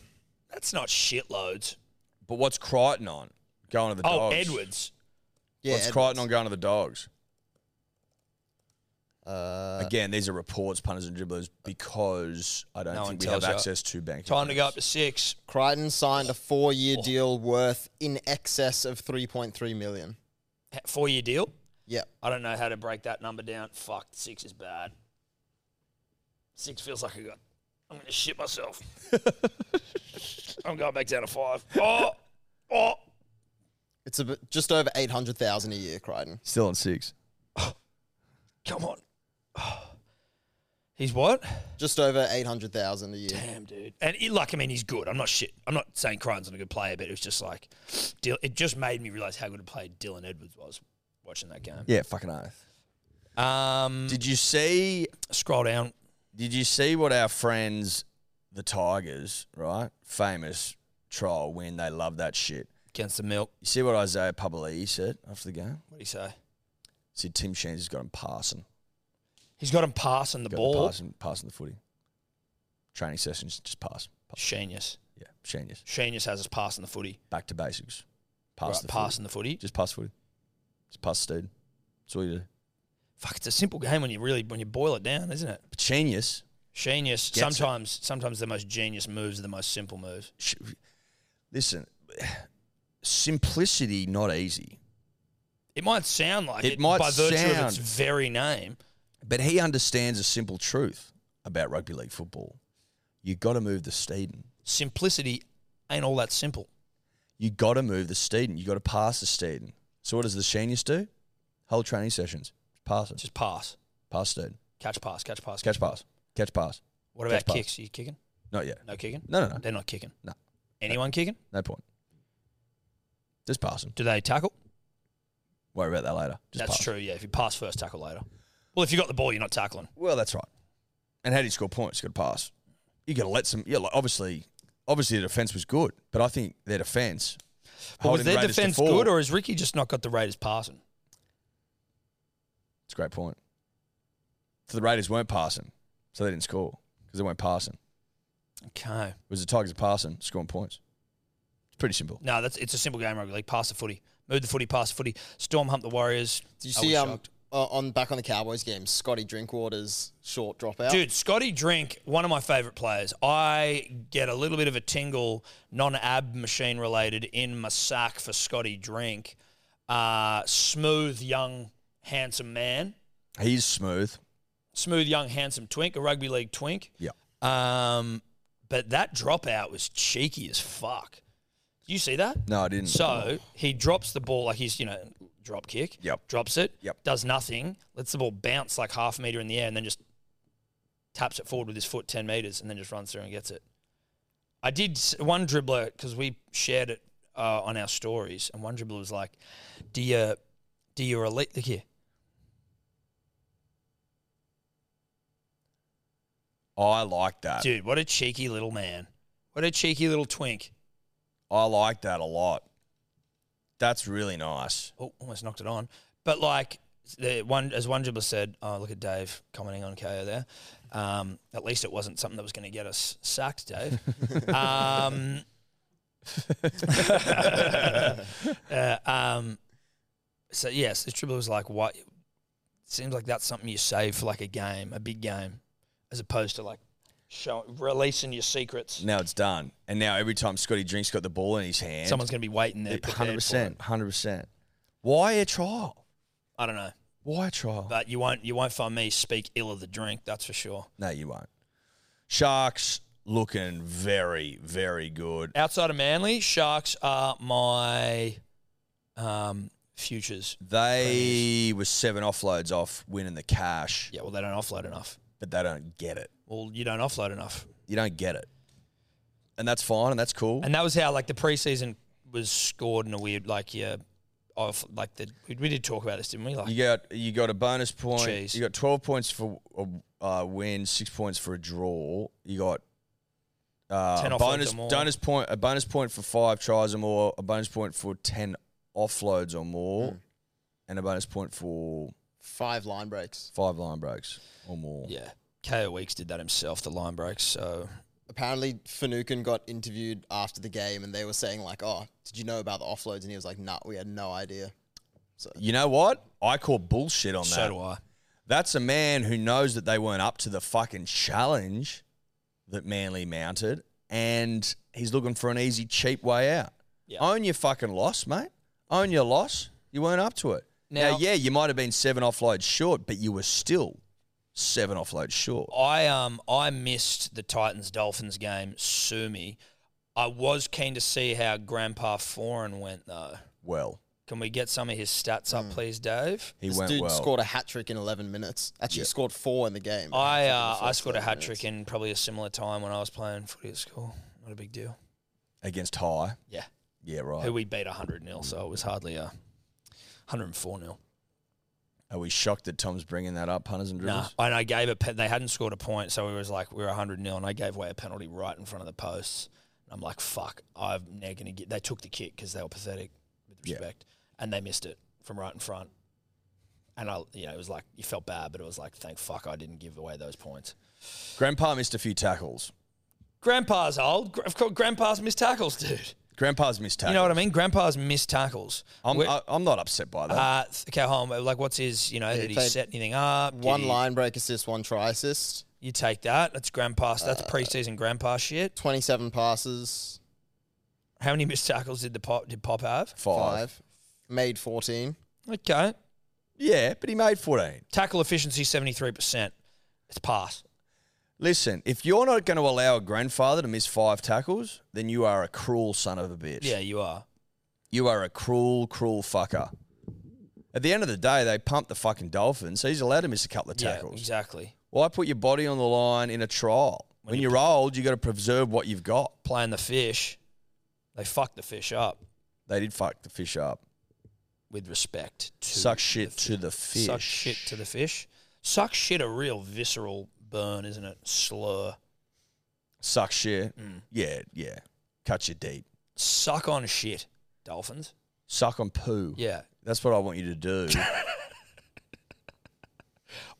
[SPEAKER 2] That's not shitloads.
[SPEAKER 1] But what's Crichton on? Going to the
[SPEAKER 2] Oh,
[SPEAKER 1] dogs.
[SPEAKER 2] Edwards.
[SPEAKER 4] Yeah,
[SPEAKER 1] what's
[SPEAKER 4] Edwards.
[SPEAKER 1] Crichton on going to the dogs?
[SPEAKER 4] Uh,
[SPEAKER 1] Again, these are reports, punters and dribblers, because I don't
[SPEAKER 2] No one
[SPEAKER 1] think we have
[SPEAKER 2] tells you.
[SPEAKER 1] access to bank.
[SPEAKER 2] Time to go up
[SPEAKER 1] accounts.
[SPEAKER 2] to six.
[SPEAKER 4] Crichton signed a
[SPEAKER 1] Oh.
[SPEAKER 4] four-year deal worth in excess of 3.3 million.
[SPEAKER 2] Four year deal.
[SPEAKER 4] Yep.
[SPEAKER 2] I don't know how to break that number down. Fuck, six is bad. Six feels like I got. I'm gonna shit (laughs) myself. I'm going back down to five. Oh, oh.
[SPEAKER 4] It's a bit- just over 800,000 a year, Crichton.
[SPEAKER 1] Still on six.
[SPEAKER 2] Come on. He's what?
[SPEAKER 4] Just over 800,000 a year.
[SPEAKER 2] Damn, dude. And he, like, I mean, he's good. I'm not shit. I'm not saying Crichton's not a good player, but it was just like, Dil- it just made me realize how good a player Dylan Edwards was watching that game.
[SPEAKER 1] Yeah, fucking oath.
[SPEAKER 2] Um,
[SPEAKER 1] Mm. Did you see?
[SPEAKER 2] scroll down.
[SPEAKER 1] Did you see what our friends, the Tigers, right? Famous trial win. They love that shit.
[SPEAKER 2] Against the milk.
[SPEAKER 1] You see what Isaiah Papali'i said after the game?
[SPEAKER 2] What do you say?
[SPEAKER 1] He said Tim Sheens has got him passing,
[SPEAKER 2] He's got him passing the
[SPEAKER 1] got him
[SPEAKER 2] ball.
[SPEAKER 1] passing, passing the footy. Training sessions, just pass. pass.
[SPEAKER 2] Genius.
[SPEAKER 1] Yeah, Sheens
[SPEAKER 2] Sheenius has us passing the footy.
[SPEAKER 1] back to basics. Pass
[SPEAKER 2] Right,
[SPEAKER 1] the footy.
[SPEAKER 2] passing the footy.
[SPEAKER 1] Just pass the footy. Just pass the dude. That's all you do.
[SPEAKER 2] Fuck, it's a simple game when you really when you boil it down, isn't it?
[SPEAKER 1] But Sheenius,
[SPEAKER 2] Genius.
[SPEAKER 1] Gets it.
[SPEAKER 2] sometimes, sometimes the most genius moves are the most simple moves.
[SPEAKER 1] sh- listen, simplicity not easy,
[SPEAKER 2] It might sound like
[SPEAKER 1] It
[SPEAKER 2] it,
[SPEAKER 1] might
[SPEAKER 2] by virtue of
[SPEAKER 1] sound-
[SPEAKER 2] its very name.
[SPEAKER 1] but he understands a simple truth about rugby league football. You got to move the Steeden.
[SPEAKER 2] Simplicity ain't all that simple.
[SPEAKER 1] You got to move the Steeden. You got to pass the Steeden. So what does the Sheenius do? Whole training sessions, pass it,
[SPEAKER 2] Just pass,
[SPEAKER 1] pass Steeden,
[SPEAKER 2] catch, pass, catch, pass,
[SPEAKER 1] catch pass, catch pass.
[SPEAKER 2] What
[SPEAKER 1] catch
[SPEAKER 2] about
[SPEAKER 1] pass.
[SPEAKER 2] kicks? Are you kicking?
[SPEAKER 1] Not yet.
[SPEAKER 2] No kicking.
[SPEAKER 1] No, no, no,
[SPEAKER 2] They're not kicking.
[SPEAKER 1] No.
[SPEAKER 2] Anyone kicking?
[SPEAKER 1] no point. Just pass him.
[SPEAKER 2] Do they tackle?
[SPEAKER 1] Worry about that later. Just
[SPEAKER 2] That's
[SPEAKER 1] pass.
[SPEAKER 2] true. Yeah, if you pass first, tackle later. Well, if you got the ball, you're not tackling.
[SPEAKER 1] Well, that's right. And how do you score points? You got to pass. You got to let some. Yeah, like obviously, obviously the defense was good, but I think their defense.
[SPEAKER 2] But was
[SPEAKER 1] holding
[SPEAKER 2] their
[SPEAKER 1] Raiders to
[SPEAKER 2] defense
[SPEAKER 1] four-
[SPEAKER 2] good, or has Ricky just not got the Raiders passing?
[SPEAKER 1] It's a great point. So the Raiders weren't passing, so they didn't score because they weren't passing.
[SPEAKER 2] Okay.
[SPEAKER 1] It was the Tigers passing, scoring points. It's pretty simple.
[SPEAKER 2] No, that's it's a simple game rugby league. Pass the footy, move the footy, pass the footy. Storm hump the Warriors.
[SPEAKER 4] Do you
[SPEAKER 2] I
[SPEAKER 4] see
[SPEAKER 2] was
[SPEAKER 4] um,
[SPEAKER 2] shocked.
[SPEAKER 4] uh, on back on the Cowboys game, Scotty Drinkwater's short dropout?
[SPEAKER 2] dude? Scotty Drink, one of my favorite players. I get a little bit of a tingle, non-ab machine related, in my sack for Scotty Drink. Uh, smooth, young, handsome man.
[SPEAKER 1] He's smooth.
[SPEAKER 2] Smooth, young, handsome twink, a rugby league twink.
[SPEAKER 1] Yeah.
[SPEAKER 2] Um, but that dropout was cheeky as fuck. You see that?
[SPEAKER 1] No, I didn't.
[SPEAKER 2] So he drops the ball like he's, you know, drop kick.
[SPEAKER 1] Yep.
[SPEAKER 2] Drops it.
[SPEAKER 1] Yep.
[SPEAKER 2] Does nothing. Lets the ball bounce like half a meter in the air and then just taps it forward with his foot 10 meters and then just runs through and gets it. I did s- one dribbler because we shared it uh, on our stories and one dribbler was like, do you, do you elite, look here,
[SPEAKER 1] I like that.
[SPEAKER 2] Dude, what a cheeky little man. What a cheeky little twink.
[SPEAKER 1] I like that a lot. That's really nice.
[SPEAKER 2] Oh, almost knocked it on. But like the one as one dribbler said, oh look at Dave commenting on KO there. Um, at least it wasn't something that was going to get us sacked,
[SPEAKER 1] (laughs)
[SPEAKER 2] Dave. um, (laughs) uh, um, so yes, the dribbler was like, "What?" seems like that's something you save for like a game, a big game, as opposed to like show, releasing your secrets.
[SPEAKER 1] Now it's done. And now every time Scotty Drink's got the ball in his hand,
[SPEAKER 2] Someone's going to be waiting there. prepared for
[SPEAKER 1] hundred
[SPEAKER 2] it.
[SPEAKER 1] percent, hundred percent. Why a trial?
[SPEAKER 2] I don't know.
[SPEAKER 1] Why a trial?
[SPEAKER 2] But you won't you won't find me speak ill of the drink, that's for sure.
[SPEAKER 1] no, you won't. Sharks looking very, very good.
[SPEAKER 2] Outside of Manly, Sharks are my um, futures.
[SPEAKER 1] They were seven offloads off winning the cash,
[SPEAKER 2] Yeah, well they don't offload enough.
[SPEAKER 1] but they don't get it.
[SPEAKER 2] Well, you don't offload enough.
[SPEAKER 1] You don't get it, and that's fine, and that's cool.
[SPEAKER 2] And that was how like the preseason was scored in a weird like yeah off like the we, we did talk about this, didn't we? Like
[SPEAKER 1] You got you got a bonus point.
[SPEAKER 2] Jeez.
[SPEAKER 1] You got twelve points for a uh, win, six points for a draw. You got uh,
[SPEAKER 2] 10
[SPEAKER 1] a
[SPEAKER 2] offloads
[SPEAKER 1] bonus
[SPEAKER 2] or more.
[SPEAKER 1] bonus point a bonus point for five tries or more, a bonus point for ten offloads or more,
[SPEAKER 2] Hmm.
[SPEAKER 1] and a bonus point for
[SPEAKER 4] Five line breaks.
[SPEAKER 1] five line breaks or more.
[SPEAKER 2] Yeah. KO Weeks did that himself, the line breaks, so
[SPEAKER 4] Apparently, Finucane got interviewed after the game, and they were saying like, "Oh, did you know about the offloads?" And he was like, "Nah, we had no idea."
[SPEAKER 1] You know what? I call bullshit on
[SPEAKER 2] so
[SPEAKER 1] that.
[SPEAKER 2] do I.
[SPEAKER 1] That's a man who knows that they weren't up to the fucking challenge that Manly mounted, and he's looking for an easy, cheap way out.
[SPEAKER 2] Yeah.
[SPEAKER 1] Own your fucking loss, mate. Own your loss. You weren't up to it. Now,
[SPEAKER 2] Now-
[SPEAKER 1] yeah, you might have been seven offloads short, but you were still seven offloads short.
[SPEAKER 2] I um I missed the Titans Dolphins game. Sue me. I was keen to see how Grandpa Foreign went though.
[SPEAKER 1] Well,
[SPEAKER 2] Can we get some of his stats
[SPEAKER 1] Mm.
[SPEAKER 2] up, please, Dave?
[SPEAKER 1] he
[SPEAKER 4] this
[SPEAKER 1] went
[SPEAKER 4] dude
[SPEAKER 1] well.
[SPEAKER 4] scored a hat trick in 11 minutes. Actually, he scored four in the game. but
[SPEAKER 2] I
[SPEAKER 4] hat-trick in the
[SPEAKER 2] uh, I
[SPEAKER 4] first
[SPEAKER 2] scored a
[SPEAKER 4] 11
[SPEAKER 2] hat trick
[SPEAKER 4] minutes.
[SPEAKER 2] in probably a similar time when I was playing footy at school. Not a big deal.
[SPEAKER 1] against High.
[SPEAKER 2] Yeah,
[SPEAKER 1] Yeah, right.
[SPEAKER 2] who we beat hundred 0 so it was hardly a hundred and four 0
[SPEAKER 1] Are we shocked that Tom's bringing that up, punters and
[SPEAKER 2] Nah,
[SPEAKER 1] dribblers?
[SPEAKER 2] and I gave a pen. They hadn't scored a point, so it was like we were hundred 0 and I gave away a penalty right in front of the posts. And I'm like, fuck, I'm now gonna get. They took the kick because they were pathetic with
[SPEAKER 1] Yeah.
[SPEAKER 2] respect, and they missed it from right in front. And I, you know, it was like you felt bad, but it was like, thank fuck, I didn't give away those points.
[SPEAKER 1] Grandpa missed a few tackles.
[SPEAKER 2] Grandpa's old. Gr- Of course, grandpa's missed tackles, (laughs) dude.
[SPEAKER 1] Grandpa's missed tackles.
[SPEAKER 2] You know what I mean? Grandpa's missed tackles.
[SPEAKER 1] I'm,
[SPEAKER 2] We're-
[SPEAKER 1] I, I'm not upset by that.
[SPEAKER 2] uh, th- okay, hold on. Like, what's his? You know,
[SPEAKER 4] Yeah,
[SPEAKER 2] did he
[SPEAKER 4] played
[SPEAKER 2] set anything up? Did
[SPEAKER 4] One
[SPEAKER 2] he-
[SPEAKER 4] line break assist, one try assist,
[SPEAKER 2] You take that. That's grandpa. That's
[SPEAKER 1] Uh,
[SPEAKER 2] preseason grandpa shit.
[SPEAKER 4] 27 passes,
[SPEAKER 2] How many missed tackles did the pop did Pop have?
[SPEAKER 1] Five.
[SPEAKER 4] five, made 14.
[SPEAKER 2] Okay,
[SPEAKER 1] Yeah, but he made 14.
[SPEAKER 2] tackle efficiency seventy three percent. It's pass.
[SPEAKER 1] Listen, if you're not going to allow a grandfather to miss five tackles, then you are a cruel son of a bitch.
[SPEAKER 2] Yeah, you are.
[SPEAKER 1] You are a cruel, cruel fucker. At the end of the day, they pump the fucking Dolphins, so he's allowed to miss a couple of tackles.
[SPEAKER 2] Yeah, exactly.
[SPEAKER 1] Why put your body on the line in a trial? When, you're old, you got to preserve what you've got.
[SPEAKER 2] Playing the fish, they fucked the fish up
[SPEAKER 1] They did fuck the fish up.
[SPEAKER 2] with respect to
[SPEAKER 1] Suck shit to the fish.
[SPEAKER 2] suck shit to the fish. Suck shit a real visceral burn, isn't it? Slur.
[SPEAKER 1] Suck shit. Yeah, yeah. Cut you deep.
[SPEAKER 2] Suck on shit, dolphins.
[SPEAKER 1] Suck on poo.
[SPEAKER 2] Yeah.
[SPEAKER 1] That's what I want you to do.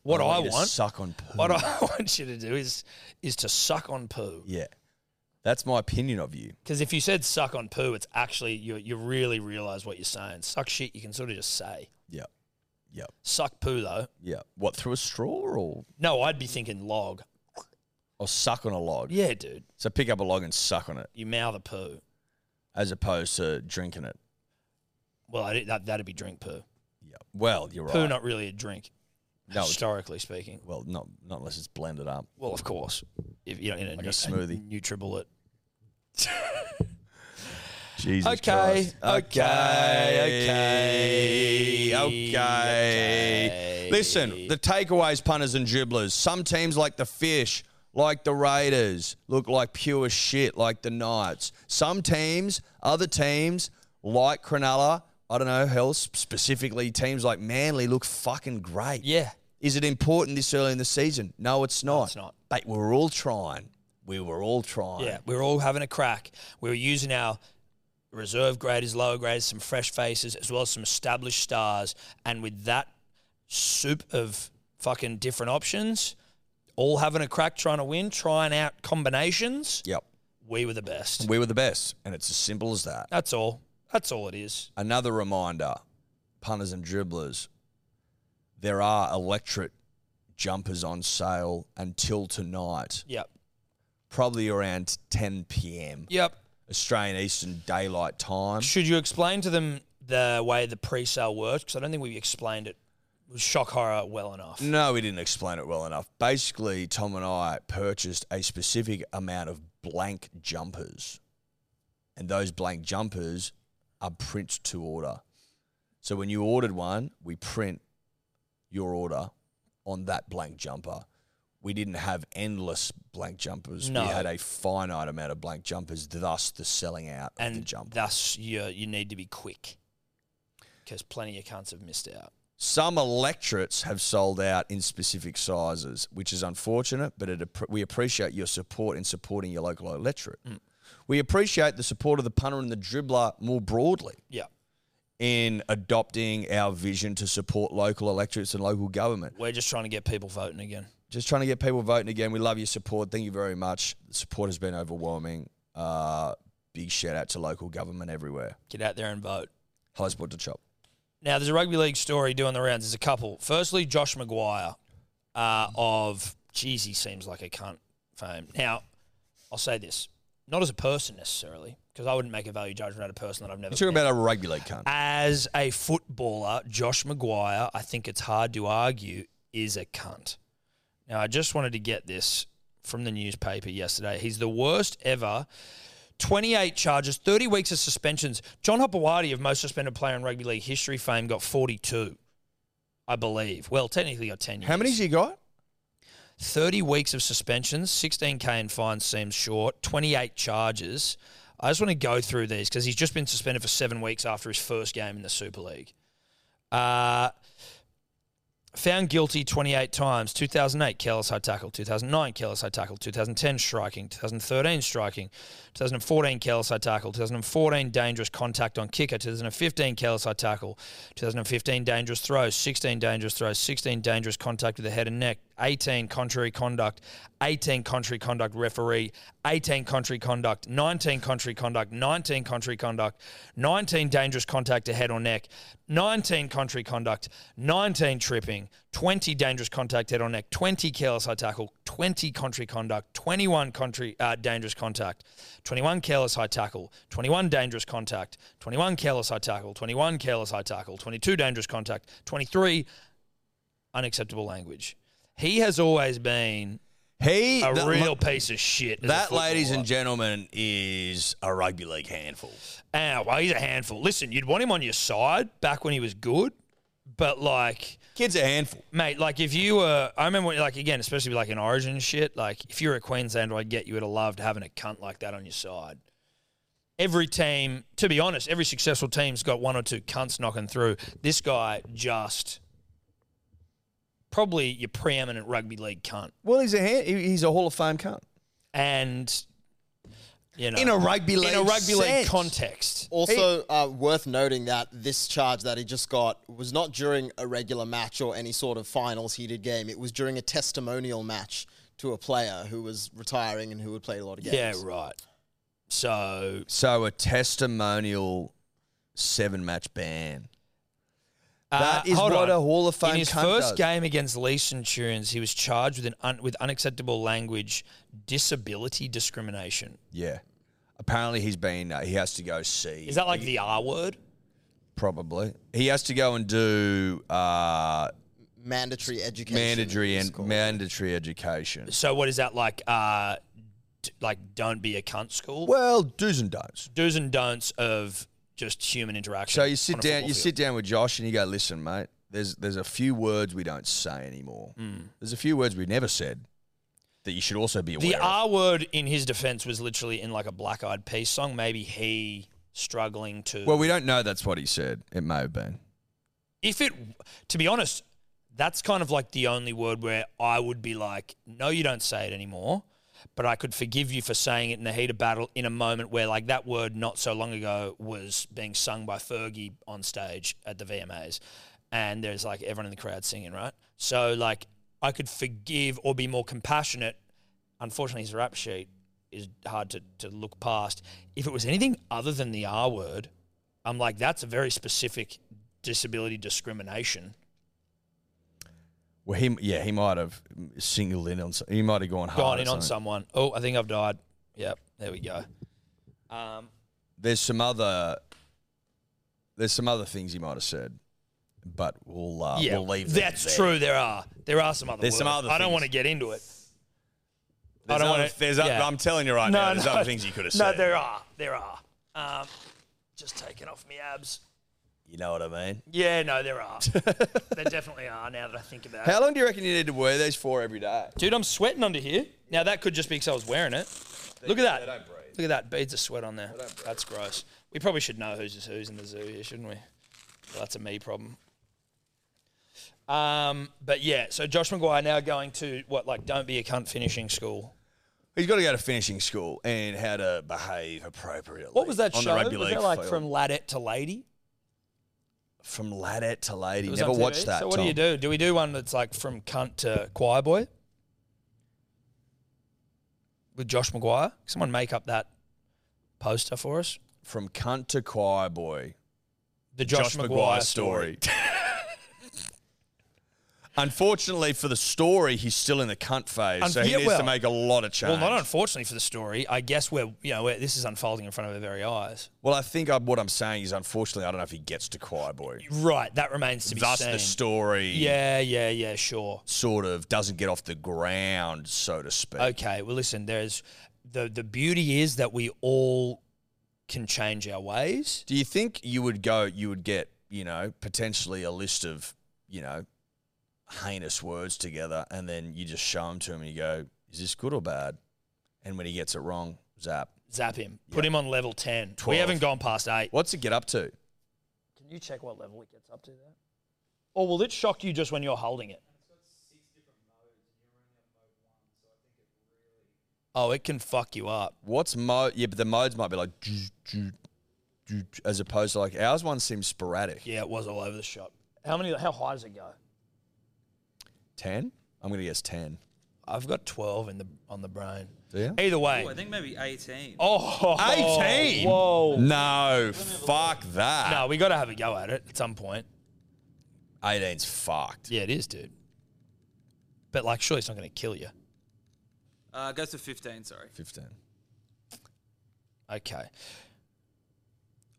[SPEAKER 2] What I
[SPEAKER 1] you to
[SPEAKER 2] want
[SPEAKER 1] Suck on poo.
[SPEAKER 2] What I (laughs) want you to do is is to suck on poo.
[SPEAKER 1] Yeah. That's my opinion of you.
[SPEAKER 2] Because if you said suck on poo, it's actually you you really realize what you're saying. Suck shit, you can sort of just say.
[SPEAKER 1] Yep. Yep.
[SPEAKER 2] Suck poo though.
[SPEAKER 1] Yep. What, through a straw or,
[SPEAKER 2] No, I'd be thinking log.
[SPEAKER 1] or suck on a log?
[SPEAKER 2] Yeah, dude.
[SPEAKER 1] So pick up a log and suck on it
[SPEAKER 2] You mouth a poo.
[SPEAKER 1] as opposed to drinking it.
[SPEAKER 2] Well, I did- that that'd be drink poo.
[SPEAKER 1] Yep. Well, you're
[SPEAKER 2] Poo
[SPEAKER 1] right.
[SPEAKER 2] not really a drink,
[SPEAKER 1] No, it's-
[SPEAKER 2] historically speaking.
[SPEAKER 1] well, not, not unless it's blended up.
[SPEAKER 2] Well, of course, if you know in a,
[SPEAKER 1] Like a
[SPEAKER 2] nu-
[SPEAKER 1] smoothie.
[SPEAKER 2] NutriBullet.
[SPEAKER 1] Jesus
[SPEAKER 2] Okay,
[SPEAKER 1] Christ.
[SPEAKER 2] okay,
[SPEAKER 1] okay, okay.
[SPEAKER 2] okay.
[SPEAKER 1] Listen, the takeaways, punters and dribblers. Some teams like the Fish, like the Raiders, look like pure shit, like the Knights. Some teams, other teams, like Cronulla, I don't know, hell, s- specifically teams like Manly look fucking great.
[SPEAKER 2] Yeah,
[SPEAKER 1] Is it important this early in the season? No, it's not.
[SPEAKER 2] it's not.
[SPEAKER 5] Mate, we were all trying. We were all trying.
[SPEAKER 2] Yeah, we were all having a crack. We were using our reserve graders, lower graders, some fresh faces, as well as some established stars. And with that soup of fucking different options, all having a crack trying to win, trying out combinations,
[SPEAKER 1] Yep.
[SPEAKER 2] we were the best.
[SPEAKER 1] We were the best. And it's as simple as that.
[SPEAKER 2] That's all. That's all it is.
[SPEAKER 1] Another reminder punters and dribblers, there are electorate jumpers on sale until tonight,
[SPEAKER 2] Yep.
[SPEAKER 1] probably around 10 p.m.
[SPEAKER 2] Yep.
[SPEAKER 1] Australian Eastern Daylight Time.
[SPEAKER 2] Should you explain to them the way the pre-sale works? Because I don't think we explained it. It was shock horror well enough.
[SPEAKER 1] No, we didn't explain it well enough. Basically, Tom and I purchased a specific amount of blank jumpers, and those blank jumpers are print to order. So when you ordered one, we print your order on that blank jumper. We didn't have endless blank jumpers.
[SPEAKER 2] No.
[SPEAKER 1] We had a finite amount of blank jumpers, thus the selling out of the
[SPEAKER 2] and
[SPEAKER 1] jumper.
[SPEAKER 2] thus you you need to be quick because plenty of cunts have missed out.
[SPEAKER 1] Some electorates have sold out in specific sizes, which is unfortunate, but it, app- we appreciate your support in supporting your local electorate.
[SPEAKER 2] Mm.
[SPEAKER 1] We appreciate the support of the punter and the dribbler more broadly
[SPEAKER 2] Yeah,
[SPEAKER 1] in adopting our vision to support local electorates and local government.
[SPEAKER 2] we're just trying to get people voting again.
[SPEAKER 1] Just trying to get people voting again. We love your support. Thank you very much. The support has been overwhelming. Uh, big shout out to local government everywhere.
[SPEAKER 2] Get out there and vote.
[SPEAKER 1] High sport to chop.
[SPEAKER 2] Now, there's a rugby league story doing the rounds. There's a couple. Firstly, Josh Maguire uh, of, geez, he seems like a cunt fame. Now, I'll say this, not as a person necessarily, because I wouldn't make a value judgment out of a person that I've never
[SPEAKER 1] You're talking about a rugby league cunt.
[SPEAKER 2] As a footballer, Josh Maguire, I think it's hard to argue, is a cunt. Now, I just wanted to get this from the newspaper yesterday. He's the worst ever. 28 charges, 30 weeks of suspensions. John Hopewadi, of most suspended player in rugby league history fame, got 42, I believe. Well, technically got 10 years.
[SPEAKER 1] How many's you got?
[SPEAKER 2] 30 weeks of suspensions, 16K in fines seems short, 28 charges. I just want to go through these because he's just been suspended for seven weeks after his first game in the Super League. Uh, found guilty 28 times 2008, careless high tackle, 2009, careless high tackle, 2010, striking, 2013, striking, 2014, careless high tackle, 2014, dangerous contact on kicker, 2015, careless high tackle, 2015, dangerous throws, 16, dangerous throws, 16, dangerous contact with the head and neck, 18, contrary conduct, 18, contrary conduct referee, 18, contrary conduct, 19, contrary conduct, 19, contrary conduct, 19, dangerous contact to head or neck, 19, contrary conduct, 19, tripping, 20, dangerous contact head or neck, 20, careless high tackle, 20, contrary conduct, 21, contrary, uh, dangerous contact, 21, careless high tackle, 21, dangerous contact, 21, careless high tackle, 21, careless high tackle, 22, dangerous contact, 23, unacceptable language. He has always been
[SPEAKER 1] He
[SPEAKER 2] a
[SPEAKER 1] the-
[SPEAKER 2] real piece of shit. as a
[SPEAKER 1] That, ladies
[SPEAKER 2] footballer.
[SPEAKER 1] and gentlemen, is a rugby league handful.
[SPEAKER 2] Ah, well, he's a handful. Listen, you'd want him on your side back when he was good, but like,
[SPEAKER 1] Kid's a handful.
[SPEAKER 2] mate, like if you were, I remember, when, like again, especially like in Origin shit. Like, if you were a Queenslander, I get you would have loved having a cunt like that on your side. Every team, to be honest, every successful team's got one or two cunts knocking through. This guy just probably your preeminent rugby league cunt,
[SPEAKER 1] Well, he's a hand, he's a Hall of Fame cunt
[SPEAKER 2] and you know,
[SPEAKER 1] in a rugby league
[SPEAKER 2] in a rugby league
[SPEAKER 1] sense.
[SPEAKER 2] context.
[SPEAKER 4] Also, uh, worth noting that this charge that he just got was not during a regular match or any sort of finals heated game. It was during a testimonial match to a player who was retiring and who had played a lot of games.
[SPEAKER 2] Yeah, right. So
[SPEAKER 1] So a testimonial seven match ban. That
[SPEAKER 2] Uh,
[SPEAKER 1] is
[SPEAKER 2] hold
[SPEAKER 1] what
[SPEAKER 2] on.
[SPEAKER 1] a Hall of Fame
[SPEAKER 2] In his
[SPEAKER 1] cunt
[SPEAKER 2] first
[SPEAKER 1] does.
[SPEAKER 2] game against Lee Centurions, he was charged with an un- with unacceptable language, disability discrimination.
[SPEAKER 1] Yeah. Apparently, he's been uh, he has to go see.
[SPEAKER 2] Is that like the R word?
[SPEAKER 1] probably he has to go and do uh,
[SPEAKER 4] Mandatory education.
[SPEAKER 1] mandatory
[SPEAKER 4] is
[SPEAKER 1] and
[SPEAKER 4] called.
[SPEAKER 1] mandatory education?
[SPEAKER 2] So what is that like? Uh, d- like don't be a cunt school.
[SPEAKER 1] Well, do's and don'ts.
[SPEAKER 2] Do's and don'ts of just human interaction.
[SPEAKER 1] So you
[SPEAKER 2] on
[SPEAKER 1] sit
[SPEAKER 2] a
[SPEAKER 1] down,
[SPEAKER 2] football
[SPEAKER 1] you
[SPEAKER 2] field.
[SPEAKER 1] sit down with Josh, and you go, "Listen, mate, there's there's a few words we don't say anymore.
[SPEAKER 2] Hmm.
[SPEAKER 1] There's a few words we've never said that you should also be aware
[SPEAKER 2] The
[SPEAKER 1] of."
[SPEAKER 2] R word in his defense was literally in like a Black Eyed Peas song. Maybe he struggling to.
[SPEAKER 1] well, we don't know that's what he said. It may have been.
[SPEAKER 2] if it to be honest that's kind of like the only word where I would be like, no, you don't say it anymore. But I could forgive you for saying it in the heat of battle in a moment where, like, that word not so long ago was being sung by Fergie on stage at the VMAs. And there's like everyone in the crowd singing, right? So, like, I could forgive or be more compassionate. Unfortunately, his rap sheet is hard to, to look past. If it was anything other than the R word, I'm like, that's a very specific disability discrimination.
[SPEAKER 1] Well, he yeah he might have singled in on some, he might have gone hard.
[SPEAKER 2] Gone
[SPEAKER 1] at
[SPEAKER 2] in on
[SPEAKER 1] something.
[SPEAKER 2] someone. Oh, I think I've died. Yep, there we go.
[SPEAKER 1] There's some other there's some other things he might have said, but we'll uh,
[SPEAKER 2] yeah,
[SPEAKER 1] we'll leave.
[SPEAKER 2] that's
[SPEAKER 1] that there.
[SPEAKER 2] true. There are there are some other.
[SPEAKER 1] There's some
[SPEAKER 2] words.
[SPEAKER 1] other
[SPEAKER 2] I don't
[SPEAKER 1] things.
[SPEAKER 2] want to get into it.
[SPEAKER 1] There's
[SPEAKER 2] I don't
[SPEAKER 1] other,
[SPEAKER 2] wanna-
[SPEAKER 1] There's other,
[SPEAKER 2] yeah.
[SPEAKER 1] I'm telling you right
[SPEAKER 2] No,
[SPEAKER 1] now, there's
[SPEAKER 2] no.
[SPEAKER 1] other things you could have
[SPEAKER 2] No,
[SPEAKER 1] said.
[SPEAKER 2] there are there are. Um, just taking off my abs.
[SPEAKER 1] You know what I mean?
[SPEAKER 2] Yeah, no, there
[SPEAKER 1] (laughs)
[SPEAKER 2] are. there definitely are. Now that I think about it,
[SPEAKER 1] How long do you reckon you need to wear these for every day?
[SPEAKER 2] dude, I'm sweating under here. Now that could just be because I was wearing it. Look at that.
[SPEAKER 1] don't breathe.
[SPEAKER 2] Look at that beads of sweat on there. That's gross. We probably should know who's who's in the zoo here, shouldn't we? Well, that's a me problem. Um, but yeah, so Josh McGuire now going to what like don't be a cunt finishing school.
[SPEAKER 1] He's got to go to finishing school and how to behave appropriately.
[SPEAKER 2] What was that
[SPEAKER 1] on
[SPEAKER 2] show?
[SPEAKER 1] The rugby
[SPEAKER 2] was
[SPEAKER 1] league
[SPEAKER 2] that like
[SPEAKER 1] field.
[SPEAKER 2] from ladette to lady?
[SPEAKER 1] from ladette to lady?
[SPEAKER 2] It was
[SPEAKER 1] Never
[SPEAKER 2] on TV.
[SPEAKER 1] watched that.
[SPEAKER 2] So what do you
[SPEAKER 1] Tom.
[SPEAKER 2] do? Do we do one that's like from cunt to choir boy with Josh McGuire? Someone make up that poster for us.
[SPEAKER 1] From cunt to choir boy.
[SPEAKER 2] The Josh,
[SPEAKER 1] Maguire
[SPEAKER 2] McGuire
[SPEAKER 1] (laughs) Unfortunately for the story, he's still in the cunt phase,
[SPEAKER 2] Un-
[SPEAKER 1] so he
[SPEAKER 2] yeah,
[SPEAKER 1] needs
[SPEAKER 2] well-
[SPEAKER 1] to make a lot of change.
[SPEAKER 2] Well, not unfortunately for the story. I guess we're you know we're, this is unfolding in front of our very eyes.
[SPEAKER 1] Well, I think I, what I'm saying is, unfortunately, I don't know if he gets to choir boy.
[SPEAKER 2] Right, that remains to be
[SPEAKER 1] Thus,
[SPEAKER 2] seen.
[SPEAKER 1] the story
[SPEAKER 2] Yeah, yeah, yeah, sure.
[SPEAKER 1] sort of doesn't get off the ground, so to speak.
[SPEAKER 2] Okay, well, listen. There's the the beauty is that we all can change our ways.
[SPEAKER 1] Do you think you would go? You would get, you know, potentially a list of, you know, heinous words together, and then you just show them to him, and you go, "Is this good or bad?" And when he gets it wrong, zap.
[SPEAKER 2] Zap him. Put him on level ten. We
[SPEAKER 1] 12.
[SPEAKER 2] haven't gone past eight.
[SPEAKER 1] What's it get up to?
[SPEAKER 2] Can you check what level it gets up to there? Or will it shock you just when you're holding it? Oh, it can fuck you up.
[SPEAKER 1] What's mode? Yeah, but the modes might be like, "Ju- ju- ju- ju," as opposed to like ours one seems sporadic.
[SPEAKER 2] Yeah, it was all over the shop. How many? How high does it go?
[SPEAKER 1] Ten? I'm gonna guess ten.
[SPEAKER 2] I've got twelve in the on the brain.
[SPEAKER 1] Do you?
[SPEAKER 2] Either
[SPEAKER 6] I
[SPEAKER 2] way.
[SPEAKER 6] think maybe 18.
[SPEAKER 2] Oh,
[SPEAKER 1] 18?
[SPEAKER 2] Whoa.
[SPEAKER 1] No, fuck that.
[SPEAKER 2] No, we got to have a go at it at some point.
[SPEAKER 1] 18's fucked.
[SPEAKER 2] Yeah, it is, dude. But like, surely it's not going to kill you.
[SPEAKER 6] Uh, it goes to 15, sorry.
[SPEAKER 1] Fifteen.
[SPEAKER 2] Okay.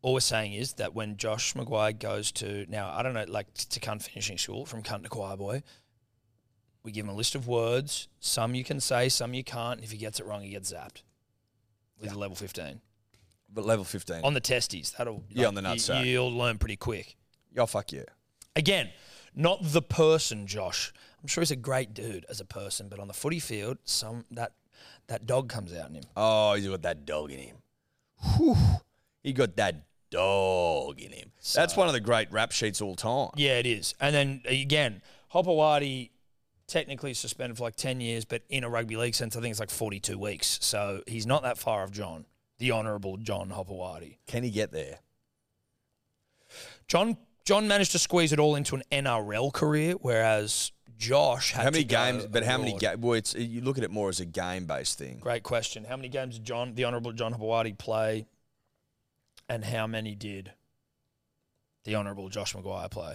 [SPEAKER 2] All we're saying is that when Josh McGuire goes to now, I don't know, like to cunt finishing school from cunt to choir boy, we give him a list of words. Some you can say, some you can't. And if he gets it wrong, he gets zapped with a level fifteen
[SPEAKER 1] But level fifteen.
[SPEAKER 2] on the testes. That'll
[SPEAKER 1] Yeah, on the nutsack.
[SPEAKER 2] You, will learn pretty quick.
[SPEAKER 1] yeah, fuck yeah.
[SPEAKER 2] Again, not the person, Josh. I'm sure he's a great dude as a person, but on the footy field, some that that dog comes out in him.
[SPEAKER 1] Oh, he's got that dog in him. Whew. He got that dog in him. That's one of the great rap sheets all time.
[SPEAKER 2] Yeah, it is. And then again, Hopawati technically suspended for like 10 years, but in a rugby league sense, I think it's like 42 weeks. So he's not that far off John, the Honourable John Hopawati.
[SPEAKER 1] Can he get there?
[SPEAKER 2] John John managed to squeeze it all into an NRL career, whereas Josh had
[SPEAKER 1] how many
[SPEAKER 2] to go
[SPEAKER 1] games? But how many
[SPEAKER 2] abroad.
[SPEAKER 1] games? Well, it's you look at it more as a game-based thing.
[SPEAKER 2] Great question. How many games did John, the Honourable John Hopawati play, and how many did the Honourable Josh Maguire play?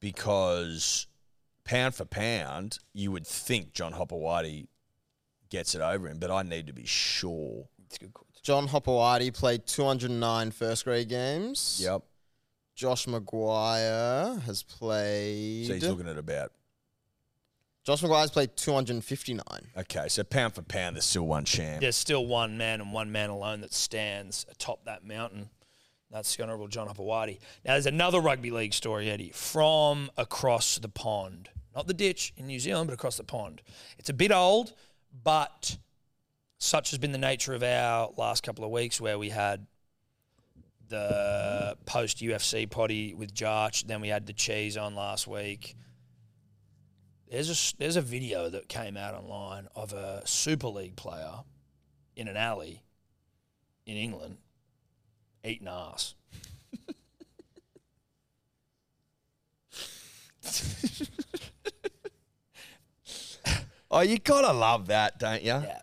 [SPEAKER 1] because pound for pound, you would think John Hopperwadi gets it over him, but I need to be sure.
[SPEAKER 2] It's a good question.
[SPEAKER 4] John Hopewadi played 209 first grade games. Josh Maguire has played.
[SPEAKER 1] So he's looking at about
[SPEAKER 4] Josh Maguire's played 259.
[SPEAKER 1] okay. So pound for pound, there's still one champ.
[SPEAKER 2] there's still one man and one man alone that stands atop that mountain. That's the Honourable John Hopewadi. Now, there's another rugby league story, Eddie, from across the pond. Not the ditch in New Zealand, but across the pond. It's a bit old, but such has been the nature of our last couple of weeks where we had the post UFC potty with Jarch, then we had the cheese on last week. There's a s- there's a video that came out online of a Super League player in an alley in England eating ass.
[SPEAKER 1] Oh, you gotta love that, don't you?
[SPEAKER 2] Yeah.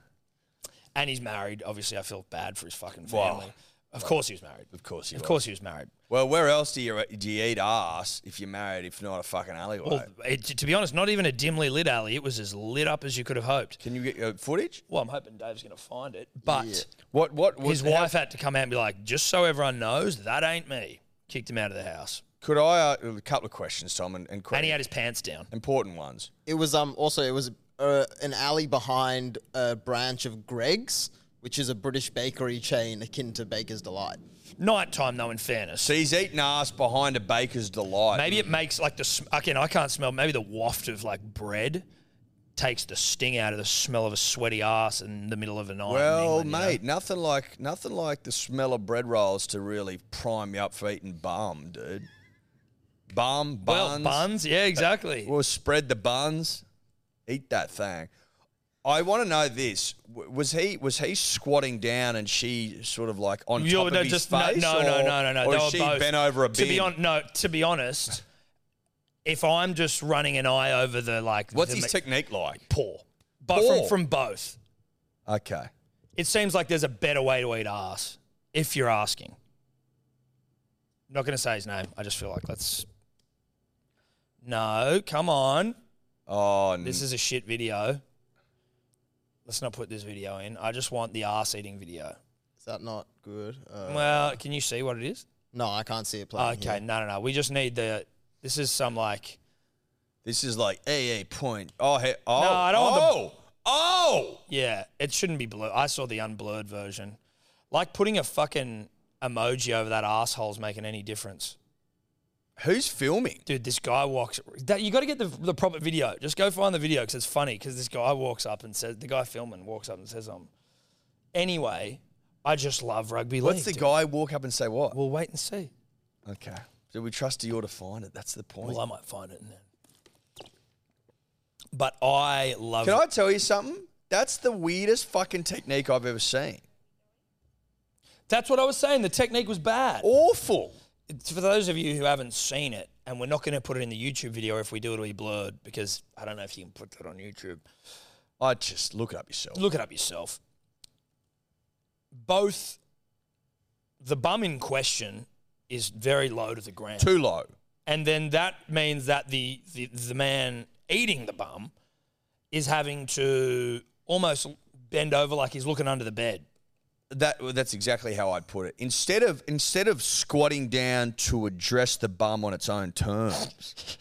[SPEAKER 2] And he's married. Obviously, I feel bad for his fucking
[SPEAKER 1] Wow.
[SPEAKER 2] family. Of course he was married.
[SPEAKER 1] Of course you.
[SPEAKER 2] Of
[SPEAKER 1] will.
[SPEAKER 2] course he was married.
[SPEAKER 1] Well, where else do you do you eat ass if you're married? If not a fucking alleyway.
[SPEAKER 2] Well, it, to be honest, not even a dimly lit alley. It was as lit up as you could have hoped.
[SPEAKER 1] Can you get your footage?
[SPEAKER 2] Well, I'm hoping Dave's going to find it. But
[SPEAKER 1] What? What? what
[SPEAKER 2] his
[SPEAKER 1] how-
[SPEAKER 2] wife had to come out and be like, just so everyone knows, that ain't me. Kicked him out of the house.
[SPEAKER 1] Could I? Uh, a couple of questions, Tom, and, and,
[SPEAKER 2] And he had his pants down.
[SPEAKER 1] important ones.
[SPEAKER 4] It was um also it was uh, an alley behind a branch of Greg's, which is a British bakery chain akin to Baker's Delight.
[SPEAKER 2] Nighttime, though, in fairness.
[SPEAKER 1] So he's eating ass behind a baker's delight.
[SPEAKER 2] Maybe it makes like the, sm- again, I can't smell, maybe the waft of like bread takes the sting out of the smell of a sweaty ass in the middle of a night. in
[SPEAKER 1] Well,
[SPEAKER 2] England, you know?
[SPEAKER 1] mate, nothing like nothing like the smell of bread rolls to really prime you up for eating bum, dude. Bum,
[SPEAKER 2] Well,
[SPEAKER 1] buns.
[SPEAKER 2] buns. Yeah, exactly.
[SPEAKER 1] We'll spread the buns. Eat that thing. I want to know this: W- was he was he squatting down and she sort of like on
[SPEAKER 2] You're-
[SPEAKER 1] top of
[SPEAKER 2] no,
[SPEAKER 1] his
[SPEAKER 2] just no-
[SPEAKER 1] face?
[SPEAKER 2] No,
[SPEAKER 1] or,
[SPEAKER 2] no, no, no, no.
[SPEAKER 1] Or
[SPEAKER 2] They
[SPEAKER 1] is
[SPEAKER 2] were
[SPEAKER 1] she
[SPEAKER 2] both-
[SPEAKER 1] bent over a bin?
[SPEAKER 2] To be on, no, to be honest, if I'm just running an eye over the like,
[SPEAKER 1] What's
[SPEAKER 2] the
[SPEAKER 1] his
[SPEAKER 2] me-
[SPEAKER 1] technique like?
[SPEAKER 2] Poor, but
[SPEAKER 1] Poor?
[SPEAKER 2] from from both,
[SPEAKER 1] Okay.
[SPEAKER 2] it seems like there's a better way to eat ass if you're asking. not going to say his name. I just feel like let's. No, come on.
[SPEAKER 1] Oh,
[SPEAKER 2] This is a shit video. Let's not put this video in. I just want the ass eating video.
[SPEAKER 4] Is that not good? Uh,
[SPEAKER 2] Well, can you see what it is?
[SPEAKER 4] no, I can't see it playing.
[SPEAKER 2] Okay, no, no, no. We just need the. This is some like.
[SPEAKER 1] this is like AA point. Oh, hey, oh,
[SPEAKER 2] No, I don't
[SPEAKER 1] oh,
[SPEAKER 2] want the-
[SPEAKER 1] oh.
[SPEAKER 2] Yeah, it shouldn't be blurred. I saw the unblurred version. Like putting a fucking emoji over that asshole's making any difference.
[SPEAKER 1] Who's filming?
[SPEAKER 2] Dude, this guy walks. That, you got to get the, the proper video. Just go find the video because it's funny. Because this guy walks up and says, the guy filming walks up and says, um. Anyway, I just love rugby league.
[SPEAKER 1] What's the
[SPEAKER 2] dude.
[SPEAKER 1] guy walk up and say what?
[SPEAKER 2] We'll wait and see.
[SPEAKER 1] Okay. Do we trust you to find it? That's the point.
[SPEAKER 2] Well, I might find it. And then. But I love.
[SPEAKER 1] Can I tell you something? That's the weirdest fucking technique I've ever seen.
[SPEAKER 2] That's what I was saying. The technique was bad.
[SPEAKER 1] Awful.
[SPEAKER 2] It's for those of you who haven't seen it, and we're not going to put it in the YouTube video if we do, it'll be blurred because I don't know if you can put that on YouTube.
[SPEAKER 1] I just look it up yourself.
[SPEAKER 2] Look it up yourself. Both the bum in question is very low to the ground,
[SPEAKER 1] Too low.
[SPEAKER 2] and then that means that the, the the man eating the bum is having to almost bend over like he's looking under the bed.
[SPEAKER 1] That that's exactly how I'd put it. Instead of instead of squatting down to address the bum on its
[SPEAKER 2] (laughs)
[SPEAKER 1] own terms,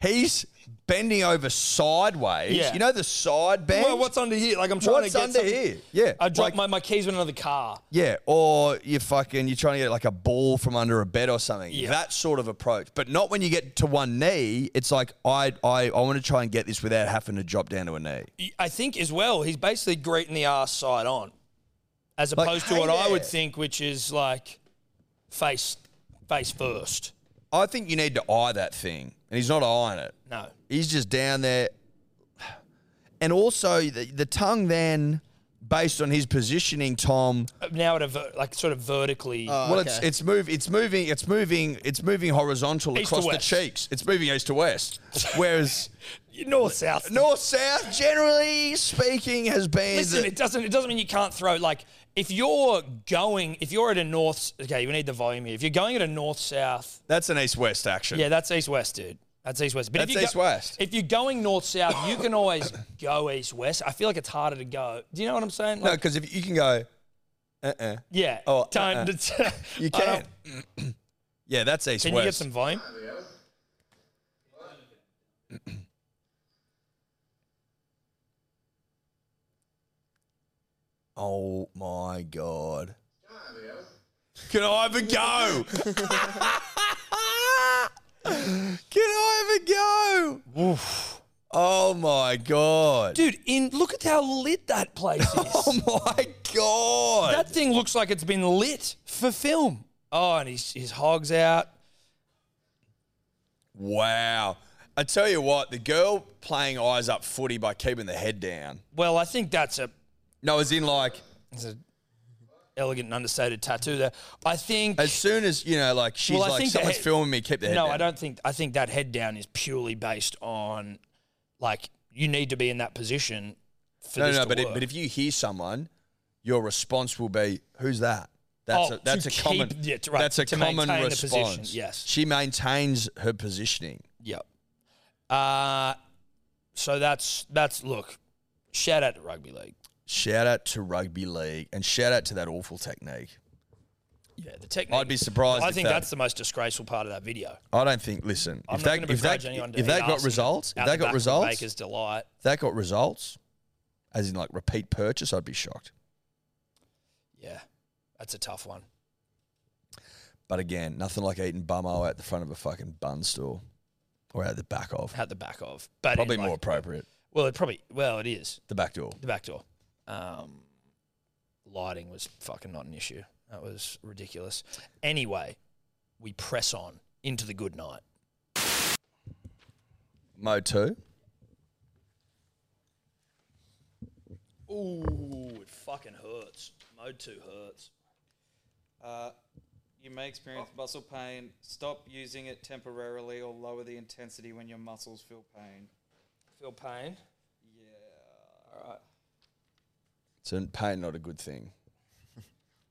[SPEAKER 1] he's bending over sideways.
[SPEAKER 2] Yeah.
[SPEAKER 1] You know the side bend.
[SPEAKER 2] Well, what's under here? Like I'm trying
[SPEAKER 1] What's
[SPEAKER 2] to get
[SPEAKER 1] under
[SPEAKER 2] something-
[SPEAKER 1] here? Yeah,
[SPEAKER 2] I dropped
[SPEAKER 1] like-
[SPEAKER 2] my, my keys in another car.
[SPEAKER 1] Yeah, or you fucking you're trying to get like a ball from under a bed or something.
[SPEAKER 2] Yeah.
[SPEAKER 1] That sort of approach, but not when you get to one knee. It's like I I, I want to try and get this without having to drop down to a knee.
[SPEAKER 2] I think as well, he's basically greeting the ass side on, as
[SPEAKER 1] Like,
[SPEAKER 2] opposed
[SPEAKER 1] "Hey
[SPEAKER 2] to what I would
[SPEAKER 1] there."
[SPEAKER 2] think, which is like face face first.
[SPEAKER 1] I think you need to eye that thing, and he's not eyeing it.
[SPEAKER 2] No,
[SPEAKER 1] He's just down there, and also the, the tongue then, based on his positioning, Tom.
[SPEAKER 2] now at a ver- like sort of vertically.
[SPEAKER 1] well, it's
[SPEAKER 4] Oh, okay.
[SPEAKER 1] it's move it's moving it's moving it's moving horizontal
[SPEAKER 2] East to
[SPEAKER 1] across the
[SPEAKER 2] west.
[SPEAKER 1] cheeks. It's moving east to west,
[SPEAKER 2] (laughs)
[SPEAKER 1] whereas.
[SPEAKER 2] north south.
[SPEAKER 1] North South, generally speaking, has been.
[SPEAKER 2] Listen,
[SPEAKER 1] the-
[SPEAKER 2] it doesn't it doesn't mean you can't throw. Like if you're going, if you're at a north. Okay, we need the volume here. If you're going at a north south,
[SPEAKER 1] that's an east west action.
[SPEAKER 2] yeah, that's east west, dude. That's east west. But
[SPEAKER 1] That's
[SPEAKER 2] if you
[SPEAKER 1] east-west.
[SPEAKER 2] If you're going north south, you can always go east west. I feel like it's harder to go. Do you know what I'm saying?
[SPEAKER 1] No,
[SPEAKER 2] Like,
[SPEAKER 1] because if you can go, uh uh
[SPEAKER 2] yeah.
[SPEAKER 1] Oh,
[SPEAKER 2] (laughs) don't,
[SPEAKER 1] You
[SPEAKER 2] I don't-
[SPEAKER 1] can. (clears throat) yeah, that's east
[SPEAKER 2] Can you get
[SPEAKER 1] west.
[SPEAKER 2] some volume?
[SPEAKER 1] oh my God. Can I have a go? can I have a go? Oh my God.
[SPEAKER 2] Dude, in look at how lit that place
[SPEAKER 1] (laughs)
[SPEAKER 2] is.
[SPEAKER 1] Oh my God.
[SPEAKER 2] that thing looks like it's been lit for film. Oh, and his his hogs out.
[SPEAKER 1] Wow. I tell you what, the girl playing eyes up footy by keeping the head down.
[SPEAKER 2] Well, I think that's a,
[SPEAKER 1] No, as in like
[SPEAKER 2] that's a elegant and understated tattoo there. I think.
[SPEAKER 1] as soon as you know, like she's
[SPEAKER 2] Well, I
[SPEAKER 1] like
[SPEAKER 2] think the
[SPEAKER 1] someone's
[SPEAKER 2] head-
[SPEAKER 1] filming me, keep the head
[SPEAKER 2] no,
[SPEAKER 1] down.
[SPEAKER 2] I don't think. I think that head down is purely based on, like, you need to be in that position. For
[SPEAKER 1] No,
[SPEAKER 2] this
[SPEAKER 1] no,
[SPEAKER 2] to
[SPEAKER 1] but it,
[SPEAKER 2] work.
[SPEAKER 1] but if you hear someone, your response will be, "Who's that?" That's
[SPEAKER 2] Oh,
[SPEAKER 1] a, that's
[SPEAKER 2] to
[SPEAKER 1] a common
[SPEAKER 2] keep- yeah, to- right,
[SPEAKER 1] that's a
[SPEAKER 2] to
[SPEAKER 1] common
[SPEAKER 2] maintain the position,
[SPEAKER 1] response.
[SPEAKER 2] yes.
[SPEAKER 1] she maintains her positioning.
[SPEAKER 2] Yep. Uh, so that's that's look. Shout out to rugby league.
[SPEAKER 1] Shout out to rugby league and shout out to that awful technique.
[SPEAKER 2] Yeah, the technique.
[SPEAKER 1] I'd be surprised.
[SPEAKER 2] I
[SPEAKER 1] if
[SPEAKER 2] think
[SPEAKER 1] that-
[SPEAKER 2] that's the most disgraceful part of that video.
[SPEAKER 1] I don't think. Listen,
[SPEAKER 2] I'm
[SPEAKER 1] if
[SPEAKER 2] not
[SPEAKER 1] that
[SPEAKER 2] going to
[SPEAKER 1] if that
[SPEAKER 2] begrudge anyone. to
[SPEAKER 1] if
[SPEAKER 2] eat
[SPEAKER 1] that got
[SPEAKER 2] arse
[SPEAKER 1] results,
[SPEAKER 2] out
[SPEAKER 1] if
[SPEAKER 2] the
[SPEAKER 1] that
[SPEAKER 2] back
[SPEAKER 1] got
[SPEAKER 2] of
[SPEAKER 1] results,
[SPEAKER 2] Baker's delight.
[SPEAKER 1] if that got results, as in like repeat purchase, I'd be shocked.
[SPEAKER 2] Yeah, that's a tough one.
[SPEAKER 1] But again, nothing like eating bummo out the front of a fucking bun store or out the back of.
[SPEAKER 2] Had the back of, but it,
[SPEAKER 1] Probably
[SPEAKER 2] like-
[SPEAKER 1] more appropriate
[SPEAKER 2] Well, it probably well it is
[SPEAKER 1] the back door.
[SPEAKER 2] the back door. Um, lighting was fucking not an issue. That was ridiculous. Anyway, we press on into the good night.
[SPEAKER 1] Mo two.
[SPEAKER 2] Ooh, it fucking hurts. Mode two hurts.
[SPEAKER 6] Uh, you may experience muscle pain. Stop using it temporarily or lower the intensity when your muscles feel pain.
[SPEAKER 2] Feel pain.
[SPEAKER 6] Yeah. All right.
[SPEAKER 1] So pain not a good thing.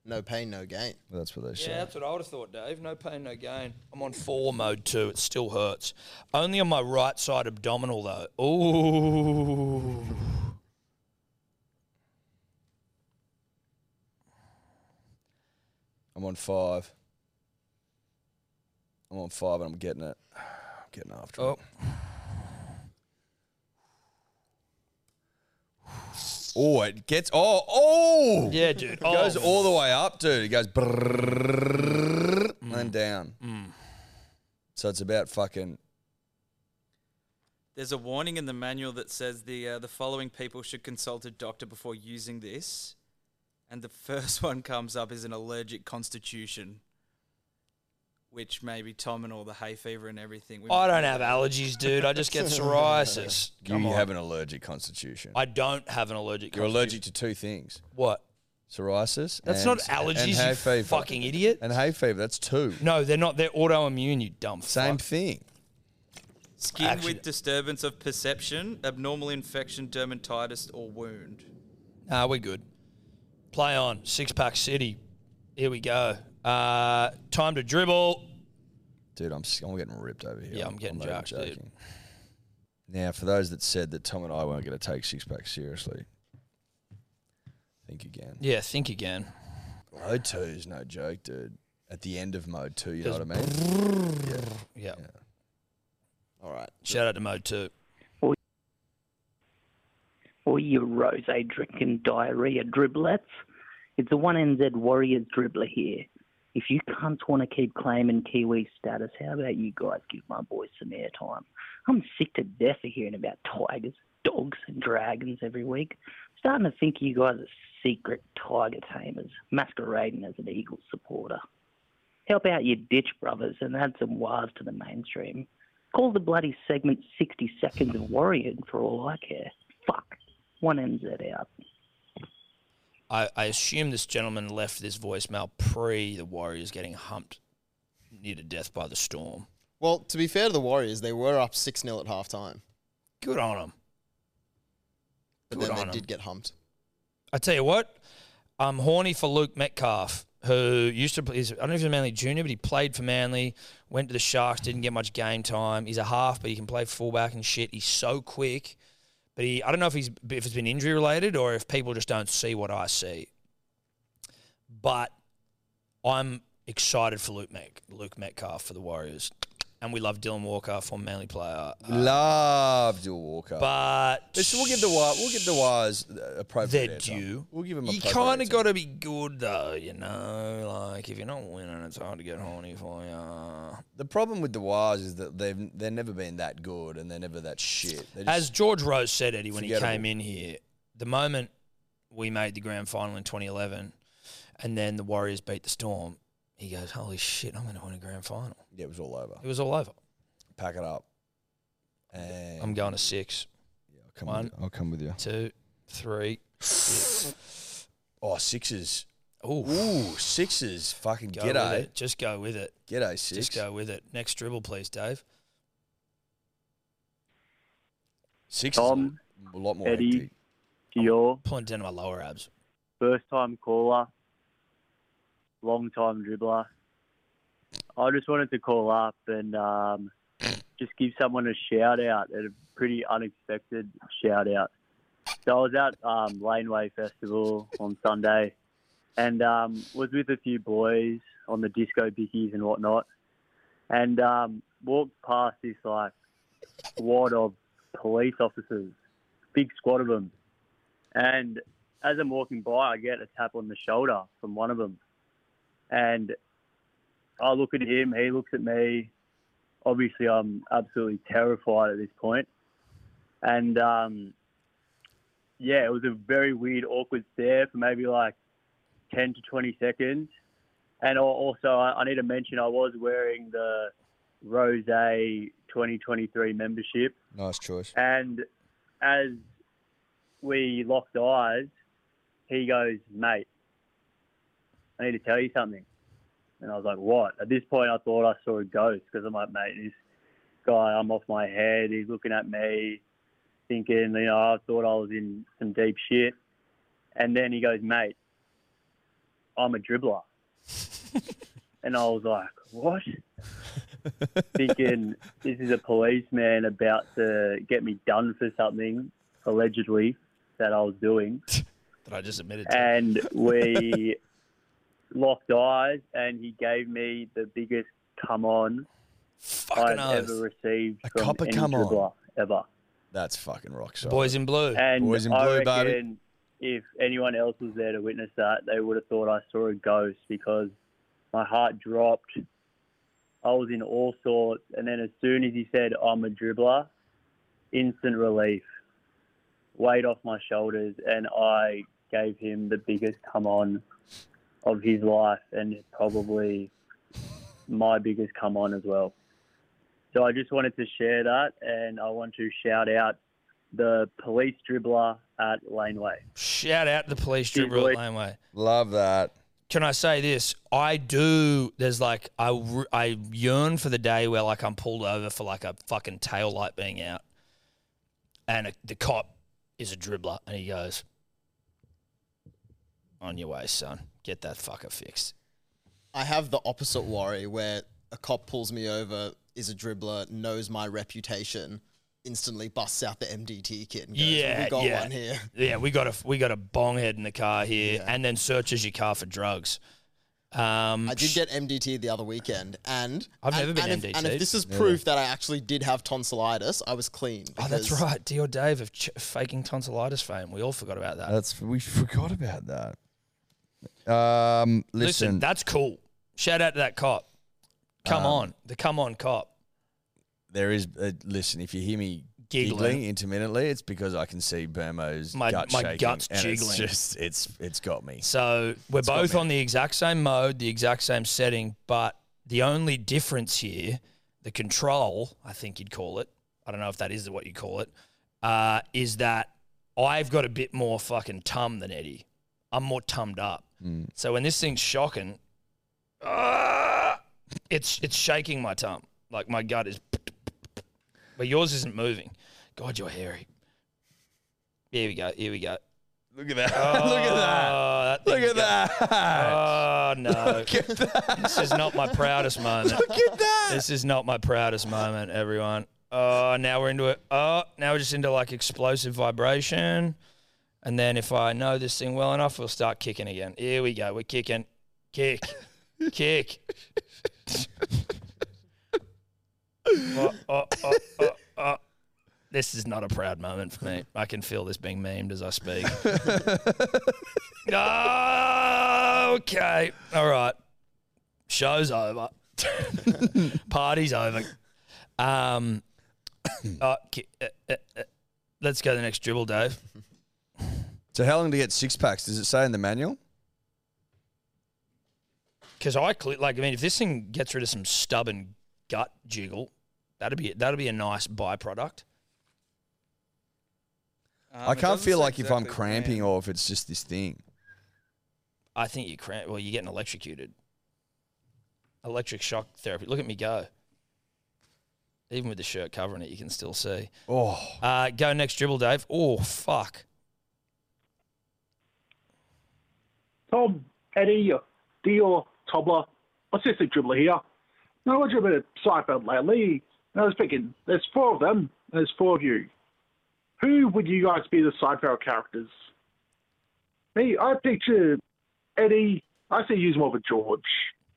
[SPEAKER 4] No pain, no gain.
[SPEAKER 1] That's what they
[SPEAKER 2] Yeah,
[SPEAKER 1] say.
[SPEAKER 2] that's what I would have thought, Dave. No pain, no gain. I'm on four mode too. It still hurts. Only on my right side abdominal though. Ooh.
[SPEAKER 1] I'm on five. I'm on five and I'm getting it. I'm getting after
[SPEAKER 2] Oh.
[SPEAKER 1] it. Oh, it gets oh oh
[SPEAKER 2] Yeah, dude.
[SPEAKER 1] It goes
[SPEAKER 2] Oh,
[SPEAKER 1] all the way up, dude. It goes brrrr and then down. So it's about fucking
[SPEAKER 6] There's a warning in the manual that says the uh, the following people should consult a doctor before using this, and the (laughs) first one comes up is an allergic constitution, which maybe Tom and all the hay fever and everything. We
[SPEAKER 2] I don't have allergies, dude. I just
[SPEAKER 1] (laughs)
[SPEAKER 2] get psoriasis. Come
[SPEAKER 1] you
[SPEAKER 2] on.
[SPEAKER 1] have an allergic constitution.
[SPEAKER 2] I don't have an allergic.
[SPEAKER 1] You're
[SPEAKER 2] constitu-
[SPEAKER 1] allergic to two things:
[SPEAKER 2] What?
[SPEAKER 1] psoriasis.
[SPEAKER 2] That's
[SPEAKER 1] and-
[SPEAKER 2] not allergies.
[SPEAKER 1] And
[SPEAKER 2] you
[SPEAKER 1] hay fever.
[SPEAKER 2] fucking idiot.
[SPEAKER 1] And hay fever. That's two.
[SPEAKER 2] no, they're not. They're autoimmune. You dumb.
[SPEAKER 1] Same
[SPEAKER 2] fuck.
[SPEAKER 1] thing.
[SPEAKER 6] Skin
[SPEAKER 2] Actually-
[SPEAKER 6] with disturbance of perception, abnormal infection, dermatitis, or wound.
[SPEAKER 2] Nah, we're good. Play on. Six pack city. Here we go. Uh, time to dribble.
[SPEAKER 1] Dude, I'm, s- I'm getting ripped over here.
[SPEAKER 2] Yeah, I'm getting
[SPEAKER 1] not even
[SPEAKER 2] jacked, dude.
[SPEAKER 1] joking. Now, for those that said that Tom and I weren't going to take six pack seriously, think again.
[SPEAKER 2] Yeah, think again.
[SPEAKER 1] Mode two is no joke, dude. At the end of mode two, you know
[SPEAKER 2] Just
[SPEAKER 1] what I mean?
[SPEAKER 2] Yeah.
[SPEAKER 4] All right.
[SPEAKER 2] Shout out to Mode 2.
[SPEAKER 7] for your rosé drinking diarrhea dribblets. It's the one NZ Warriors dribbler here. If you cunts want to keep claiming Kiwi status, how about you guys give my boys some airtime? I'm sick to death of hearing about tigers, dogs, and dragons every week. Starting to think you guys are secret tiger tamers, masquerading as an Eagles supporter. Help out your ditch brothers and add some wives to the mainstream. Call the bloody segment 60 Seconds of Warrior for all I care. Fuck. One NZ out.
[SPEAKER 2] I, I assume this gentleman left this voicemail pre the Warriors getting humped near to death by the storm.
[SPEAKER 4] Well, to be fair to the Warriors, they were up 6 0 at halftime,
[SPEAKER 2] Good on him.
[SPEAKER 4] but
[SPEAKER 2] Good
[SPEAKER 4] then they
[SPEAKER 2] on 'em.
[SPEAKER 4] did get humped.
[SPEAKER 2] I tell you what, I'm horny for Luke Metcalf, who used to play. he's- I don't know if he's a Manly junior, but he played for Manly. Went to the Sharks, didn't get much game time. He's a half, but he can play fullback and shit. He's so quick, but he I don't know if he's if it's been injury related or if people just don't see what I see. But I'm excited for Luke Met, Luke Metcalf for the Warriors, and we love Dylan Walker, former Manly player. Uh,
[SPEAKER 1] Love Dill Walker.
[SPEAKER 2] but
[SPEAKER 1] Listen, we'll give the wire. We'll give the wires uh, appropriate.
[SPEAKER 2] they're
[SPEAKER 1] airtime.
[SPEAKER 2] due.
[SPEAKER 1] We'll give them.
[SPEAKER 2] You
[SPEAKER 1] appropriate
[SPEAKER 2] kind of
[SPEAKER 1] airtime.
[SPEAKER 2] got to be good though, you know. Like if you're not winning, it's hard to get horny for you.
[SPEAKER 1] The problem with the wires is that they've they've never been that good and they're never that shit. They're just-
[SPEAKER 2] As George Rose said, Eddie, when
[SPEAKER 1] forgettable.
[SPEAKER 2] he came in here, the moment we made the grand final in 2011, and then the Warriors beat the Storm, he goes, "Holy shit, I'm going to win a grand final."
[SPEAKER 1] yeah, it was all over.
[SPEAKER 2] It was all over.
[SPEAKER 1] Pack it up. And
[SPEAKER 2] I'm going to six,
[SPEAKER 1] I'll come with
[SPEAKER 2] one.
[SPEAKER 1] you. I'll come with you.
[SPEAKER 2] two, three.
[SPEAKER 1] Oh, sixes.
[SPEAKER 2] Ooh,
[SPEAKER 1] Ooh, sixes. Fucking
[SPEAKER 2] go
[SPEAKER 1] get
[SPEAKER 2] with
[SPEAKER 1] a.
[SPEAKER 2] it. Just go with it.
[SPEAKER 1] Get a six.
[SPEAKER 2] Just go with it. Next dribble, please, Dave.
[SPEAKER 1] Six
[SPEAKER 8] Tom,
[SPEAKER 1] is a lot more
[SPEAKER 8] Eddie.
[SPEAKER 1] hectic.
[SPEAKER 8] Dior,
[SPEAKER 2] Pulling down to my lower abs.
[SPEAKER 8] first time caller, long time dribbler. I just wanted to call up and um, just give someone a shout out, a pretty unexpected shout out. So I was at um, Laneway Festival on Sunday and um, was with a few boys on the disco bickies and whatnot and um, walked past this like squad of police officers, big squad of them. And as I'm walking by, I get a tap on the shoulder from one of them. And I look at him, he looks at me. Obviously, I'm absolutely terrified at this point. And um, yeah, it was a very weird, awkward stare for maybe like 10 to 20 seconds. And al- also, I I need to mention I was wearing the Rose 2023 membership.
[SPEAKER 1] Nice choice.
[SPEAKER 8] And as we locked eyes, he goes, Mate, I need to tell you something. And I was like, What? At this point, I thought I saw a ghost because I'm like, Mate, this guy, I'm off my head. He's looking at me, thinking, you know, I thought I was in some deep shit. And then he goes, Mate, I'm a dribbler. and I was like, What? thinking this is a policeman about to get me done for something allegedly that I was doing,
[SPEAKER 2] That I just admitted to.
[SPEAKER 8] and
[SPEAKER 1] (laughs)
[SPEAKER 8] we locked eyes, and he gave me the biggest come on
[SPEAKER 2] Fucking
[SPEAKER 8] I've
[SPEAKER 2] oath.
[SPEAKER 8] ever received
[SPEAKER 1] A
[SPEAKER 8] from
[SPEAKER 1] copper
[SPEAKER 8] any
[SPEAKER 1] come on.
[SPEAKER 8] dribbler ever.
[SPEAKER 1] That's fucking rock solid.
[SPEAKER 2] Boys in blue.
[SPEAKER 8] And
[SPEAKER 1] Boys in
[SPEAKER 8] I
[SPEAKER 1] blue,
[SPEAKER 8] reckon
[SPEAKER 1] baby.
[SPEAKER 8] if anyone else was there to witness that, they would have thought I saw a ghost because my heart dropped. I was in all sorts, and then as soon as he said, "I'm a dribbler," instant relief, weight off my shoulders, and I gave him the biggest come on of his life, and probably my biggest come on as well. So I just wanted to share that, and I want to shout out the police dribbler at Laneway.
[SPEAKER 2] Shout out to the police
[SPEAKER 8] Cheers,
[SPEAKER 2] dribbler at
[SPEAKER 8] boys.
[SPEAKER 2] Laneway.
[SPEAKER 1] Love that.
[SPEAKER 2] Can I say this? I do. There's like I, r- I yearn for the day where like I'm pulled over for like a fucking tail light being out, and a, the cop is a dribbler, and he goes, "On your way, son. Get that fucker fixed."
[SPEAKER 4] I have the opposite worry where a cop pulls me over, is a dribbler, knows my reputation, instantly busts out the MDT kit and goes,
[SPEAKER 2] Yeah,
[SPEAKER 4] we got
[SPEAKER 2] yeah.
[SPEAKER 4] one here.
[SPEAKER 2] (laughs) Yeah, we got a we got a bong head in the car here,
[SPEAKER 4] Yeah.
[SPEAKER 2] and then searches your car for drugs. Um,
[SPEAKER 4] I did get MDT the other weekend, and
[SPEAKER 2] I've never
[SPEAKER 4] and-
[SPEAKER 2] been
[SPEAKER 4] and if, And
[SPEAKER 2] MDT'd.
[SPEAKER 4] if this is proof that I actually did have tonsillitis, I was clean.
[SPEAKER 2] Oh, that's
[SPEAKER 4] because
[SPEAKER 2] right. Dear Dave of ch- faking tonsillitis fame. We all forgot about that.
[SPEAKER 1] That's we forgot about that. Um,
[SPEAKER 2] Listen,
[SPEAKER 1] listen, Uh,
[SPEAKER 2] that's cool. Shout out to that cop. Come on, the come on cop.
[SPEAKER 1] there is. Uh, listen, if you hear me giggling.
[SPEAKER 2] Giggling.
[SPEAKER 1] intermittently, it's because I can see Burmo's
[SPEAKER 2] My-
[SPEAKER 1] gut
[SPEAKER 2] my
[SPEAKER 1] shaking,
[SPEAKER 2] gut's
[SPEAKER 1] and
[SPEAKER 2] jiggling.
[SPEAKER 1] It's just it's it's got me. (laughs)
[SPEAKER 2] So we're
[SPEAKER 1] got
[SPEAKER 2] both
[SPEAKER 1] me.
[SPEAKER 2] on the exact same mode, the exact same setting, but the only difference here, the control, I think you'd call it. I don't know if that is what you call it. Uh, is that I've got a bit more fucking tum than Eddie. I'm more tummed up.
[SPEAKER 1] Mm.
[SPEAKER 2] So when this thing's shocking, ah, it's it's shaking my tum. Like my gut is, but yours isn't moving. God, you're hairy. Here we go. Here we go.
[SPEAKER 1] Look at that! (laughs) Look at that!
[SPEAKER 2] Oh, that
[SPEAKER 1] Look
[SPEAKER 2] thing's
[SPEAKER 1] at that!
[SPEAKER 2] Oh no!
[SPEAKER 1] (laughs)
[SPEAKER 2] This is not my proudest moment. This is not my proudest moment, everyone. Oh, now we're into it. Oh, now we're just into like explosive vibration, and then if I know this thing well enough, we'll start kicking again. Here we go. We're kicking, kick, kick. oh, oh, oh, oh, oh. This is not a proud moment for me. I can feel this being memed as I speak. Oh, okay. All right. Show's over. Party's over. Um, (coughs) uh, ki- uh, uh, uh, let's go to the next dribble, Dave.
[SPEAKER 1] So how long to get six packs? Does it say in the manual?
[SPEAKER 2] Because I cle- like, I mean, if this thing gets rid of some stubborn gut jiggle, That'd be that'd be a nice byproduct.
[SPEAKER 9] Um,
[SPEAKER 1] I
[SPEAKER 9] it
[SPEAKER 1] can't
[SPEAKER 9] doesn't
[SPEAKER 1] feel
[SPEAKER 9] say
[SPEAKER 1] like if I'm
[SPEAKER 9] exactly when.
[SPEAKER 1] cramping or if it's just this thing.
[SPEAKER 2] I think you cramp. Well, you're getting electrocuted. Electric shock therapy. Look at me go. Even with the shirt covering it, you can still see.
[SPEAKER 1] Oh,
[SPEAKER 2] Uh, go next dribble, Dave. Oh fuck.
[SPEAKER 10] Tom, Eddie, Dior, Tobler. What's this a dribbler here? No, I watched a bit of soccer lately. And I was thinking, there's four of them, and there's four of you. Who would you guys be the side barrel characters? Me, I picture Eddie. I see you more of a George.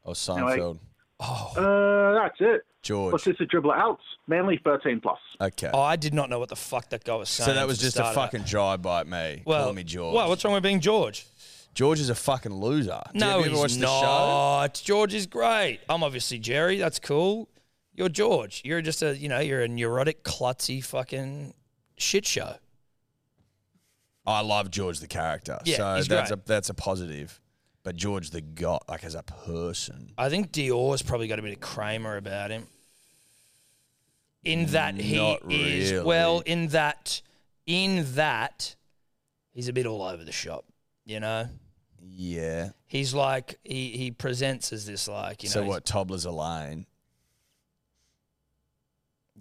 [SPEAKER 1] oh Seinfeld.
[SPEAKER 10] Uh, that's it.
[SPEAKER 1] George.
[SPEAKER 10] What's this a dribbler out? Manly 13 plus.
[SPEAKER 1] Okay.
[SPEAKER 2] I did not know what the fuck that guy was saying.
[SPEAKER 1] So that
[SPEAKER 2] for
[SPEAKER 1] was
[SPEAKER 2] Oh, the
[SPEAKER 1] just a
[SPEAKER 2] start of that.
[SPEAKER 1] fucking drive by at me.
[SPEAKER 2] Well,
[SPEAKER 1] Call me George.
[SPEAKER 2] Well, what's wrong with being George?
[SPEAKER 1] George is a fucking loser. Did
[SPEAKER 2] no,
[SPEAKER 1] you ever
[SPEAKER 2] he's
[SPEAKER 1] watch the show?
[SPEAKER 2] not. George is great. I'm obviously Jerry. That's cool. You're George. You're just a you know you're a neurotic klutzy fucking shit show.
[SPEAKER 1] I love George the character.
[SPEAKER 2] Yeah,
[SPEAKER 1] so
[SPEAKER 2] he's
[SPEAKER 1] that's
[SPEAKER 2] great.
[SPEAKER 1] a that's a positive. But George the god like as a person.
[SPEAKER 2] I think Dior's probably got a bit of Kramer about him. In that he
[SPEAKER 1] Not
[SPEAKER 2] is
[SPEAKER 1] really.
[SPEAKER 2] well, in that in that he's a bit all over the shop. You know,
[SPEAKER 1] Yeah.
[SPEAKER 2] he's like he he presents as this like you know.
[SPEAKER 1] so
[SPEAKER 2] he's-
[SPEAKER 1] what, Tobler's Elaine.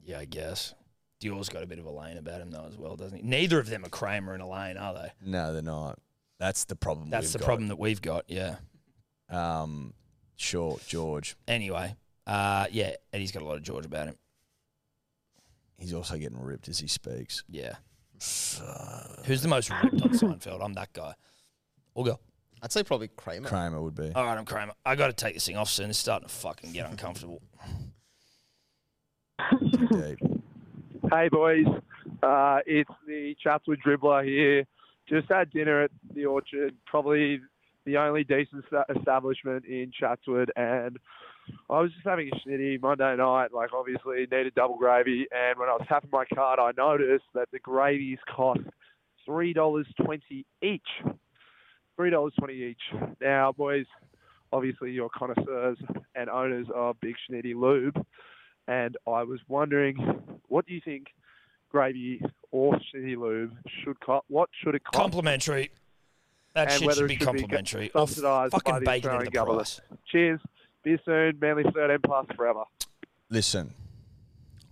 [SPEAKER 2] Yeah, I guess. Dior's got a bit of a lane about him though as well, doesn't he? Neither of them are Kramer and Elaine, are they?
[SPEAKER 1] No, they're not. That's the problem.
[SPEAKER 2] That's
[SPEAKER 1] we've
[SPEAKER 2] the
[SPEAKER 1] got.
[SPEAKER 2] problem that we've got. Yeah.
[SPEAKER 1] Um sure, George.
[SPEAKER 2] Anyway, uh, yeah, Eddie's got a lot of George about him.
[SPEAKER 1] He's also getting ripped as he speaks.
[SPEAKER 2] Yeah. Who's the most ripped on Seinfeld? I'm that guy. We'll go.
[SPEAKER 11] I'd say probably Kramer.
[SPEAKER 1] Kramer
[SPEAKER 2] (laughs)
[SPEAKER 1] would be.
[SPEAKER 2] All right, I'm Kramer. I got to take this thing off soon. It's starting to fucking get
[SPEAKER 12] (laughs)
[SPEAKER 2] uncomfortable.
[SPEAKER 1] Deep.
[SPEAKER 12] Hey boys, uh, it's the Chatswood Dribbler here. Just had dinner at the Orchard, probably the only decent sta- establishment in Chatswood, and I was just having a schnitty Monday night. Like obviously needed double gravy, and when I was tapping my card, I noticed that the gravies cost three dollars twenty each. Three dollars twenty each. Now, boys, obviously you're connoisseurs and owners of Big Schnitty Lube and I was wondering, what do you think gravy or shitty lube should cost? What should it cost?
[SPEAKER 2] Complimentary. That
[SPEAKER 12] and
[SPEAKER 2] shit
[SPEAKER 12] whether
[SPEAKER 2] should
[SPEAKER 12] it
[SPEAKER 2] be
[SPEAKER 12] should be
[SPEAKER 2] complimentary. Or
[SPEAKER 12] subsidised by
[SPEAKER 2] fucking
[SPEAKER 12] the
[SPEAKER 2] baked into
[SPEAKER 12] Australian
[SPEAKER 2] the
[SPEAKER 12] government.
[SPEAKER 2] price.
[SPEAKER 12] Cheers. Be soon. Manly 13 plus forever.
[SPEAKER 1] Listen,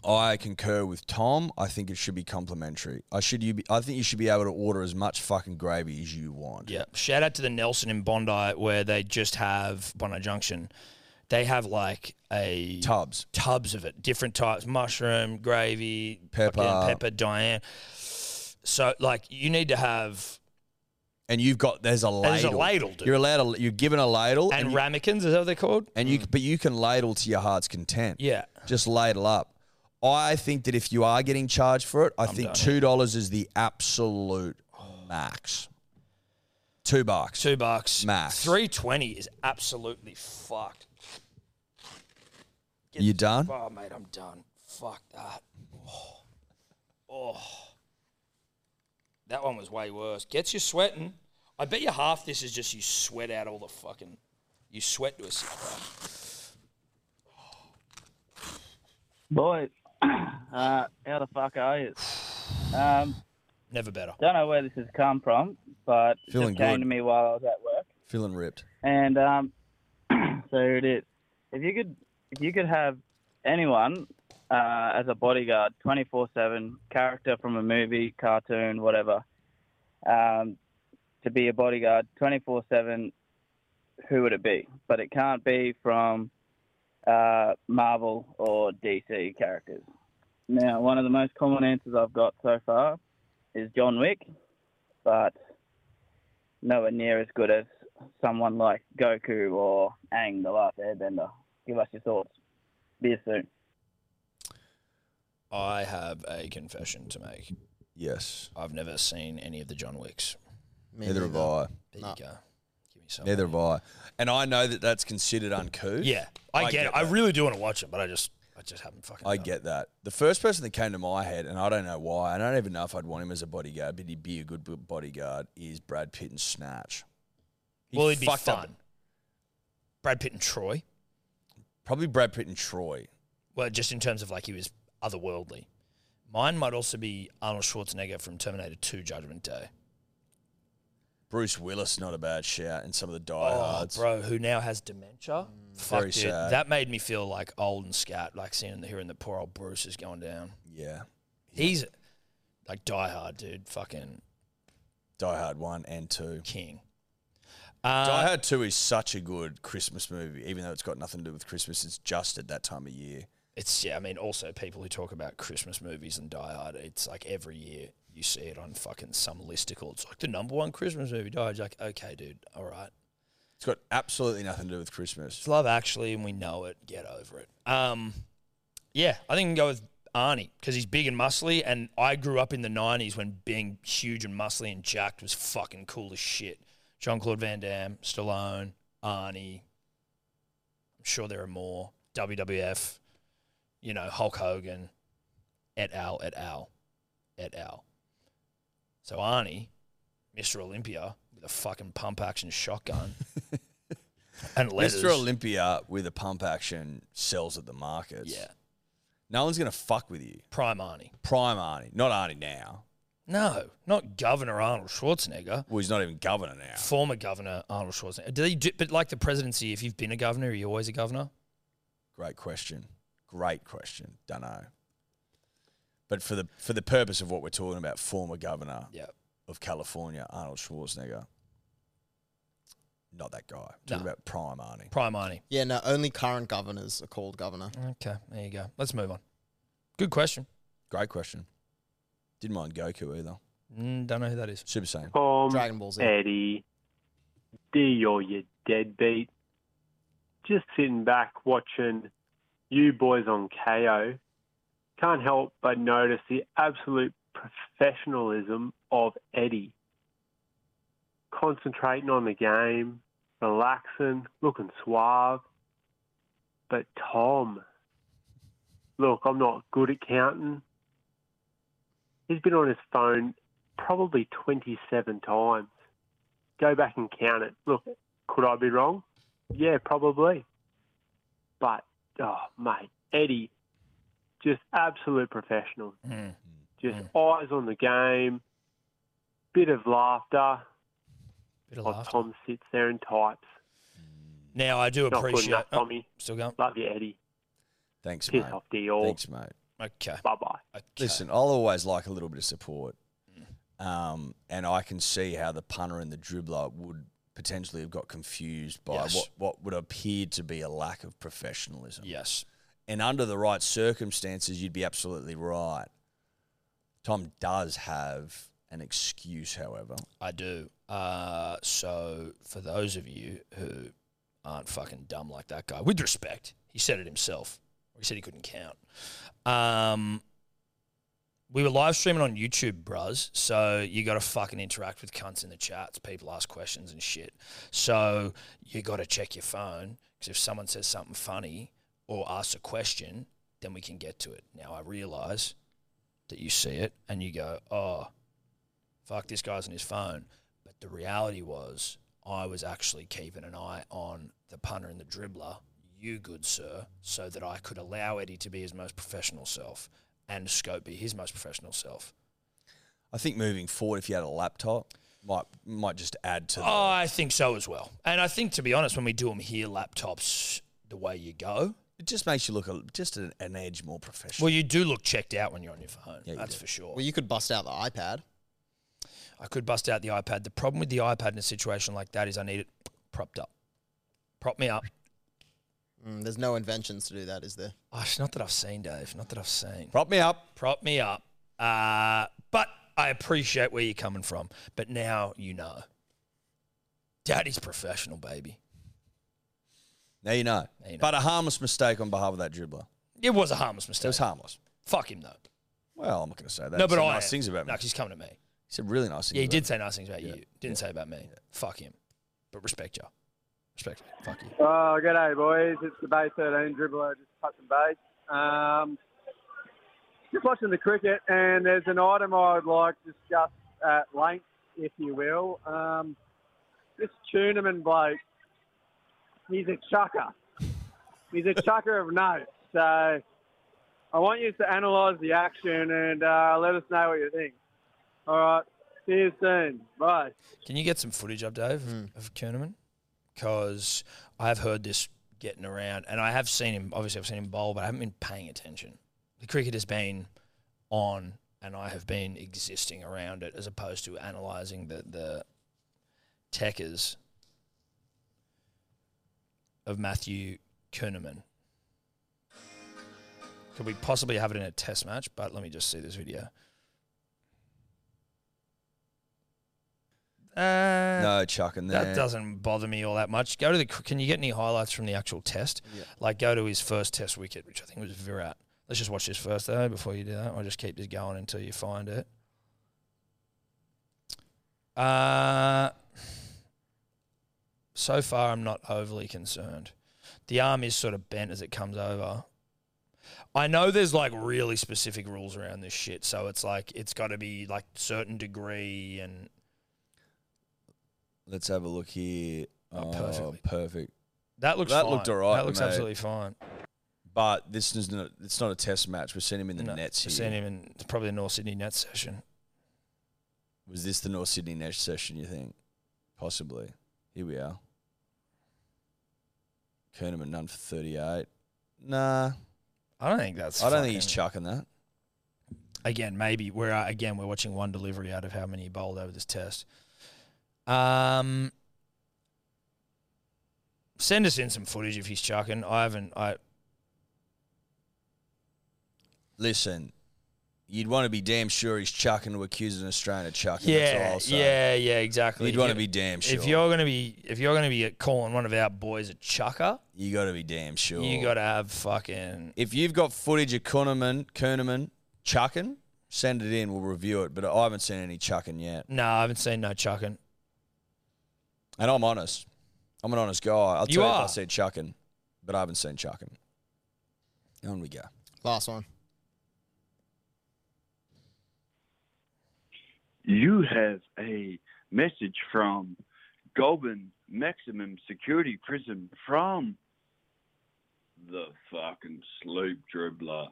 [SPEAKER 1] I concur with Tom. I think it should be complimentary. I should you be, I think you should be able to order as much fucking gravy as you want.
[SPEAKER 2] Yeah. Shout out to the Nelson in Bondi where they just have Bondi Junction. They have like a
[SPEAKER 1] Tubs.
[SPEAKER 2] tubs of it, different types, mushroom, gravy,
[SPEAKER 1] Pepper.
[SPEAKER 2] fucking pepper, Diane. So like you need to have
[SPEAKER 1] And you've got there's a ladle.
[SPEAKER 2] there's a ladle, dude.
[SPEAKER 1] You're allowed to, you're given a ladle
[SPEAKER 2] and,
[SPEAKER 1] you,
[SPEAKER 2] ramekins, is that what they're called?
[SPEAKER 1] and you but you can ladle to your heart's content.
[SPEAKER 2] Yeah.
[SPEAKER 1] Just ladle up. I think that if you are getting charged for it, I think
[SPEAKER 2] done.
[SPEAKER 1] two dollars is the absolute max. Two bucks.
[SPEAKER 2] Two bucks.
[SPEAKER 1] Max.
[SPEAKER 2] Three twenty is absolutely fucked.
[SPEAKER 1] You done?
[SPEAKER 2] Oh mate, I'm done. Fuck that. Oh. oh. That one was way worse. Gets you sweating. I bet you half this is just you sweat out all the fucking you sweat to a sit, bro.
[SPEAKER 13] Boys, (clears throat) uh, how the fuck are you? Um,
[SPEAKER 2] Never better.
[SPEAKER 13] don't know where this has come from, but it
[SPEAKER 1] Feeling
[SPEAKER 13] just came
[SPEAKER 1] good.
[SPEAKER 13] to me while I was at work.
[SPEAKER 1] Feeling ripped.
[SPEAKER 13] And um, (clears throat) so it is. If you could, if you could have anyone uh, as a bodyguard, twenty four seven character from a movie, cartoon, whatever, um, to be a bodyguard twenty four seven, who would it be? But it can't be from uh, Marvel or DC characters. Now, one of the most common answers I've got so far is John Wick, but nowhere near as good as someone like Goku or Ang, the Last Airbender. Give us your thoughts. Be you soon.
[SPEAKER 2] I have a confession to make.
[SPEAKER 1] Yes.
[SPEAKER 2] I've never seen any of the John Wicks.
[SPEAKER 11] Me
[SPEAKER 1] Neither have
[SPEAKER 11] neither.
[SPEAKER 1] I.
[SPEAKER 2] There
[SPEAKER 11] No.
[SPEAKER 2] you go. Give me some.
[SPEAKER 1] Neither have I. And I know that that's considered uncouth.
[SPEAKER 2] Yeah, I,
[SPEAKER 1] I
[SPEAKER 2] get,
[SPEAKER 1] get
[SPEAKER 2] it. I
[SPEAKER 1] that.
[SPEAKER 2] really do want to watch it, but I just, I just haven't fucking.
[SPEAKER 1] I
[SPEAKER 2] done
[SPEAKER 1] get that. The first person that came to my head, and I don't know why, I don't even know if I'd want him as a bodyguard, but he'd be a good b- bodyguard, is Brad Pitt and Snatch.
[SPEAKER 2] It. Well, it'd be
[SPEAKER 1] fucked
[SPEAKER 2] fun.
[SPEAKER 1] up-
[SPEAKER 2] Brad Pitt and Troy.
[SPEAKER 1] Probably Brad Pitt and Troy.
[SPEAKER 2] Well, just in terms of like he was otherworldly. Mine might also be Arnold Schwarzenegger from Terminator 2 Judgment Day.
[SPEAKER 1] Bruce Willis, not a bad shout, and some of the
[SPEAKER 2] Oh,
[SPEAKER 1] diehards.
[SPEAKER 2] bro, who now has dementia? Fuck,
[SPEAKER 1] Mm. Very
[SPEAKER 2] dude.
[SPEAKER 1] sad.
[SPEAKER 2] That made me feel like old and scat, like seeing the hearing the poor old Bruce is going down.
[SPEAKER 1] Yeah.
[SPEAKER 2] He's like diehard, dude. Fucking
[SPEAKER 1] Die Hard 1 and 2.
[SPEAKER 2] King. Uh,
[SPEAKER 1] Die Hard 2 is such a good Christmas movie, even though it's got nothing to do with Christmas. It's just at that time of year.
[SPEAKER 2] It's yeah. I mean, also people who talk about Christmas movies and Die Hard, it's like every year you see it on fucking some listicle. It's like the number one Christmas movie. Die Hard. You're like, okay, dude, all right.
[SPEAKER 1] It's got absolutely nothing to do with Christmas.
[SPEAKER 2] It's Love Actually, and we know it. Get over it. Um, yeah, I think I can go with Arnie because he's big and muscly, and I grew up in the '90s when being huge and muscly and jacked was fucking cool as shit. Jean Claude Van Damme, Stallone, Arnie. I'm sure there are more. WWF, you know, Hulk Hogan, et al, et al, et al. So Arnie, Mr. Olympia, with a fucking pump action shotgun. and letters.
[SPEAKER 1] Mr. Olympia with a pump action sells at the markets.
[SPEAKER 2] Yeah.
[SPEAKER 1] No one's going to fuck with you.
[SPEAKER 2] Prime Arnie.
[SPEAKER 1] Prime Arnie, not Arnie now.
[SPEAKER 2] No, not Governor Arnold Schwarzenegger.
[SPEAKER 1] Well, he's not even governor now.
[SPEAKER 2] Former Governor Arnold Schwarzenegger. Do they do, but like the presidency, if you've been a governor, are you always a governor?
[SPEAKER 1] Great question. Great question. Dunno. But for the for the purpose of what we're talking about, former governor
[SPEAKER 2] Yep.
[SPEAKER 1] of California, Arnold Schwarzenegger. Not that guy.
[SPEAKER 4] No.
[SPEAKER 1] Talking about prime Arnie.
[SPEAKER 2] Prime Arnie.
[SPEAKER 4] Yeah, no, only current governors are called governor.
[SPEAKER 2] Okay, there you go. Let's move on. Good question.
[SPEAKER 1] Great question. Didn't mind Goku either.
[SPEAKER 2] Mm, don't know who that is.
[SPEAKER 1] Super Saiyan.
[SPEAKER 14] Tom,
[SPEAKER 8] Um,
[SPEAKER 4] Dragon Ball Z.
[SPEAKER 14] Eddie, Dio, you deadbeat. Just sitting back watching you boys on KO. Can't help but notice the absolute professionalism of Eddie. Concentrating on the game, relaxing, looking suave. But Tom, look, I'm not good at counting. He's been on his phone probably 27 times. Go back and count it. Look, could I be wrong? Yeah, probably. But, oh, mate, Eddie, just absolute professional.
[SPEAKER 2] Mm.
[SPEAKER 14] Just eyes on the game, bit of laughter
[SPEAKER 2] Bit of
[SPEAKER 14] while
[SPEAKER 2] laughter.
[SPEAKER 14] Tom sits there and types.
[SPEAKER 2] Now, I do
[SPEAKER 14] Not good
[SPEAKER 2] appreciate.
[SPEAKER 14] enough,
[SPEAKER 2] oh,
[SPEAKER 14] Tommy.
[SPEAKER 2] still going.
[SPEAKER 14] Love you, Eddie.
[SPEAKER 1] Thanks,
[SPEAKER 14] Piss
[SPEAKER 1] mate.
[SPEAKER 14] off, Dior.
[SPEAKER 1] Thanks, mate.
[SPEAKER 2] Okay.
[SPEAKER 14] Bye bye.
[SPEAKER 2] okay.
[SPEAKER 1] Listen, I'll always like a little bit of support. Um, and I can see how the punter and the dribbler would potentially have got confused by
[SPEAKER 2] Yes.
[SPEAKER 1] what, what would appear to be a lack of professionalism.
[SPEAKER 2] Yes.
[SPEAKER 1] And under the right circumstances, you'd be absolutely right. Tom does have an excuse, however.
[SPEAKER 2] I do. Uh, so, for those of you who aren't fucking dumb like that guy, with respect, he said it himself. He said he couldn't count. Um, we were live streaming on YouTube, bros. So you got to fucking interact with cunts in the chats. People ask questions and shit. So you got to check your phone because if someone says something funny or asks a question, then we can get to it. Now I realize that you see it and you go, oh, fuck, this guy's on his phone. But the reality was, I was actually keeping an eye on the punter and the dribbler, you good sir, so that I could allow Eddie to be his most professional self and Scope be his most professional self.
[SPEAKER 1] I think moving forward, if you had a laptop, might might just add to the
[SPEAKER 2] Oh, I think so as well. And I think, to be honest, when we do them here, laptops, the way you go,
[SPEAKER 1] It just makes you look a, just an, an edge more professional.
[SPEAKER 2] well, you do look checked out when you're on your phone.
[SPEAKER 1] Yeah, you
[SPEAKER 2] that's
[SPEAKER 1] do.
[SPEAKER 2] for sure.
[SPEAKER 4] Well, you could bust out the iPad.
[SPEAKER 2] I could bust out the iPad. The problem with the iPad in a situation like that is I need it propped up. Prop me up.
[SPEAKER 4] Mm, there's no inventions to do that, is there?
[SPEAKER 2] Oh, it's not that I've seen, Dave. Not that I've seen.
[SPEAKER 1] Prop me up.
[SPEAKER 2] prop me up. Uh, but I appreciate where you're coming from. But now you know. Daddy's professional, baby.
[SPEAKER 1] Now you know.
[SPEAKER 2] Now you know.
[SPEAKER 1] But a harmless mistake on behalf of that dribbler.
[SPEAKER 2] It was a harmless
[SPEAKER 1] It
[SPEAKER 2] mistake.
[SPEAKER 1] was harmless.
[SPEAKER 2] Fuck him though.
[SPEAKER 1] Well, I'm not going to say that.
[SPEAKER 2] no,
[SPEAKER 1] He
[SPEAKER 2] but
[SPEAKER 1] said
[SPEAKER 2] I
[SPEAKER 1] nice
[SPEAKER 2] am.
[SPEAKER 1] things about me.
[SPEAKER 2] No,
[SPEAKER 1] he
[SPEAKER 2] he's coming at me.
[SPEAKER 1] said really nice things.
[SPEAKER 2] Yeah, he
[SPEAKER 1] about
[SPEAKER 2] did
[SPEAKER 1] me.
[SPEAKER 2] say nice things about
[SPEAKER 1] Yeah.
[SPEAKER 2] you. Didn't say about me. Fuck him. But respect you. Respect. Me. Fuck you.
[SPEAKER 12] Oh, g'day, boys. It's the Bay 13 dribbler, just touching base. Um, just watching the cricket, and there's an item I would like to discuss at length, if you will. Um, this Tuneman bloke, he's a chucker. He's a chucker of note. So I want you to analyse the action and uh, let us know what you think. All right. See you soon. Bye.
[SPEAKER 2] Can you get some footage up, Dave,
[SPEAKER 1] Hmm.
[SPEAKER 2] of Kerneman? Because I have heard this getting around, and I have seen him. Obviously, I've seen him bowl, but I haven't been paying attention. The cricket has been on, and I have been existing around it, as opposed to analysing the the techers of Matthew Kerneman. Could we possibly have it in a test match? But let me just see this video. Uh,
[SPEAKER 1] No chucking
[SPEAKER 2] That
[SPEAKER 1] there.
[SPEAKER 2] doesn't bother me all that much. Go to the. Can you get any highlights from the actual test?
[SPEAKER 1] Yeah.
[SPEAKER 2] Like go to his first test wicket, which I think was Virat. Let's just watch this first though before you do that. I'll just keep this going until you find it. Uh, so far I'm not overly concerned. The arm is sort of bent as it comes over. I know there's like really specific rules around this shit, so it's like it's got to be like certain degree and
[SPEAKER 1] Let's have a look here. Oh,
[SPEAKER 2] perfectly.
[SPEAKER 1] perfect.
[SPEAKER 2] That looks
[SPEAKER 1] that
[SPEAKER 2] fine.
[SPEAKER 1] looked alright.
[SPEAKER 2] That looks
[SPEAKER 1] mate.
[SPEAKER 2] absolutely fine.
[SPEAKER 1] But this is not, it's not a test match. We're sending him in the
[SPEAKER 2] No,
[SPEAKER 1] nets
[SPEAKER 2] we're
[SPEAKER 1] here.
[SPEAKER 2] sending him in it's probably the North Sydney Nets session.
[SPEAKER 1] Was this the North Sydney Nets session? You think? Possibly. Here we are. Kerneman none for thirty-eight. Nah,
[SPEAKER 2] I don't think that's.
[SPEAKER 1] I don't think he's
[SPEAKER 2] fucking-
[SPEAKER 1] chucking that.
[SPEAKER 2] again, maybe we're uh, again we're watching one delivery out of how many he bowled over this test. Um, send us in some footage if he's chucking. I haven't. I
[SPEAKER 1] Listen, you'd want to be damn sure he's chucking to accuse an Australian of chucking. that's all
[SPEAKER 2] yeah
[SPEAKER 1] I'll say.
[SPEAKER 2] yeah yeah exactly.
[SPEAKER 1] You'd
[SPEAKER 2] If
[SPEAKER 1] want to
[SPEAKER 2] you-
[SPEAKER 1] be damn sure.
[SPEAKER 2] If you're gonna be if you're gonna be calling one of our boys a chucker,
[SPEAKER 1] you got to be damn sure.
[SPEAKER 2] you got to have fucking
[SPEAKER 1] If you've got footage of Kuhneman, Kuhneman chucking, send it in. We'll review it. But I haven't seen any chucking yet.
[SPEAKER 2] no. I haven't seen no chucking.
[SPEAKER 1] And I'm honest. I'm an honest guy. I'll tell
[SPEAKER 2] You
[SPEAKER 1] you, if I
[SPEAKER 2] are.
[SPEAKER 1] said chucking, but I haven't seen chucking. On we go.
[SPEAKER 4] Last one.
[SPEAKER 15] you have a message from Goban Maximum Security Prison from the fucking sleep dribbler.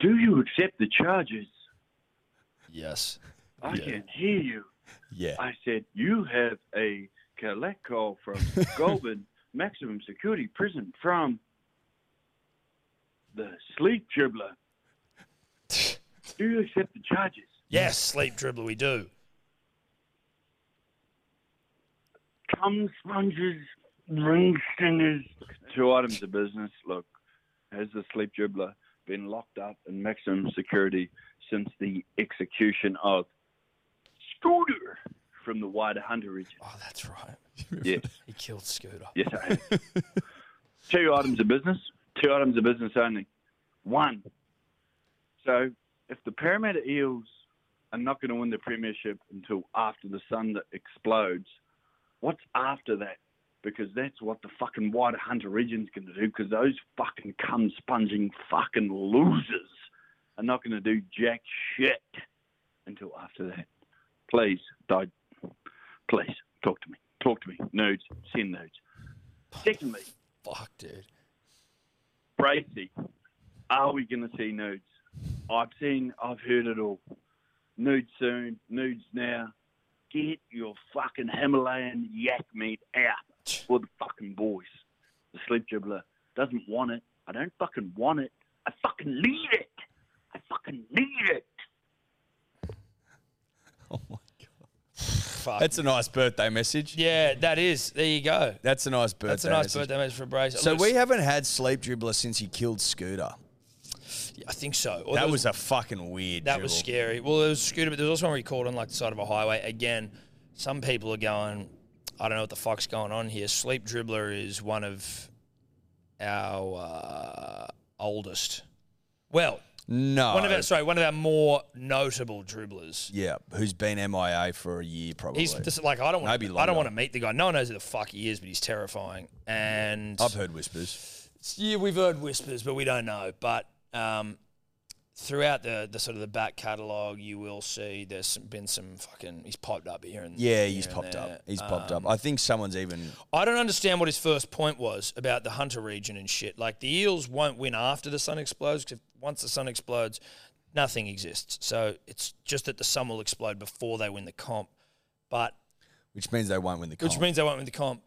[SPEAKER 15] Do you accept the charges?
[SPEAKER 2] Yes.
[SPEAKER 15] I can hear you.
[SPEAKER 1] Yeah.
[SPEAKER 15] I said, You have a collect call from Goban Maximum Security Prison from the sleep dribbler. Do you accept the charges?
[SPEAKER 2] Yes, sleep dribbler, we do.
[SPEAKER 15] Cum sponges, ring stingers. Two items of business. Look, has the sleep dribbler been locked up in maximum security since the execution of Scooter from the wider Hunter region?
[SPEAKER 2] Oh, that's right.
[SPEAKER 15] Yes,
[SPEAKER 2] He killed Scooter.
[SPEAKER 15] yes, I have. Two items of business. Two items of business only. One. So, if the Parramatta Eels are not going to win the premiership until after the sun that explodes, what's after that? Because that's what the fucking wider Hunter region's going to do. Because those fucking cum sponging fucking losers are not going to do jack shit until after that. Please, di- please talk to me. Talk to me. Nudes. Send nudes. Secondly,
[SPEAKER 2] fuck, dude.
[SPEAKER 15] Bracey, are we going to see nudes? I've seen, I've heard it all. Nudes soon, nudes now. Get your fucking Himalayan yak meat out for the fucking boys. The sleep dribbler doesn't want it. I don't fucking want it. I fucking need it. I fucking need it.
[SPEAKER 2] Fuck.
[SPEAKER 1] That's a nice birthday message.
[SPEAKER 2] Yeah, that is. There you go.
[SPEAKER 1] That's a nice birthday.
[SPEAKER 2] That's a nice
[SPEAKER 1] message.
[SPEAKER 2] birthday message for Brace.
[SPEAKER 1] So we haven't had sleep dribbler since he killed Scooter.
[SPEAKER 2] I think so. Or
[SPEAKER 1] that
[SPEAKER 2] there
[SPEAKER 1] was, a fucking weird.
[SPEAKER 2] That was
[SPEAKER 1] dribble.
[SPEAKER 2] scary. Well, it was scooter, but there was also one where he called on like the side of a highway. Again, some people are going, I don't know what the fuck's going on here. Sleep dribbler is one of our uh, oldest. Well,
[SPEAKER 1] No.
[SPEAKER 2] one of our sorry, one of our more notable dribblers.
[SPEAKER 1] Yeah, who's been MIA for a year probably.
[SPEAKER 2] He's just like I don't want.
[SPEAKER 1] Maybe
[SPEAKER 2] I
[SPEAKER 1] longer.
[SPEAKER 2] don't want to meet the guy. No one knows who the fuck he is, but he's terrifying. And
[SPEAKER 1] Oh, I've heard whispers.
[SPEAKER 2] Yeah, we've heard whispers, but we don't know. But um, throughout the, the sort of the back catalogue, you will see there's some, been some fucking. He's popped up here and
[SPEAKER 1] Yeah, he's
[SPEAKER 2] here and
[SPEAKER 1] popped
[SPEAKER 2] there.
[SPEAKER 1] up. He's popped
[SPEAKER 2] Um,
[SPEAKER 1] up. I think someone's even.
[SPEAKER 2] I don't understand what his first point was about the Hunter region and shit. Like the Eels won't win after the sun explodes because once the sun explodes, nothing exists. So it's just that the sun will explode before they win the comp. But
[SPEAKER 1] Which means they won't win the comp.
[SPEAKER 2] which means they won't win the comp.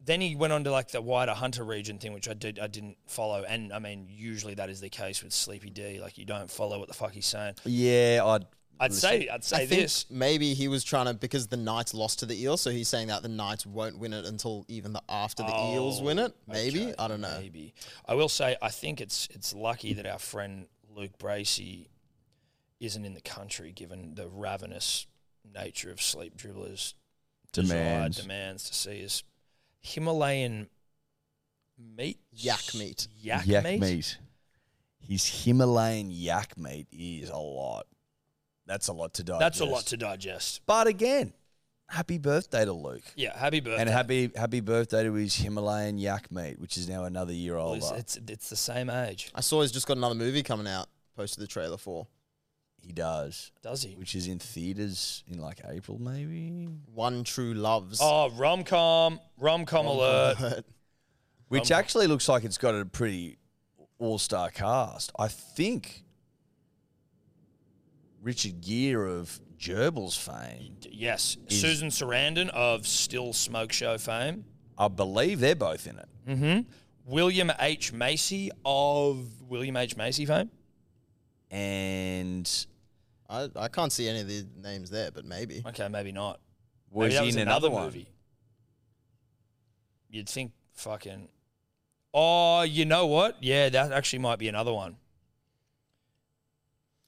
[SPEAKER 2] Then he went on to like the wider Hunter region thing, which I did I didn't follow. And I mean, usually that is the case with Sleepy D. Like you don't follow what the fuck he's saying.
[SPEAKER 1] yeah, I'd.
[SPEAKER 2] I'd say I'd say
[SPEAKER 4] I think
[SPEAKER 2] this.
[SPEAKER 4] Maybe he was trying to because the Knights lost to the Eels, so he's saying that the Knights won't win it until even the after the Eels win it. Maybe I don't know.
[SPEAKER 2] Oh, Maybe I will say I think it's it's lucky that our friend Luke Bracey isn't in the country, given the ravenous nature of sleep dribblers'
[SPEAKER 1] Demands.
[SPEAKER 2] desire, demands to see his Himalayan meat,
[SPEAKER 4] yak meat,
[SPEAKER 2] yak,
[SPEAKER 1] yak
[SPEAKER 2] meat.
[SPEAKER 1] meat. His Himalayan yak meat is a lot. That's a lot to digest.
[SPEAKER 2] That's a lot to digest.
[SPEAKER 1] But again, happy birthday to Luke.
[SPEAKER 2] Yeah, happy birthday.
[SPEAKER 1] And happy happy birthday to his Himalayan yak meat, which is now another year
[SPEAKER 4] Well,
[SPEAKER 1] old.
[SPEAKER 4] it's-
[SPEAKER 2] it's it's the same age.
[SPEAKER 4] I saw he's just got another movie coming out. Posted the trailer for.
[SPEAKER 1] He does.
[SPEAKER 2] Does he?
[SPEAKER 1] Which is in theaters in like April, maybe.
[SPEAKER 4] One True Loves.
[SPEAKER 2] Oh, rom com, rom
[SPEAKER 4] (laughs)
[SPEAKER 2] com alert.
[SPEAKER 1] Which
[SPEAKER 2] Um,
[SPEAKER 1] actually looks like it's got a pretty all star cast. I think Richard Gere of Gerbil's fame.
[SPEAKER 2] Yes,
[SPEAKER 1] Is-
[SPEAKER 2] Susan Sarandon of Still Smoke Show fame.
[SPEAKER 1] I believe they're both in it.
[SPEAKER 2] hmm William H. Macy of William H. Macy fame.
[SPEAKER 1] And
[SPEAKER 4] I, I can't see any of the names there, but maybe.
[SPEAKER 2] Okay, maybe not.
[SPEAKER 4] Was
[SPEAKER 2] maybe that
[SPEAKER 4] he
[SPEAKER 2] was
[SPEAKER 4] in
[SPEAKER 2] another,
[SPEAKER 4] another one?
[SPEAKER 2] movie. You'd think fucking. Oh, you know what? Yeah, that actually might be another one.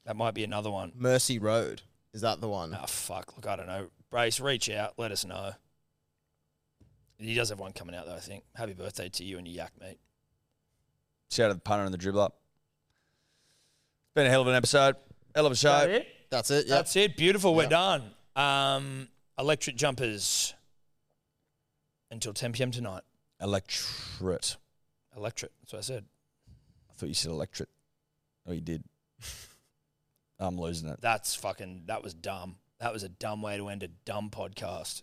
[SPEAKER 2] That might be another one.
[SPEAKER 4] Mercy Road. Is that the one?
[SPEAKER 2] Oh, fuck. Look, I don't know. Brace, reach out. Let us know. He does have one coming out, though, I think. Happy birthday to you and your yak, mate.
[SPEAKER 1] Shout out to the punter and the dribbler. It's been a hell of an episode. Hell of a show.
[SPEAKER 2] That's it?
[SPEAKER 4] That's it.
[SPEAKER 2] That's it. Beautiful. We're
[SPEAKER 1] Yep.
[SPEAKER 2] done. Um, electric jumpers until 10 p.m. tonight.
[SPEAKER 1] Electorate.
[SPEAKER 2] Electric. That's what I said.
[SPEAKER 1] I thought you said electorate. Oh,
[SPEAKER 2] (laughs)
[SPEAKER 1] you did. I'm losing it.
[SPEAKER 2] That's fucking. That was dumb. That was a dumb way to end a dumb podcast.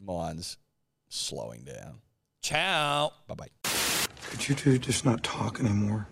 [SPEAKER 1] Mine's slowing down.
[SPEAKER 2] Ciao.
[SPEAKER 1] Bye bye.
[SPEAKER 16] Could you two just not talk anymore?